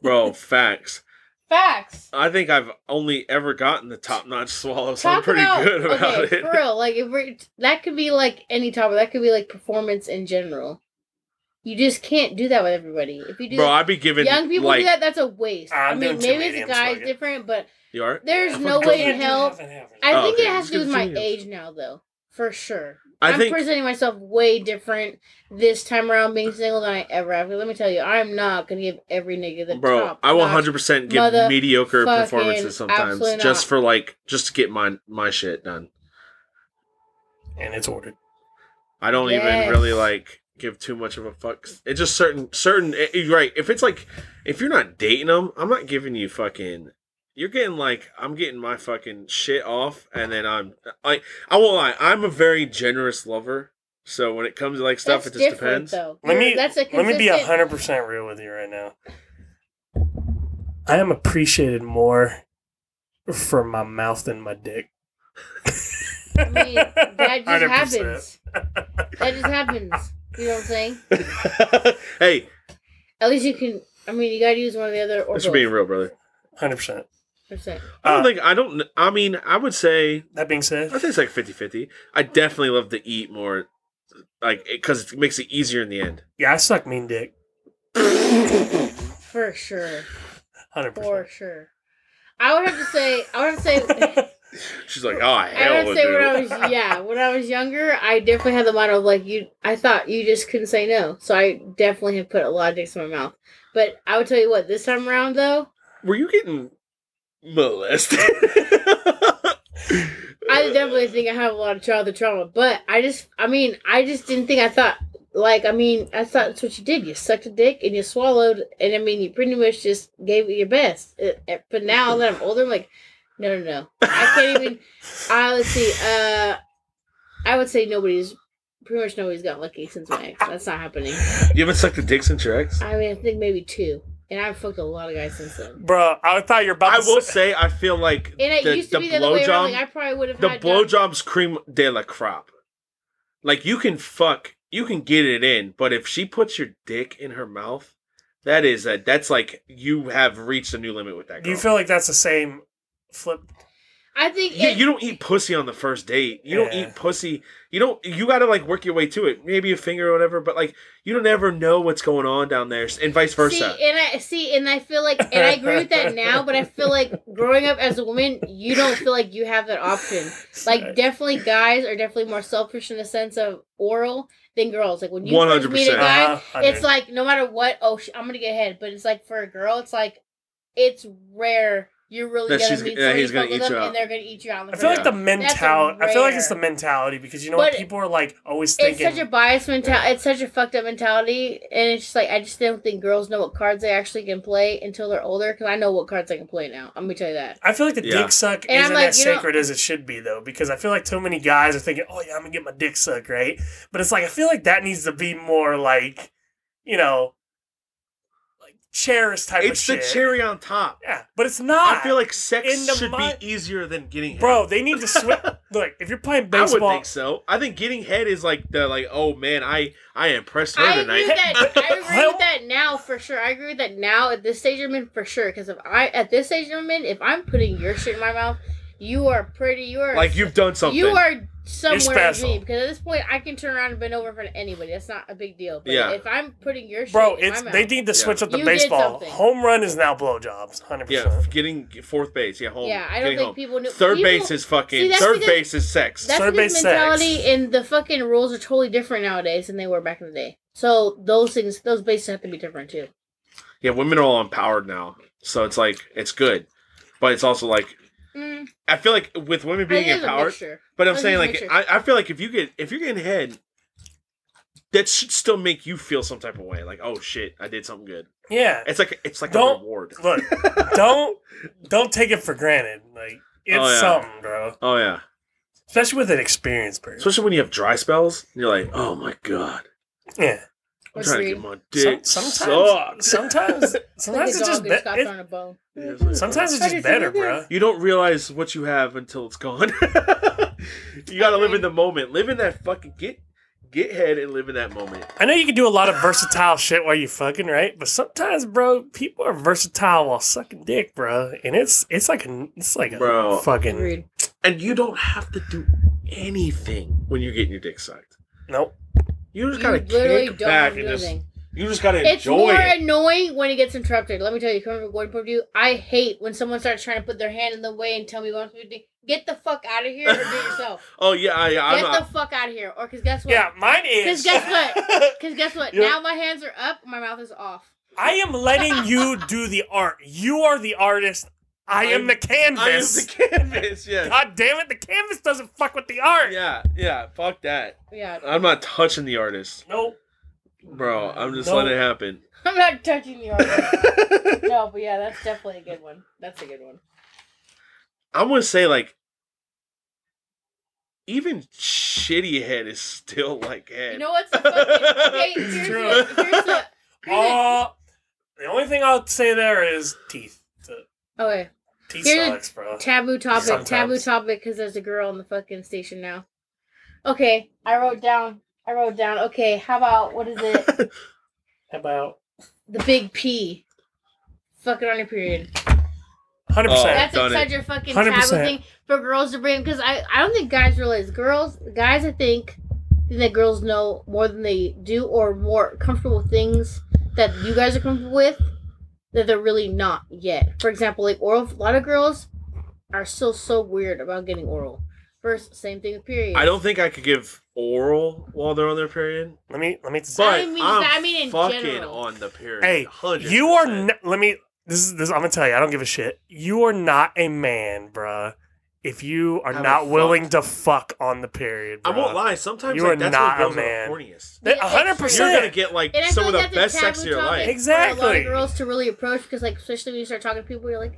Speaker 3: Bro, facts.
Speaker 4: Facts.
Speaker 3: I think I've only ever gotten the top notch swallow, so I'm
Speaker 4: Talk
Speaker 3: pretty
Speaker 4: about-
Speaker 3: good about
Speaker 4: okay,
Speaker 3: it.
Speaker 4: For real, like if we're, that could be like any topic. That could be like performance in general. You just can't do that with everybody. If you do,
Speaker 3: Bro,
Speaker 4: that,
Speaker 3: I'd be giving
Speaker 4: young people
Speaker 3: like
Speaker 4: do that. That's a waste.
Speaker 2: I'm
Speaker 4: I mean,
Speaker 2: doing two
Speaker 4: maybe it's a
Speaker 2: mediums,
Speaker 4: guy's
Speaker 2: fuck it.
Speaker 4: different, but
Speaker 3: you are.
Speaker 4: there's
Speaker 3: I
Speaker 4: no
Speaker 3: forgot.
Speaker 4: way in hell. I
Speaker 3: Oh,
Speaker 4: think
Speaker 3: okay.
Speaker 4: it has to do
Speaker 3: Let's
Speaker 4: with
Speaker 3: get
Speaker 4: my
Speaker 3: two mediums.
Speaker 4: age now, though, for sure.
Speaker 3: I
Speaker 4: I'm
Speaker 3: think
Speaker 4: presenting myself way different this time around being single than I ever have. Let me tell you, I'm not gonna give every nigga the
Speaker 3: Bro,
Speaker 4: top.
Speaker 3: I will
Speaker 4: notch.
Speaker 3: hundred percent give
Speaker 4: mother
Speaker 3: mediocre
Speaker 4: fucking
Speaker 3: performances sometimes,
Speaker 4: absolutely
Speaker 3: just
Speaker 4: not.
Speaker 3: for like, just to get my my shit done.
Speaker 2: and it's ordered.
Speaker 3: I don't
Speaker 4: Yes.
Speaker 3: even really like give too much of a fuck. It's just certain certain. eh, You're right. If it's like, if you're not dating them, I'm not giving you fucking. You're getting like I'm getting my fucking shit off, and then I'm like I won't lie. I'm a very generous lover, so when it comes to like stuff,
Speaker 4: That's
Speaker 3: it just
Speaker 4: different,
Speaker 3: depends.
Speaker 4: Though.
Speaker 2: Let me
Speaker 4: That's a
Speaker 2: let me be
Speaker 4: consistent-
Speaker 2: hundred percent real with you right now. I am appreciated more for my mouth than my dick.
Speaker 4: I mean, that just
Speaker 2: 100%.
Speaker 4: happens. That just happens. You know what I'm saying?
Speaker 3: hey,
Speaker 4: At least you can. I mean, you gotta use one or the other or
Speaker 3: thanks
Speaker 4: both.
Speaker 3: for being real, brother.
Speaker 2: Hundred percent.
Speaker 4: Percent.
Speaker 3: I don't
Speaker 2: Uh,
Speaker 3: think I don't. kn- I mean, I would say
Speaker 2: That being said,
Speaker 3: I think it's like 50-50. I definitely love to eat more, like because it makes it easier in the end.
Speaker 2: yeah, I suck mean dick.
Speaker 4: For sure.
Speaker 2: Hundred
Speaker 4: For
Speaker 2: percent.
Speaker 4: sure. I would have to say. I would have to say.
Speaker 3: She's like, oh hell,
Speaker 4: I would say
Speaker 3: dude."
Speaker 4: when I was yeah, when I was younger, I definitely had the motto of like you. I thought you just couldn't say no, so I definitely have put a lot of dicks in my mouth. But I would tell you what, this time around though,
Speaker 3: Were you getting molested?
Speaker 4: I definitely think I have a lot of childhood trauma. But I just, I mean, I just didn't think I thought like I mean I thought that's what you did. You sucked a dick and you swallowed, and I mean you pretty much just gave it your best. It- it- But now that I'm older, I'm like, no, no, no, I can't even. Uh, let's see. Uh, I would say nobody's pretty much nobody's got lucky since my ex. That's not happening.
Speaker 3: you haven't sucked a dick since your ex.
Speaker 4: I mean, I think maybe two, and I've fucked a lot of guys since then.
Speaker 2: Bro, I thought you were about
Speaker 3: I
Speaker 2: to
Speaker 3: will
Speaker 2: say-
Speaker 3: say, I feel like
Speaker 4: And it
Speaker 3: the,
Speaker 4: used to
Speaker 3: the
Speaker 4: be the other way around.
Speaker 3: blowjob,
Speaker 4: Like I probably would have
Speaker 3: the
Speaker 4: had
Speaker 3: blowjob's cream de la crop. Like you can fuck, you can get it in, but if she puts your dick in her mouth, that is a that's like you have reached a new limit with that girl.
Speaker 2: Do you feel like that's the same flip?
Speaker 4: I think
Speaker 3: Yeah,
Speaker 4: it-
Speaker 3: you don't eat pussy on the first date. You don't
Speaker 2: Yeah.
Speaker 3: eat pussy. You don't. You gotta like work your way to it. Maybe a finger or whatever. But like, you don't ever know what's going on down there, and vice versa.
Speaker 4: See, and I see, and I feel like, and I agree with that now. But I feel like growing up as a woman, you don't feel like you have that option. Like, definitely, guys are definitely more selfish in the sense of oral than girls. Like when you first meet a
Speaker 3: 100%.
Speaker 4: guy,
Speaker 2: Uh-huh, I
Speaker 4: it's
Speaker 2: do.
Speaker 4: like no matter what, oh, sh- I'm gonna get ahead. But it's like for a girl, it's like it's rare. You're really
Speaker 3: That
Speaker 4: gonna
Speaker 3: she's-
Speaker 4: meet
Speaker 3: yeah,
Speaker 4: somebody
Speaker 3: he's gonna
Speaker 4: fuck with
Speaker 3: eat
Speaker 4: them,
Speaker 3: you up.
Speaker 4: and they're gonna eat you out. On the
Speaker 2: I feel
Speaker 4: first
Speaker 2: like the mentality. I feel like it's the
Speaker 4: rare-
Speaker 2: mentality because you know
Speaker 4: But
Speaker 2: what people are like always
Speaker 4: it's
Speaker 2: thinking.
Speaker 4: such a biased mentality. It's such a fucked up mentality, and it's just like I just don't think girls know what cards they actually can play until they're older. Because I know what cards I can play now. I'm gonna tell you that.
Speaker 2: I feel like the
Speaker 3: Yeah.
Speaker 2: dick suck
Speaker 4: And I'm
Speaker 2: isn't
Speaker 4: like,
Speaker 2: as
Speaker 4: you know-
Speaker 2: sacred as it should be though, because I feel like too many guys are thinking, "Oh yeah, I'm gonna get my dick sucked," right? But it's like I feel like that needs to be more like, you know, like cherish type
Speaker 3: It's
Speaker 2: of
Speaker 3: the
Speaker 2: shit.
Speaker 3: cherry on top.
Speaker 2: yeah, but it's not.
Speaker 3: I feel like sex
Speaker 2: in the
Speaker 3: should
Speaker 2: mon-
Speaker 3: be easier than getting. Head.
Speaker 2: bro, they need to switch. Look, if you're playing
Speaker 3: I would
Speaker 2: baseball,
Speaker 3: think so. I think getting head is like the like. Oh man, I I impressed her
Speaker 4: I agree with
Speaker 3: tonight.
Speaker 4: that. I agree
Speaker 2: Well-
Speaker 4: with that now for sure. I agree with that now at this stage I'm in for sure. Because if I at this stage I'm in, if I'm putting your shit in my mouth, you are pretty. You are
Speaker 3: Like you've done something.
Speaker 4: you are somewhere in
Speaker 2: special.
Speaker 4: me. Because at this point I can turn around and bend over in front of anybody. That's not a big deal. But
Speaker 3: Yeah.
Speaker 4: if I'm putting your shit,
Speaker 2: bro,
Speaker 4: in
Speaker 2: it's
Speaker 4: my mouth,
Speaker 2: they need to switch up the
Speaker 4: You did
Speaker 2: baseball.
Speaker 4: something.
Speaker 2: Home run is now blowjobs, hundred
Speaker 3: Yeah,
Speaker 2: percent.
Speaker 3: getting fourth base. Yeah, home.
Speaker 4: Yeah, I don't
Speaker 3: getting
Speaker 4: think
Speaker 3: home.
Speaker 4: people knew-
Speaker 3: Third
Speaker 4: people-
Speaker 3: base is
Speaker 4: See,
Speaker 3: fucking.
Speaker 4: that's
Speaker 3: Third
Speaker 4: because-
Speaker 3: base is sex.
Speaker 4: That's
Speaker 2: Serve
Speaker 4: the
Speaker 2: based
Speaker 4: mentality,
Speaker 2: sex.
Speaker 4: and the fucking rules are totally different nowadays than they were back in the day. So those things, those bases have to be different too.
Speaker 3: yeah, women are all empowered now, so it's like it's good, but it's also like
Speaker 4: Mm,
Speaker 3: I feel like with women
Speaker 4: I think
Speaker 3: being
Speaker 4: it's a
Speaker 3: empowered,
Speaker 4: mixture.
Speaker 3: but I'm
Speaker 4: I think
Speaker 3: saying
Speaker 4: it's
Speaker 3: like
Speaker 4: a
Speaker 3: I, I feel like if you get if you're getting head, that should still make you feel some type of way. Like oh shit, I did something good.
Speaker 2: Yeah.
Speaker 3: It's like it's like a
Speaker 2: Don't-
Speaker 3: reward.
Speaker 2: Look, don't don't take it for granted. Like it's
Speaker 3: Oh, yeah.
Speaker 2: something, bro.
Speaker 3: Oh yeah.
Speaker 2: Especially with an experienced person.
Speaker 3: Especially when you have dry spells, and you're like, oh my god,
Speaker 2: yeah.
Speaker 3: I'm
Speaker 4: Or
Speaker 3: trying to
Speaker 4: three.
Speaker 3: get my dick
Speaker 2: Some- sometimes,
Speaker 3: sucked.
Speaker 2: sometimes,
Speaker 4: It's like
Speaker 2: sometimes
Speaker 4: a
Speaker 2: it's just
Speaker 4: dog that got
Speaker 2: be- it-
Speaker 4: on a bone.
Speaker 3: Yeah, it's like-
Speaker 2: sometimes it's
Speaker 4: How do you
Speaker 2: just
Speaker 4: feel
Speaker 2: better,
Speaker 4: like this?
Speaker 2: bro.
Speaker 3: you don't realize what you have until it's gone. you gotta live in the moment. Live in that fucking get get head and live in that moment.
Speaker 2: I know you can do a lot of versatile shit while you fucking right, but sometimes, bro, people are versatile while sucking dick, bro, and it's it's like a it's like a
Speaker 3: Bro.
Speaker 2: fucking
Speaker 4: Agreed.
Speaker 3: And you don't have to do anything when you're getting your dick sucked.
Speaker 2: nope.
Speaker 3: You just
Speaker 4: You
Speaker 3: gotta
Speaker 4: literally
Speaker 3: kick
Speaker 4: don't
Speaker 3: back
Speaker 4: have
Speaker 3: and
Speaker 4: to do
Speaker 3: just
Speaker 4: anything.
Speaker 3: you just gotta
Speaker 4: It's
Speaker 3: enjoy
Speaker 4: more
Speaker 3: it.
Speaker 4: annoying when it gets interrupted. Let me tell you, coming from one point of view, I hate when someone starts trying to put their hand in the way and tell me what I'm supposed to do. Get the fuck out of here or do it yourself.
Speaker 3: Oh yeah, I, I'm
Speaker 4: Get
Speaker 3: not.
Speaker 4: the fuck out of here. Or because guess what?
Speaker 2: Yeah, mine
Speaker 4: Because
Speaker 2: is.
Speaker 4: guess what? Because guess what?
Speaker 2: You're-
Speaker 4: Now my hands are up, my mouth is off.
Speaker 2: I am letting you do the art. You are the artist. I am
Speaker 3: I'm-
Speaker 2: the
Speaker 3: I am the
Speaker 2: canvas.
Speaker 3: canvas. Yeah,
Speaker 2: God damn it, the canvas doesn't fuck with the art.
Speaker 3: yeah, yeah. Fuck that.
Speaker 4: Yeah.
Speaker 3: I'm not touching the artist,
Speaker 2: Nope.
Speaker 3: bro. I'm just
Speaker 2: No.
Speaker 3: letting it happen.
Speaker 4: I'm not touching the arm. no, but yeah, that's definitely a good one. That's a good one.
Speaker 3: I'm gonna say like even shitty head is still like head.
Speaker 4: You know what's the fucking okay, here's,
Speaker 2: true.
Speaker 4: the- here's the- here's
Speaker 2: All, Uh, the only thing I'll say there is teeth.
Speaker 4: the- okay.
Speaker 2: Teeth
Speaker 4: Here's-
Speaker 2: sucks, bro.
Speaker 4: Taboo topic.
Speaker 2: Sometimes.
Speaker 4: Taboo topic because there's a girl on the fucking station now. Okay, I wrote down. I wrote down. Okay, how about what is it?
Speaker 2: How about
Speaker 4: the big P. Fuck it on your period.
Speaker 2: 100%.
Speaker 3: Oh.
Speaker 4: That's
Speaker 3: done
Speaker 4: like such a fucking taboo
Speaker 2: 100%.
Speaker 4: thing for girls to bring because I, I don't think guys realize girls guys I think think that girls know more than they do or more comfortable things that you guys are comfortable with that they're really not yet. For example, like oral. A lot of girls are still so weird about getting oral. First, same thing with period.
Speaker 3: I don't think I could give oral while they're on their period,
Speaker 2: Let me let me
Speaker 3: but I
Speaker 4: I mean-
Speaker 3: am
Speaker 4: I mean in
Speaker 3: fucking
Speaker 4: general.
Speaker 3: on the period.
Speaker 2: Hey,
Speaker 3: 100%.
Speaker 2: You are. N- let me. This is this. I'm gonna tell you. I don't give a shit. You are not a man, bruh. If you are
Speaker 3: I will
Speaker 2: not
Speaker 3: fuck.
Speaker 2: willing to fuck on the period,
Speaker 3: I won't
Speaker 2: bruh.
Speaker 3: lie. Sometimes
Speaker 2: You
Speaker 3: like,
Speaker 2: are
Speaker 3: that's
Speaker 2: not a
Speaker 3: when girls are the
Speaker 2: man.
Speaker 3: horniest.
Speaker 2: That-
Speaker 4: Yeah,
Speaker 2: 100%.
Speaker 4: it's
Speaker 3: You're
Speaker 4: true.
Speaker 3: gonna get like
Speaker 4: And I
Speaker 3: some
Speaker 4: feel
Speaker 3: of
Speaker 4: like
Speaker 3: the
Speaker 4: that's
Speaker 3: best
Speaker 4: a
Speaker 3: sex
Speaker 4: taboo
Speaker 3: of your
Speaker 4: topic
Speaker 3: life.
Speaker 4: for a lot
Speaker 2: Exactly.
Speaker 4: of girls to really approach because, like, especially when you start talking to people, you're like,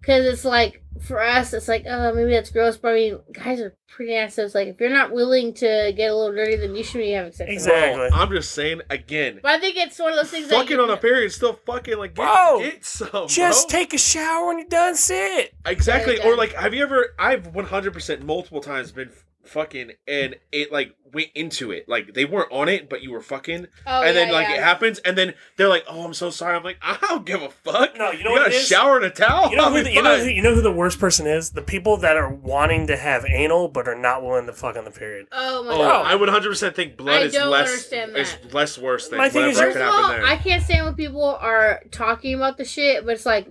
Speaker 4: because it's like for us, it's like, oh, maybe that's gross, but I mean, guys are pretty ass. So it's like if you're not willing to get a little dirty, then you shouldn't be having sex.
Speaker 2: Exactly.
Speaker 3: Bro, I'm just saying again.
Speaker 4: But I think it's one of those things that
Speaker 3: Fucking
Speaker 4: you-
Speaker 3: on a period, is still fucking like get,
Speaker 2: Bro,
Speaker 3: get some.
Speaker 2: Just
Speaker 3: bro.
Speaker 2: take a shower when you're done. Sit.
Speaker 3: Exactly.
Speaker 4: Sorry,
Speaker 3: Or
Speaker 4: Dan.
Speaker 3: like, have you ever? I've one hundred percent multiple times been f- fucking, and it like went into it. Like they weren't on it, but you were fucking,
Speaker 4: Oh,
Speaker 3: and
Speaker 4: yeah,
Speaker 3: then like
Speaker 4: yeah.
Speaker 3: it happens, and then they're like, "Oh, I'm so sorry." I'm like, "I don't give a fuck."
Speaker 2: No, you know
Speaker 3: you
Speaker 2: what
Speaker 3: got a
Speaker 2: it is.
Speaker 3: shower and a towel.
Speaker 2: You know,
Speaker 3: I'll
Speaker 2: who
Speaker 3: be
Speaker 2: the, you, know who,
Speaker 3: fine.
Speaker 2: you know who the worst person is? The people that are wanting to have anal but are not willing to fuck on the period.
Speaker 4: Oh my
Speaker 3: Oh,
Speaker 4: god.
Speaker 3: I would one hundred percent think blood
Speaker 4: I
Speaker 3: is
Speaker 4: don't
Speaker 3: less
Speaker 4: understand
Speaker 3: is
Speaker 4: that.
Speaker 3: less worse than
Speaker 2: My thing is
Speaker 3: whatever
Speaker 4: First
Speaker 3: could
Speaker 4: of
Speaker 3: happen
Speaker 4: all,
Speaker 3: there.
Speaker 4: I can't stand when people are talking about the shit, but it's like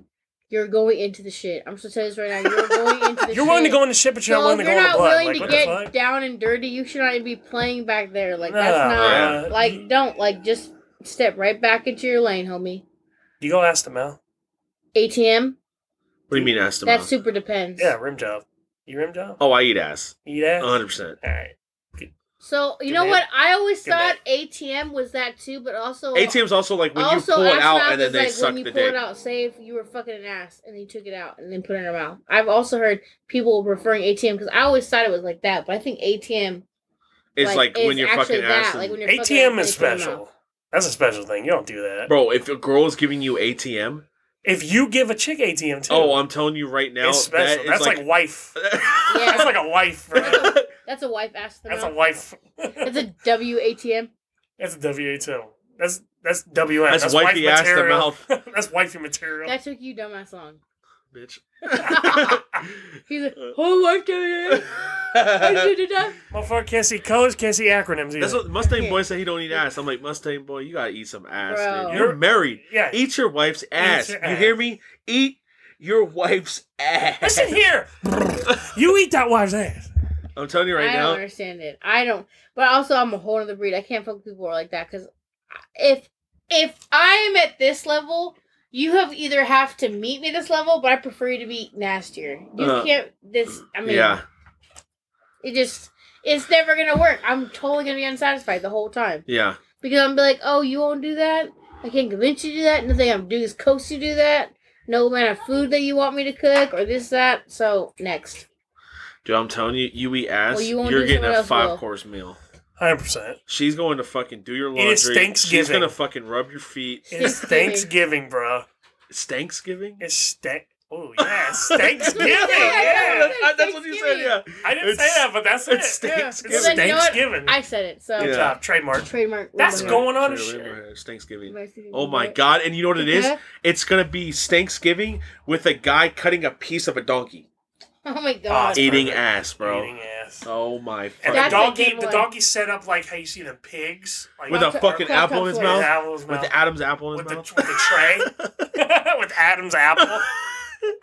Speaker 4: you're going into the shit. I'm just gonna tell you this right now. You're going into the
Speaker 2: You're willing to
Speaker 4: shit.
Speaker 2: go into shit, but you're
Speaker 4: So
Speaker 2: not willing
Speaker 4: if
Speaker 2: to
Speaker 4: you're
Speaker 2: go into
Speaker 4: not
Speaker 2: blood.
Speaker 4: willing
Speaker 2: Like,
Speaker 4: to
Speaker 2: what the
Speaker 4: get
Speaker 2: fuck?
Speaker 4: down and dirty, you should not be playing back there. Like
Speaker 2: Nah,
Speaker 4: that's not
Speaker 2: bruh.
Speaker 4: like don't like just step right back into your lane, homie.
Speaker 2: you go ask them out.
Speaker 4: ATM,
Speaker 3: what do you mean, ass to
Speaker 4: that
Speaker 3: mouth?
Speaker 4: super depends.
Speaker 2: Yeah, rim job. You rim job?
Speaker 3: Oh, I eat ass.
Speaker 2: Eat ass?
Speaker 3: One hundred percent.
Speaker 2: All right.
Speaker 4: So you
Speaker 2: Good
Speaker 4: know
Speaker 2: man.
Speaker 4: what? I always
Speaker 2: Good
Speaker 4: thought ATM was that too, but also
Speaker 3: ATM's also like when you
Speaker 4: also
Speaker 3: pull it
Speaker 4: ass
Speaker 3: out
Speaker 4: mouth
Speaker 3: and then
Speaker 4: is
Speaker 3: they
Speaker 4: like
Speaker 3: suck
Speaker 4: when you
Speaker 3: the
Speaker 4: pull
Speaker 3: dick.
Speaker 4: it out. Say if you were fucking an ass and then you took it out and then put it in your mouth. I've also heard people referring ATM because I always thought it was like that, but I think ATM
Speaker 3: It's like, when
Speaker 4: is
Speaker 3: you're
Speaker 4: actually
Speaker 3: fucking
Speaker 4: that,
Speaker 3: ass.
Speaker 4: like
Speaker 3: and-
Speaker 4: when you're fucking ass
Speaker 2: ATM
Speaker 4: and
Speaker 2: is
Speaker 4: you put it in your mouth.
Speaker 2: special. That's a special thing. You don't do that.
Speaker 3: Bro, if a girl is giving you ATM,
Speaker 2: If you give a chick ATM too,
Speaker 3: Oh, I'm telling you right now,
Speaker 2: it's special.
Speaker 3: that is
Speaker 2: That's like,
Speaker 3: like.
Speaker 2: wife.
Speaker 4: Yeah.
Speaker 2: That's like a wife. Bro.
Speaker 4: That's a wife ass. to the
Speaker 2: That's a
Speaker 4: mouth.
Speaker 2: wife.
Speaker 4: That's a WATM.
Speaker 2: That's a WA2. That's that's WM.
Speaker 3: That's wifey ass to mouth.
Speaker 2: that's wifey material.
Speaker 4: That took you dumbass long.
Speaker 3: Bitch.
Speaker 4: He's like,
Speaker 3: Uh.
Speaker 4: oh, wife WATM. I did it up."
Speaker 2: Motherfucker can't see colors, can't see acronyms either.
Speaker 3: That's what Mustang boy said. He don't eat ass. I'm like Mustang boy, you gotta eat some ass.
Speaker 4: Bro.
Speaker 3: dude. You're married.
Speaker 2: yeah.
Speaker 3: Eat your wife's ass.
Speaker 2: your
Speaker 3: you
Speaker 2: ass.
Speaker 3: hear me? Eat your wife's ass.
Speaker 2: Listen here. you eat that wife's ass.
Speaker 3: I'm telling you right
Speaker 4: I don't
Speaker 3: now.
Speaker 4: understand it. I don't. But also, I'm a whole other breed. I can't fuck with people who are like that because if if I'm at this level, you have either have to meet me this level, but I prefer you to be nastier. You
Speaker 3: Uh,
Speaker 4: can't. This. I mean.
Speaker 3: yeah.
Speaker 4: It just. It's never gonna work. I'm totally gonna be unsatisfied the whole time
Speaker 3: Yeah.
Speaker 4: because I'm be like, oh, you won't do that. I can't convince you to do that. Nothing I'm gonna do is coax you to do that. No amount of food that you want me to cook or this that. So next.
Speaker 3: Dude, I'm telling you, you eat ass,
Speaker 4: Well, you won't
Speaker 3: you're
Speaker 4: do
Speaker 3: getting
Speaker 4: someone
Speaker 3: a
Speaker 4: else will.
Speaker 3: five course meal.
Speaker 2: Hundred percent.
Speaker 3: She's going to fucking do your
Speaker 2: It
Speaker 3: laundry.
Speaker 2: is
Speaker 3: She's
Speaker 2: Thanksgiving.
Speaker 3: gonna fucking rub your feet.
Speaker 2: It's Thanksgiving, bro.
Speaker 3: It's Thanksgiving.
Speaker 2: It's stank. Oh yes, Thanksgiving.
Speaker 4: Yeah,
Speaker 2: yeah.
Speaker 4: yeah.
Speaker 3: Uh, that's what you said. Yeah,
Speaker 2: I didn't
Speaker 3: It's-
Speaker 2: say that, but that's
Speaker 3: it's
Speaker 2: it. Yeah. It's
Speaker 3: Thanksgiving.
Speaker 4: Well, then you know what?
Speaker 2: Thanksgiving.
Speaker 4: I said it. So
Speaker 2: Good
Speaker 3: Yeah.
Speaker 2: job, trademark.
Speaker 4: trademark.
Speaker 2: That's
Speaker 4: rumor.
Speaker 2: going on
Speaker 3: It's
Speaker 2: as
Speaker 3: really
Speaker 2: shit.
Speaker 3: weird. It's Thanksgiving. Oh my god! And you know what it is?
Speaker 4: Yeah.
Speaker 3: It's gonna be Thanksgiving with a guy cutting a piece of a donkey,
Speaker 4: Oh my god.
Speaker 2: Ah,
Speaker 3: eating
Speaker 2: perfect.
Speaker 3: ass, bro.
Speaker 2: Eating ass.
Speaker 3: Oh my!
Speaker 2: And
Speaker 3: fucking-
Speaker 2: the
Speaker 4: That's a
Speaker 2: donkey,
Speaker 4: good
Speaker 2: the
Speaker 4: one.
Speaker 2: donkey set up like how you see the pigs, like
Speaker 3: with a
Speaker 4: Crop-
Speaker 3: fucking
Speaker 4: crop
Speaker 3: apple in his
Speaker 4: top
Speaker 2: with
Speaker 4: mouth.
Speaker 2: apples
Speaker 3: with
Speaker 2: mouth.
Speaker 3: the Adam's apple in
Speaker 2: with
Speaker 3: his
Speaker 2: the,
Speaker 3: mouth,
Speaker 2: with the tray, with Adam's apple,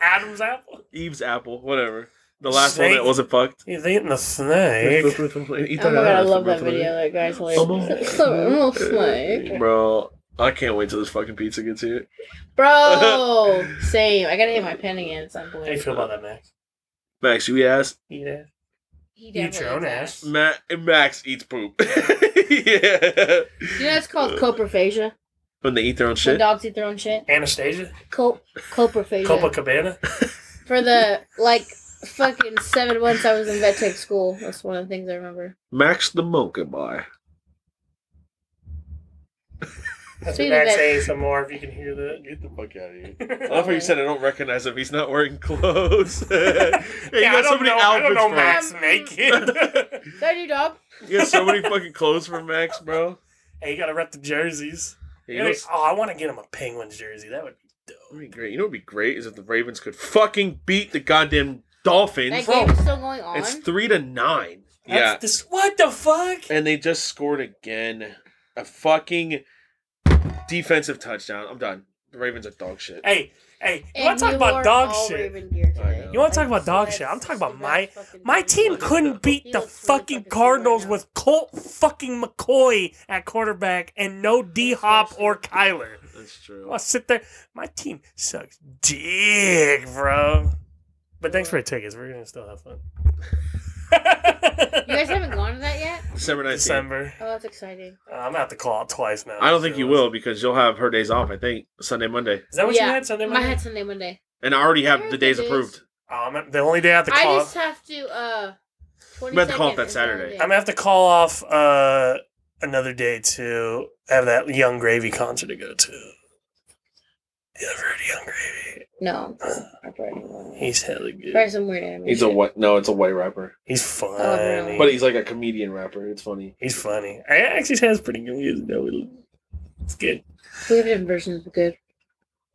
Speaker 2: Adam's apple.
Speaker 3: Eve's apple, whatever. The last one
Speaker 2: Snake.
Speaker 3: that wasn't fucked.
Speaker 2: He's eating a snake.
Speaker 3: Eat
Speaker 4: Oh my
Speaker 3: that
Speaker 4: god, I
Speaker 3: ass,
Speaker 4: love that
Speaker 3: bro.
Speaker 4: video. That guy's like,
Speaker 3: Come on.
Speaker 4: little snake.
Speaker 3: Bro, I can't wait till this fucking pizza gets here.
Speaker 4: Bro, same. I gotta hit my pen again at some
Speaker 2: How do you
Speaker 4: point.
Speaker 2: feel about that, Max?
Speaker 3: Max, you eat ass.
Speaker 2: Eat ass.
Speaker 4: He
Speaker 2: Eat your
Speaker 4: definitely
Speaker 2: own ass.
Speaker 4: does.
Speaker 3: Ma- Max eats poop. yeah.
Speaker 4: You know that's called coprophagia.
Speaker 3: When they eat their own
Speaker 4: When
Speaker 3: shit.
Speaker 4: dogs eat their own shit.
Speaker 2: Anastasia,
Speaker 4: Cop coprophagia.
Speaker 2: Copacabana.
Speaker 4: For the like fucking seven months I was in vet tech school. That's one of the things I remember.
Speaker 3: Max the monkey boy.
Speaker 2: That's
Speaker 4: Speaking
Speaker 2: what
Speaker 4: of
Speaker 2: Max
Speaker 4: that-
Speaker 2: saying some more if you can hear that.
Speaker 3: Get the fuck out of here. I
Speaker 2: yeah,
Speaker 3: love how you said I don't recognize him. He's not wearing clothes. yeah, you
Speaker 2: I don't, know, I don't know
Speaker 3: for
Speaker 2: Max
Speaker 4: him.
Speaker 2: naked.
Speaker 4: Is that your dog?
Speaker 3: him. You got so many fucking clothes for Max, bro.
Speaker 2: hey, you gotta rep the jerseys.
Speaker 3: Yeah, you
Speaker 2: Yeah,
Speaker 3: know,
Speaker 2: oh, I want to get him a Penguins jersey. That would be
Speaker 3: what'd be great. You know what'd be great is if the Ravens could fucking beat the goddamn Dolphins.
Speaker 4: That game's still going on.
Speaker 3: It's three to nine.
Speaker 2: That's
Speaker 3: yeah.
Speaker 2: This, what the fuck?
Speaker 3: And they just scored again. A fucking defensive touchdown. I'm done. The Ravens are dog shit.
Speaker 2: Hey, hey, you
Speaker 4: And
Speaker 2: want to talk
Speaker 4: you
Speaker 2: about
Speaker 4: wore
Speaker 2: dog
Speaker 4: all
Speaker 2: shit?
Speaker 4: Raven gear today.
Speaker 3: know.
Speaker 2: You want to talk
Speaker 4: Like,
Speaker 2: about dog
Speaker 4: that's
Speaker 2: shit? I'm talking
Speaker 4: the
Speaker 2: about
Speaker 4: best
Speaker 2: my
Speaker 4: fucking
Speaker 2: my
Speaker 4: thing.
Speaker 2: team couldn't beat
Speaker 4: He
Speaker 2: the
Speaker 4: looks really
Speaker 2: fucking
Speaker 4: fucking cool right
Speaker 2: Cardinals
Speaker 4: now.
Speaker 2: with Colt fucking McCoy at quarterback and no D Hop or Kyler.
Speaker 3: That's
Speaker 2: I
Speaker 3: true.
Speaker 2: will sit there. My team sucks dick, bro. But thanks for the tickets. We're gonna still have fun.
Speaker 4: You guys haven't gone to that yet?
Speaker 3: December 19th.
Speaker 2: December.
Speaker 4: Oh, that's exciting.
Speaker 2: Uh, I'm gonna have to call out twice now.
Speaker 3: I don't think you will because you'll have her days off, I think, Sunday, Monday.
Speaker 2: Is that what you
Speaker 4: Yeah.
Speaker 2: had Sunday
Speaker 4: My
Speaker 2: morning?
Speaker 4: head's Sunday, Monday.
Speaker 3: And I already have
Speaker 4: There
Speaker 3: the
Speaker 4: it
Speaker 3: days
Speaker 4: is.
Speaker 3: approved.
Speaker 2: Oh, I'm the only day I have to
Speaker 4: I
Speaker 2: call.
Speaker 4: just have to. uh
Speaker 3: We had to call it
Speaker 4: 22nd
Speaker 3: that
Speaker 4: is
Speaker 3: Saturday.
Speaker 2: I'm gonna have to call off uh, another day to have that Young Gravy concert to go to. You ever heard of Young Gravy?
Speaker 4: No, I probably won't.
Speaker 2: He's hella good.
Speaker 4: Probably some weird anime.
Speaker 3: He's a
Speaker 4: shit.
Speaker 3: white no, it's a white rapper.
Speaker 2: He's
Speaker 4: Oh,
Speaker 2: funny.
Speaker 4: really?
Speaker 3: But he's like a comedian rapper. It's funny.
Speaker 2: he's funny. I actually has pretty good music though. It's good.
Speaker 4: We have different versions of good.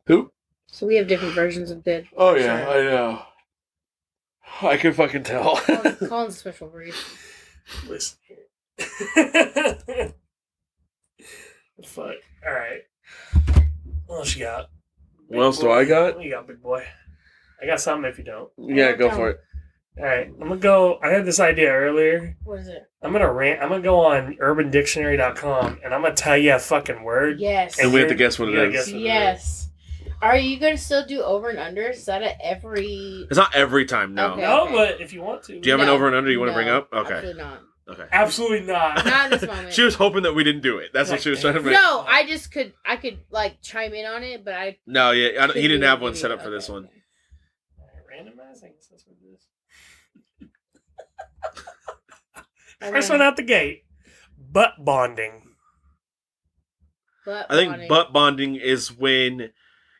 Speaker 3: Who?
Speaker 4: So we have different versions of good.
Speaker 3: Oh
Speaker 2: yeah,
Speaker 3: I know. I can fucking tell.
Speaker 4: Colin's, Colin's a special breed.
Speaker 2: Listen. Fuck. All right. What else you got? Big
Speaker 3: What else do
Speaker 2: boy?
Speaker 3: I got?
Speaker 2: What you got, big boy? I got something if you don't.
Speaker 3: Yeah, go for it.
Speaker 2: All right. I'm gonna go. I had this idea earlier.
Speaker 4: What is it?
Speaker 2: I'm gonna rant. I'm gonna go on UrbanDictionary.com and I'm gonna tell you a fucking word.
Speaker 4: Yes.
Speaker 3: And we have to guess what it
Speaker 2: Yeah, I
Speaker 3: is.
Speaker 2: guess-
Speaker 4: yes. Are you gonna still do over and under? Is that at every?
Speaker 3: It's not every time, no.
Speaker 4: Okay.
Speaker 2: No, but if you want to,
Speaker 3: Do you have an
Speaker 4: No.
Speaker 3: over and under you want to
Speaker 4: No,
Speaker 3: bring up? Okay.
Speaker 4: Absolutely not.
Speaker 3: Okay.
Speaker 2: absolutely not.
Speaker 4: Not at this moment.
Speaker 3: She was hoping that we didn't do it. That's what she was trying to make.
Speaker 4: no, I just could. I could like chime in on it, but I.
Speaker 3: No, yeah, I don't, he
Speaker 4: couldn't
Speaker 3: didn't
Speaker 4: do
Speaker 3: have
Speaker 4: it.
Speaker 3: one set up for this
Speaker 4: Okay.
Speaker 3: one.
Speaker 2: Randomizing. That's what it is.
Speaker 4: I
Speaker 2: First
Speaker 4: don't
Speaker 2: one
Speaker 4: know.
Speaker 2: out the gate. Butt bonding.
Speaker 4: Butt
Speaker 3: I think
Speaker 4: bonding.
Speaker 3: butt bonding is when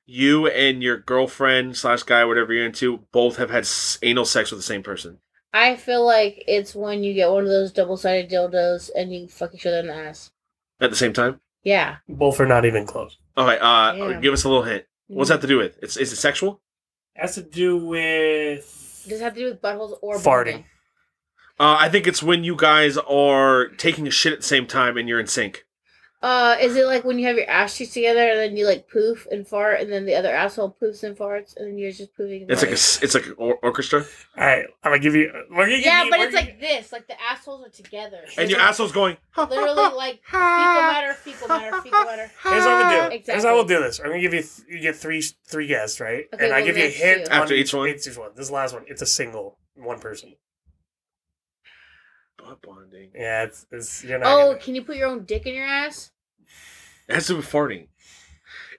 Speaker 3: you and your girlfriend slash guy, whatever you're into, both have had s- anal sex with the same person.
Speaker 4: I feel like it's when you get one of those double sided dildos and you fuck each other in the ass.
Speaker 3: At the same time?
Speaker 4: Yeah.
Speaker 2: Both are not even close.
Speaker 3: Okay, uh,
Speaker 4: Damn.
Speaker 3: give us a little hint. What's that to do with? It's, is it sexual?
Speaker 2: Has to do with
Speaker 4: Does it have to do with buttholes or
Speaker 2: farting.
Speaker 4: bonding?
Speaker 3: Uh, I think it's when you guys are taking a shit at the same time and you're in sync.
Speaker 4: Uh, is it like when you have your ass cheeks together and then you like poof and fart and then the other asshole poofs and farts and then you're just poofing? And
Speaker 3: It's like a
Speaker 4: farting?
Speaker 3: s- it's like an or- orchestra,
Speaker 2: All right, I'm gonna give you. we're gonna give
Speaker 4: yeah,
Speaker 2: you-
Speaker 4: but
Speaker 2: we're
Speaker 4: it's
Speaker 2: gonna-
Speaker 4: like this, like the assholes are together.
Speaker 3: and
Speaker 4: It's
Speaker 3: your
Speaker 4: like
Speaker 3: asshole's going. "Ha, ha,
Speaker 4: literally
Speaker 3: ha,
Speaker 4: like fecal
Speaker 3: ha,
Speaker 4: matter, fecal matter, fecal matter.
Speaker 3: ha."
Speaker 2: Here's how we do. it. Here's how
Speaker 4: Exactly.
Speaker 2: we'll do this. I'm gonna give you. Th- you get three three guesses, right?
Speaker 4: Okay,
Speaker 2: and I
Speaker 4: what
Speaker 2: give you a
Speaker 4: makes
Speaker 2: hint
Speaker 4: two?
Speaker 2: on
Speaker 3: After each one?
Speaker 2: It's each one. This last one. It's a single. One person.
Speaker 3: Butt bonding.
Speaker 2: Yeah, it's, it's you're not.
Speaker 4: Oh,
Speaker 2: gonna-
Speaker 4: can you put your own dick in your ass?
Speaker 3: It has to be farting.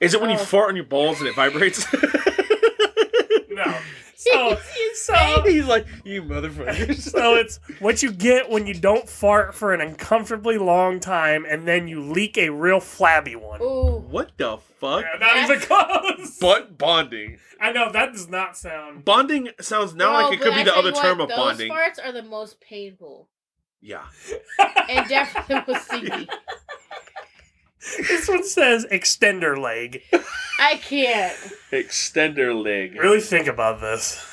Speaker 3: Is it when you
Speaker 4: Oh.
Speaker 3: fart on your balls and it vibrates?
Speaker 2: no. So so
Speaker 3: He's like, you motherfuckers.
Speaker 2: so it's what you get when you don't fart for an uncomfortably long time, and then you leak a real flabby one.
Speaker 4: Ooh,
Speaker 3: what the fuck?
Speaker 2: Yeah, not even close.
Speaker 3: Butt bonding.
Speaker 2: I know that does not sound.
Speaker 3: Bonding sounds now
Speaker 4: Bro,
Speaker 3: like it
Speaker 4: but
Speaker 3: could
Speaker 4: I
Speaker 3: be the
Speaker 4: tell
Speaker 3: other
Speaker 4: you what,
Speaker 3: term of
Speaker 4: those
Speaker 3: bonding.
Speaker 4: Farts are the most painful
Speaker 3: yeah.
Speaker 4: and definitely the most stinky.
Speaker 2: This one says extender leg.
Speaker 4: I can't.
Speaker 3: Extender leg.
Speaker 2: Really think about this.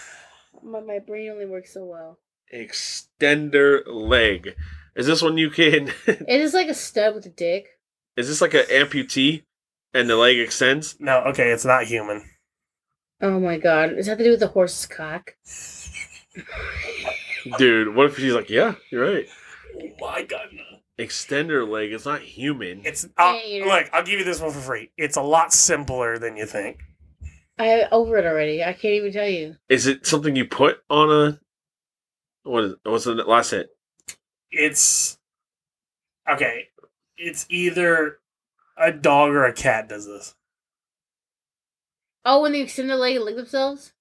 Speaker 4: My, my brain only works so well.
Speaker 3: Extender leg. Is this one you can?
Speaker 4: It is like a stud with a dick.
Speaker 3: Is this like an amputee, and the leg extends?
Speaker 2: No, okay, it's not human.
Speaker 4: Oh my god. Does that have to do with the horse's cock?
Speaker 3: Dude, what if she's like, yeah, you're right.
Speaker 2: Oh my god.
Speaker 3: Extender leg. It's not human.
Speaker 2: It's uh,
Speaker 4: Yeah, you're-
Speaker 2: look. I'll give you this one for free. It's a lot simpler than you think.
Speaker 4: I over it already. I can't even tell you.
Speaker 3: Is it something you put on a? What is? What's the last hit?
Speaker 2: It's okay. It's either a dog or a cat does this.
Speaker 4: Oh, when they extend their leg and lick themselves?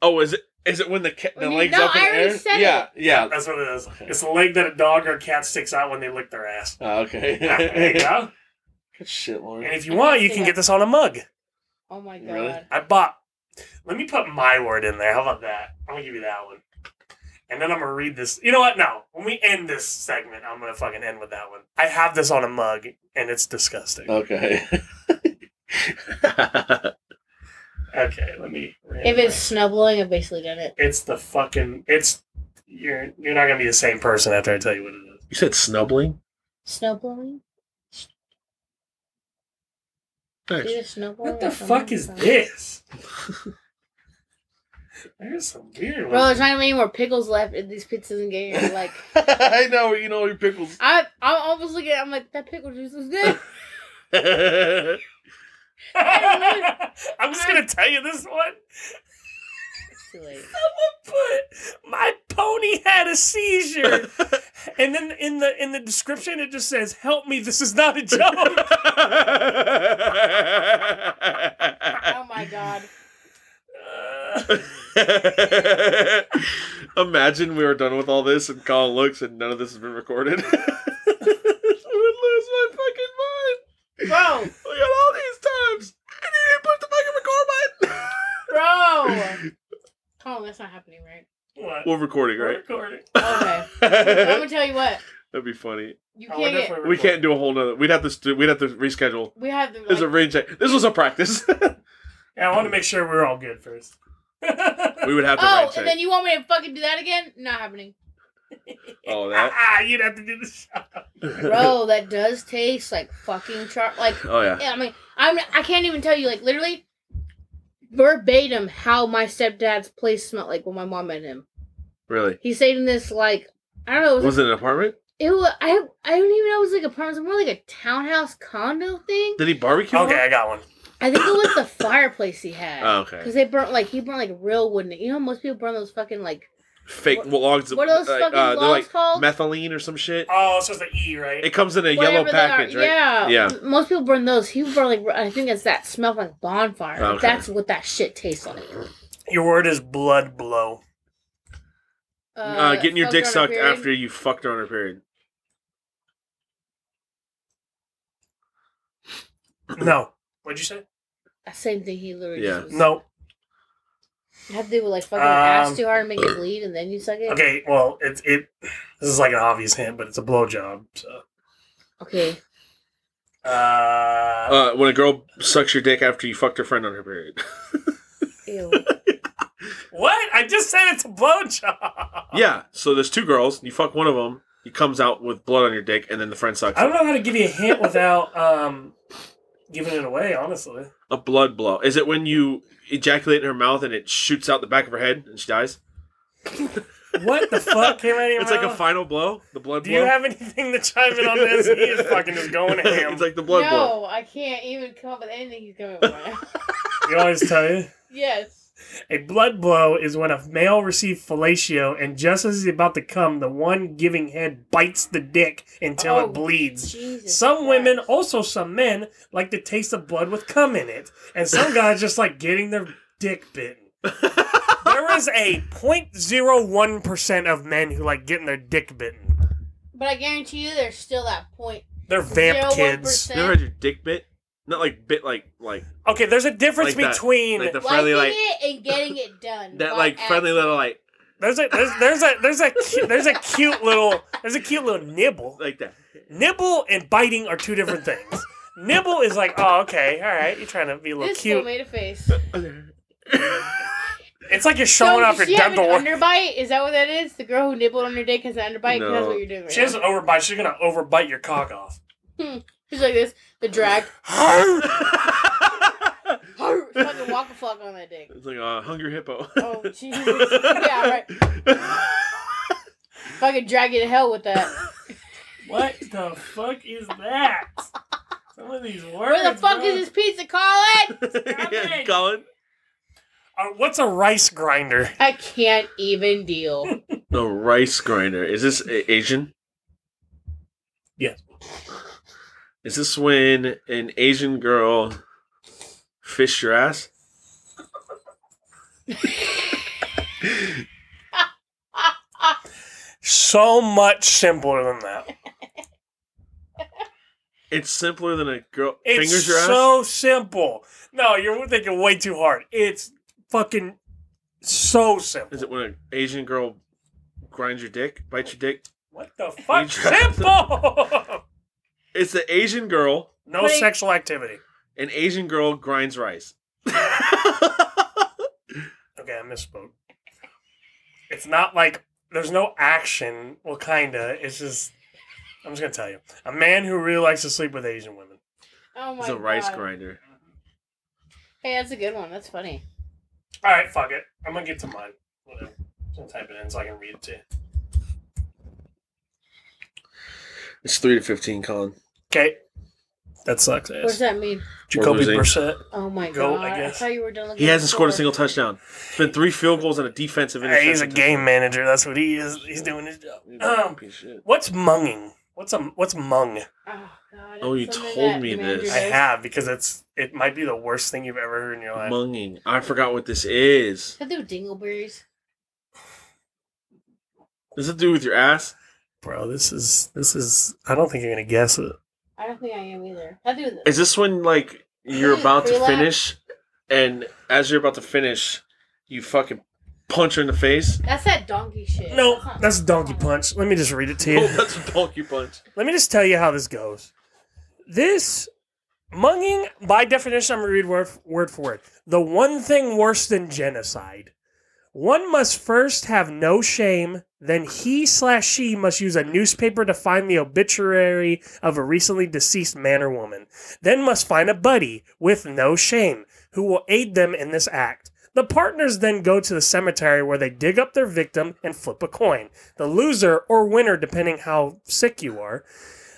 Speaker 3: Oh, is it? Is it when the ca- the
Speaker 4: When you-
Speaker 3: legs
Speaker 4: no,
Speaker 3: up in
Speaker 4: I
Speaker 3: the
Speaker 4: already
Speaker 3: air?
Speaker 4: said
Speaker 3: yeah,
Speaker 4: it.
Speaker 3: yeah.
Speaker 2: That's what it is. It's the leg that a dog or a cat sticks out when they lick their ass.
Speaker 3: Ah,
Speaker 2: There you
Speaker 3: okay.
Speaker 2: go.
Speaker 3: Good shit,
Speaker 2: And
Speaker 3: Lauren.
Speaker 2: if you want, you can get this on a mug.
Speaker 4: Oh my god.
Speaker 3: Really?
Speaker 2: I bought. Let me put my word in there. How about that? I'm gonna give you that one. And then I'm gonna read this. You know what? No. When we end this segment, I'm gonna fucking end with that one. I have this on a mug, and it's
Speaker 3: Uh,
Speaker 2: disgusting.
Speaker 3: Okay.
Speaker 2: Okay, let me.
Speaker 4: If it's snubbling, I've basically done it.
Speaker 2: it's the fucking it's you're you're not gonna be the same person after I tell you what it is.
Speaker 3: you said snubbling.
Speaker 4: Snowblowing? Do
Speaker 3: Nice.
Speaker 4: the snowblowing?
Speaker 2: What
Speaker 4: or
Speaker 2: the
Speaker 4: something?
Speaker 2: fuck is this? There's some weird
Speaker 4: Bro,
Speaker 2: ones.
Speaker 4: there's not even any more pickles left in these pizzas and games. Like,
Speaker 3: I know. You know your pickles.
Speaker 4: I, I'm almost looking at I'm like, that pickle juice is good.
Speaker 2: I'm just gonna tell you this one.
Speaker 4: It's too late.
Speaker 2: Someone put my pony had a seizure, and then in the in the description it just says, "Help me! This is not a joke."
Speaker 4: Oh my god.
Speaker 2: Uh,
Speaker 3: Imagine we were done with all this and Colin looks and none of this has been recorded. I would lose my fucking mind.
Speaker 4: Bro,
Speaker 3: Look at all these times. And you didn't put the fucking record button.
Speaker 4: bro. Colin, that's not happening, right?
Speaker 2: what?
Speaker 3: We're recording,
Speaker 2: We're
Speaker 3: right?
Speaker 2: recording.
Speaker 4: Okay. I'm
Speaker 3: That'd
Speaker 4: gonna tell you what.
Speaker 3: be funny.
Speaker 4: You
Speaker 2: I wonder
Speaker 4: can't
Speaker 2: if
Speaker 4: get.
Speaker 2: we're
Speaker 3: We can't
Speaker 2: recording.
Speaker 3: do a whole nother. We'd have to. St- we'd have to reschedule.
Speaker 4: We have the.
Speaker 3: There's a
Speaker 4: like-
Speaker 3: rain check. This was a practice.
Speaker 2: Yeah, I want to make sure we're all good first.
Speaker 3: we would have to
Speaker 4: oh,
Speaker 3: rain check.
Speaker 4: and then you want me to fucking do that again? Not happening.
Speaker 3: Oh, that.
Speaker 2: Ah, you'd have to do the show.
Speaker 4: Bro, that does taste like fucking char. Like,
Speaker 3: oh yeah.
Speaker 4: yeah, I mean, I'm. I can't even tell you. Like, literally, verbatim, how my stepdad's place smelled like when my mom met him.
Speaker 3: Really.
Speaker 4: He stayed in this like I don't know. It was,
Speaker 3: Was it an apartment?
Speaker 4: it was I. I don't even know. It was like a apartment. It was more like a townhouse condo thing.
Speaker 3: Did he barbecue?
Speaker 2: Okay,
Speaker 3: one?
Speaker 2: I got one.
Speaker 4: I think it was the fireplace he had.
Speaker 3: Oh, okay.
Speaker 4: Cause they burnt like he burnt like real wooden. You know, most people burn those fucking like
Speaker 3: Fake logs.
Speaker 4: what are those
Speaker 3: like,
Speaker 4: fucking
Speaker 3: uh, they're
Speaker 4: logs
Speaker 3: like
Speaker 4: called?
Speaker 3: methylene or some shit.
Speaker 2: Oh, so it's the E, right?
Speaker 3: It comes in a yellow
Speaker 4: Whatever they are.
Speaker 3: package, right?
Speaker 4: Yeah,
Speaker 3: Yeah.
Speaker 4: M- Most people burn those. He burn like I think it's that smell of, like bonfire. Like,
Speaker 3: Oh, Okay.
Speaker 4: that's what that shit tastes like.
Speaker 2: Your word is blood blow.
Speaker 4: Uh,
Speaker 3: Uh, getting your
Speaker 4: fuck
Speaker 3: dick
Speaker 4: on a
Speaker 3: sucked
Speaker 4: period.
Speaker 3: after you fucked her on her period.
Speaker 2: No. What'd you say?
Speaker 4: That same thing he literally.
Speaker 3: Yeah.
Speaker 4: Just,
Speaker 2: No.
Speaker 4: You have to do with like fucking your ass
Speaker 2: Um,
Speaker 4: too hard and make it bleed, and then you suck it.
Speaker 2: Okay, well, it, it this is like an obvious hint, but it's a blowjob. So.
Speaker 4: Okay.
Speaker 2: Uh,
Speaker 3: Uh, when a girl sucks your dick after you fucked her friend on her period.
Speaker 2: Uh-huh.
Speaker 4: Ew.
Speaker 2: what? I just said it's a blowjob.
Speaker 3: yeah. So there's two girls. You fuck one of them. He comes out with blood on your dick, and then the friend sucks.
Speaker 2: I don't
Speaker 3: it.
Speaker 2: know how to give you a hint without um, giving it away. Honestly,
Speaker 3: A blood blow. Is it when you ejaculate in her mouth and it shoots out the back of her head and she dies?
Speaker 2: what the fuck came out of your
Speaker 3: It's like a
Speaker 2: mouth?
Speaker 3: final blow. The blood
Speaker 2: Do
Speaker 3: blow.
Speaker 2: you have anything to chime in on this? He is fucking just going ham.
Speaker 3: it's like the blood
Speaker 4: no,
Speaker 3: blow.
Speaker 4: I can't even come up with anything he's coming up with.
Speaker 2: You always tell you.
Speaker 4: yes.
Speaker 2: A blood blow is when a male receives fellatio, and just as he's about to come, the one giving head bites the dick until
Speaker 4: Oh,
Speaker 2: it bleeds.
Speaker 4: Jesus
Speaker 2: Some women,
Speaker 4: Christ.
Speaker 2: also some men, like the taste of blood with cum in it, and some guys just like getting their dick bitten. there is a 0.01% of men who like getting their dick bitten.
Speaker 4: But I guarantee you, there's still that point.
Speaker 2: They're vamp
Speaker 4: 0.01%.
Speaker 2: kids.
Speaker 3: You ever had your dick bit? Not like bit, like like
Speaker 2: Okay, there's a difference
Speaker 3: Like that.
Speaker 2: between
Speaker 3: like the friendly
Speaker 4: Liking
Speaker 3: like
Speaker 4: it and getting it done.
Speaker 3: that
Speaker 4: Butt
Speaker 3: like friendly
Speaker 4: ass.
Speaker 3: little like
Speaker 2: there's a there's there's a there's a cu- there's a cute little there's a cute little nibble.
Speaker 3: like that.
Speaker 2: Nibble and biting are two different things. Nibble is like, oh, okay, all right, you're trying to be a little
Speaker 4: This
Speaker 2: cute.
Speaker 4: fool made a face.
Speaker 2: It's like you're showing
Speaker 4: so
Speaker 2: off your
Speaker 4: does she have
Speaker 2: dental work.
Speaker 4: an underbite? Is that what that is? The girl who nibbled on her dick has an underbite? 'Cause That's
Speaker 3: No.
Speaker 4: what you're doing right
Speaker 2: She has an overbite. She's gonna overbite your cock off.
Speaker 4: now. She's like this. The drag. fucking walk a fuck on that dick.
Speaker 3: it's like a hungry hippo.
Speaker 4: Oh, Jesus. yeah, right. Fucking drag you to hell with that.
Speaker 2: What the fuck is that? Some of these words.
Speaker 4: Where the fuck
Speaker 2: bro.
Speaker 4: is this pizza, Colin?
Speaker 3: yeah,
Speaker 2: it.
Speaker 3: Colin.
Speaker 2: Uh, what's a rice grinder?
Speaker 4: I can't even deal.
Speaker 3: The rice grinder. Is this a- Asian?
Speaker 2: Yes.
Speaker 3: Is this when an Asian girl fished your ass?
Speaker 2: So much simpler than that.
Speaker 3: It's simpler than a girl
Speaker 2: It's
Speaker 3: fingers your ass.
Speaker 2: so simple. No, you're thinking way too hard. It's fucking so simple.
Speaker 3: Is it when an Asian girl grinds your dick, bites your dick?
Speaker 2: What the fuck?
Speaker 3: tried-
Speaker 2: Simple.
Speaker 3: It's the Asian girl.
Speaker 2: no
Speaker 4: Wait.
Speaker 2: sexual activity.
Speaker 3: An Asian girl grinds rice.
Speaker 2: Okay, I misspoke. It's not like there's no action. Well, kinda. It's just I'm just gonna tell you. A man who really likes to sleep with Asian women.
Speaker 4: Oh my
Speaker 3: it's a rice
Speaker 4: God.
Speaker 3: grinder.
Speaker 4: Hey, that's a good one. That's funny.
Speaker 2: All right, fuck it. I'm gonna get to mine. Whatever. I'm gonna type it in so I can read it to you.
Speaker 3: It's three to fifteen, Colin.
Speaker 2: Okay. That sucks
Speaker 4: What does
Speaker 2: ass.
Speaker 4: that mean?
Speaker 2: Jacoby
Speaker 3: We're losing.
Speaker 2: Brissett.
Speaker 4: Oh my
Speaker 2: Go,
Speaker 4: god!
Speaker 2: I
Speaker 4: I,
Speaker 2: guess.
Speaker 4: thought you were done looking.
Speaker 3: He
Speaker 4: at
Speaker 3: hasn't scored a
Speaker 4: score.
Speaker 3: single touchdown. It's been three field goals and a defensive
Speaker 2: Hey,
Speaker 3: interception.
Speaker 2: he's a game manager. That's what he is. He's doing his job. Um,
Speaker 3: Piece of shit.
Speaker 2: what's munging? What's a what's mung?
Speaker 4: Oh, god,
Speaker 3: Oh,
Speaker 4: it's
Speaker 3: you
Speaker 4: something
Speaker 3: told
Speaker 4: that
Speaker 3: me
Speaker 4: the manager
Speaker 3: this.
Speaker 2: I
Speaker 4: does.
Speaker 2: have because it's it might be the worst thing you've ever heard in your life.
Speaker 3: Munging. I forgot what this is.
Speaker 4: Does that do with dingleberries?
Speaker 3: Does it do with your ass?
Speaker 2: Bro, this is this is I don't think you're gonna guess it.
Speaker 4: I don't think I am either. That do with
Speaker 3: Is this when like you're
Speaker 4: Hey,
Speaker 3: about to
Speaker 4: relax.
Speaker 3: finish, and as you're about to finish, you fucking punch her in the face?
Speaker 4: That's that donkey shit.
Speaker 2: No,
Speaker 4: not-
Speaker 2: that's Donkey
Speaker 4: not-
Speaker 2: Punch. Let me just read it to
Speaker 3: Oh,
Speaker 2: you.
Speaker 3: that's a bulky punch.
Speaker 2: Let me just tell you how this goes. This munging, by definition, I'm going to read word, word for word. The one thing worse than genocide. One must first have no shame, then he slash she must use a newspaper to find the obituary of a recently deceased man or woman, then must find a buddy with no shame who will aid them in this act. The partners then go to the cemetery where they dig up their victim and flip a coin. The loser or winner, depending how sick you are,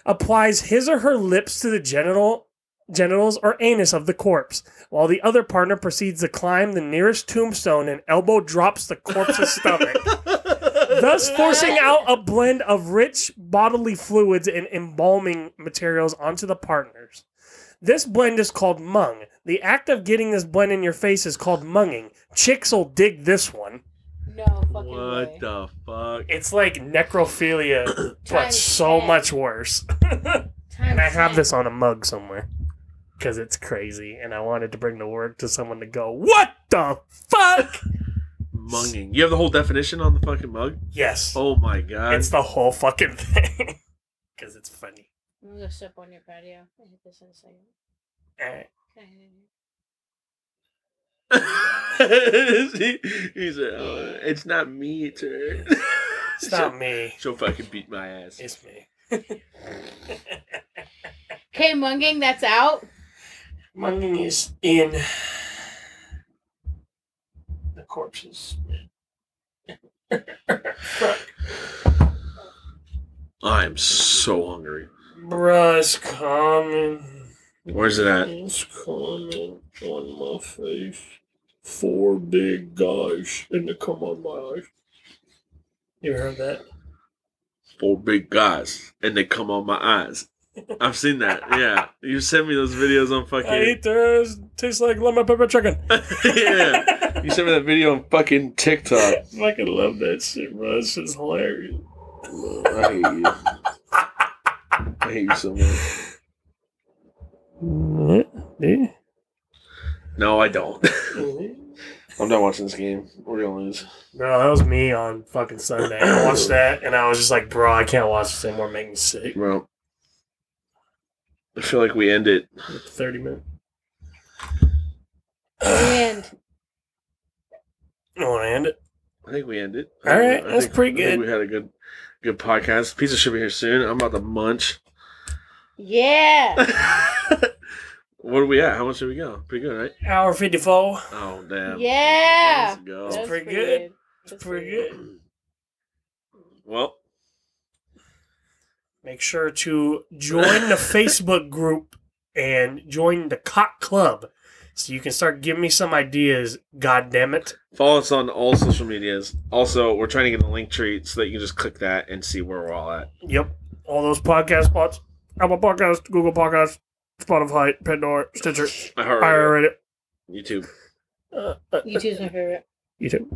Speaker 2: applies his or her lips to the genital genitals or anus of the corpse, while the other partner proceeds to climb the nearest tombstone and elbow drops the corpse's stomach, thus forcing out a blend of rich bodily fluids and embalming materials onto the partners. This blend is called mung. The act of getting this blend in your face is called munging. Chicks will dig this one.
Speaker 4: No fucking
Speaker 3: What
Speaker 4: way.
Speaker 3: the fuck?
Speaker 2: It's like necrophilia, but
Speaker 4: Times
Speaker 2: so
Speaker 4: 10.
Speaker 2: much worse.
Speaker 4: Times
Speaker 2: And I have
Speaker 4: 10.
Speaker 2: this on a mug somewhere because it's crazy, and I wanted to bring the word to someone to go, "What the fuck?"
Speaker 3: Munging. You have the whole definition on the fucking mug?
Speaker 2: yes,
Speaker 3: Oh my god.
Speaker 2: it's the whole fucking thing because it's funny.
Speaker 4: I'm gonna go step on your patio. I hit this in a second.
Speaker 2: Alright.
Speaker 4: Can I hit it?
Speaker 3: He- He's like, "Oh, it's not me, it's her.
Speaker 2: It's not me.
Speaker 3: She'll fucking beat my ass.
Speaker 2: It's me.
Speaker 4: Okay, Mungang, that's out.
Speaker 2: Munging is in the corpses.
Speaker 3: I'm so hungry.
Speaker 2: Bruh's coming.
Speaker 3: Where's it at?
Speaker 2: It's coming on my face. Four big guys and they come on my eyes. You heard that?
Speaker 3: Four big guys, and they come on my eyes. I've seen that. Yeah, you sent me those videos on
Speaker 2: I
Speaker 3: fucking.
Speaker 2: eat theirs. Tastes like lemon pepper chicken.
Speaker 3: yeah, you sent me that video on fucking TikTok.
Speaker 2: Fucking love that shit, bro. It's just hilarious.
Speaker 3: I hate you. I hate you so much.
Speaker 2: What?
Speaker 3: No, I don't. I'm not watching this game. We're gonna lose.
Speaker 2: Bro, that was me on fucking Sunday. I watched that and I was just like, bro, I can't watch this anymore. Make me sick.
Speaker 3: Well, I feel like we end it.
Speaker 2: 30 minutes.
Speaker 4: And
Speaker 2: You want to end it?
Speaker 3: I think we end it.
Speaker 2: All right,
Speaker 3: I
Speaker 2: that's
Speaker 3: think-
Speaker 2: pretty
Speaker 3: I think
Speaker 2: good.
Speaker 3: we had a good, good podcast. Pizza should be here soon. I'm about to munch.
Speaker 4: yeah.
Speaker 3: what are we at? How much did we go? Pretty good, right?
Speaker 2: Hour 54.
Speaker 3: Oh damn.
Speaker 4: Yeah.
Speaker 3: Let's
Speaker 4: That was
Speaker 3: go.
Speaker 2: pretty good.
Speaker 4: That was
Speaker 2: It's pretty good.
Speaker 3: Well,
Speaker 2: Make sure to join the Facebook group and join the Cock Club so you can start giving me some ideas. God damn it.
Speaker 3: follow us on all social medias. Also, we're trying to get the link tree so that you can just click that and see where we're all at.
Speaker 2: Yep. All those podcast spots Apple Podcast, Google Podcast, Spotify, Pandora, Stitcher,
Speaker 3: I heard
Speaker 2: iHeartRadio,
Speaker 3: YouTube.
Speaker 2: uh, uh,
Speaker 4: YouTube's my favorite.
Speaker 2: YouTube.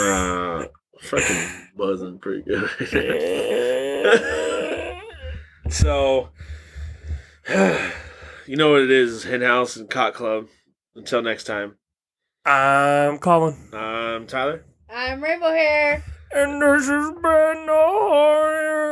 Speaker 3: Uh, fucking buzzing pretty good. so, you know what it is, Hen House and Cock Club. Until next time,
Speaker 2: I'm Colin.
Speaker 3: I'm Tyler.
Speaker 4: I'm Rainbow Hair.
Speaker 2: And this has been the Horror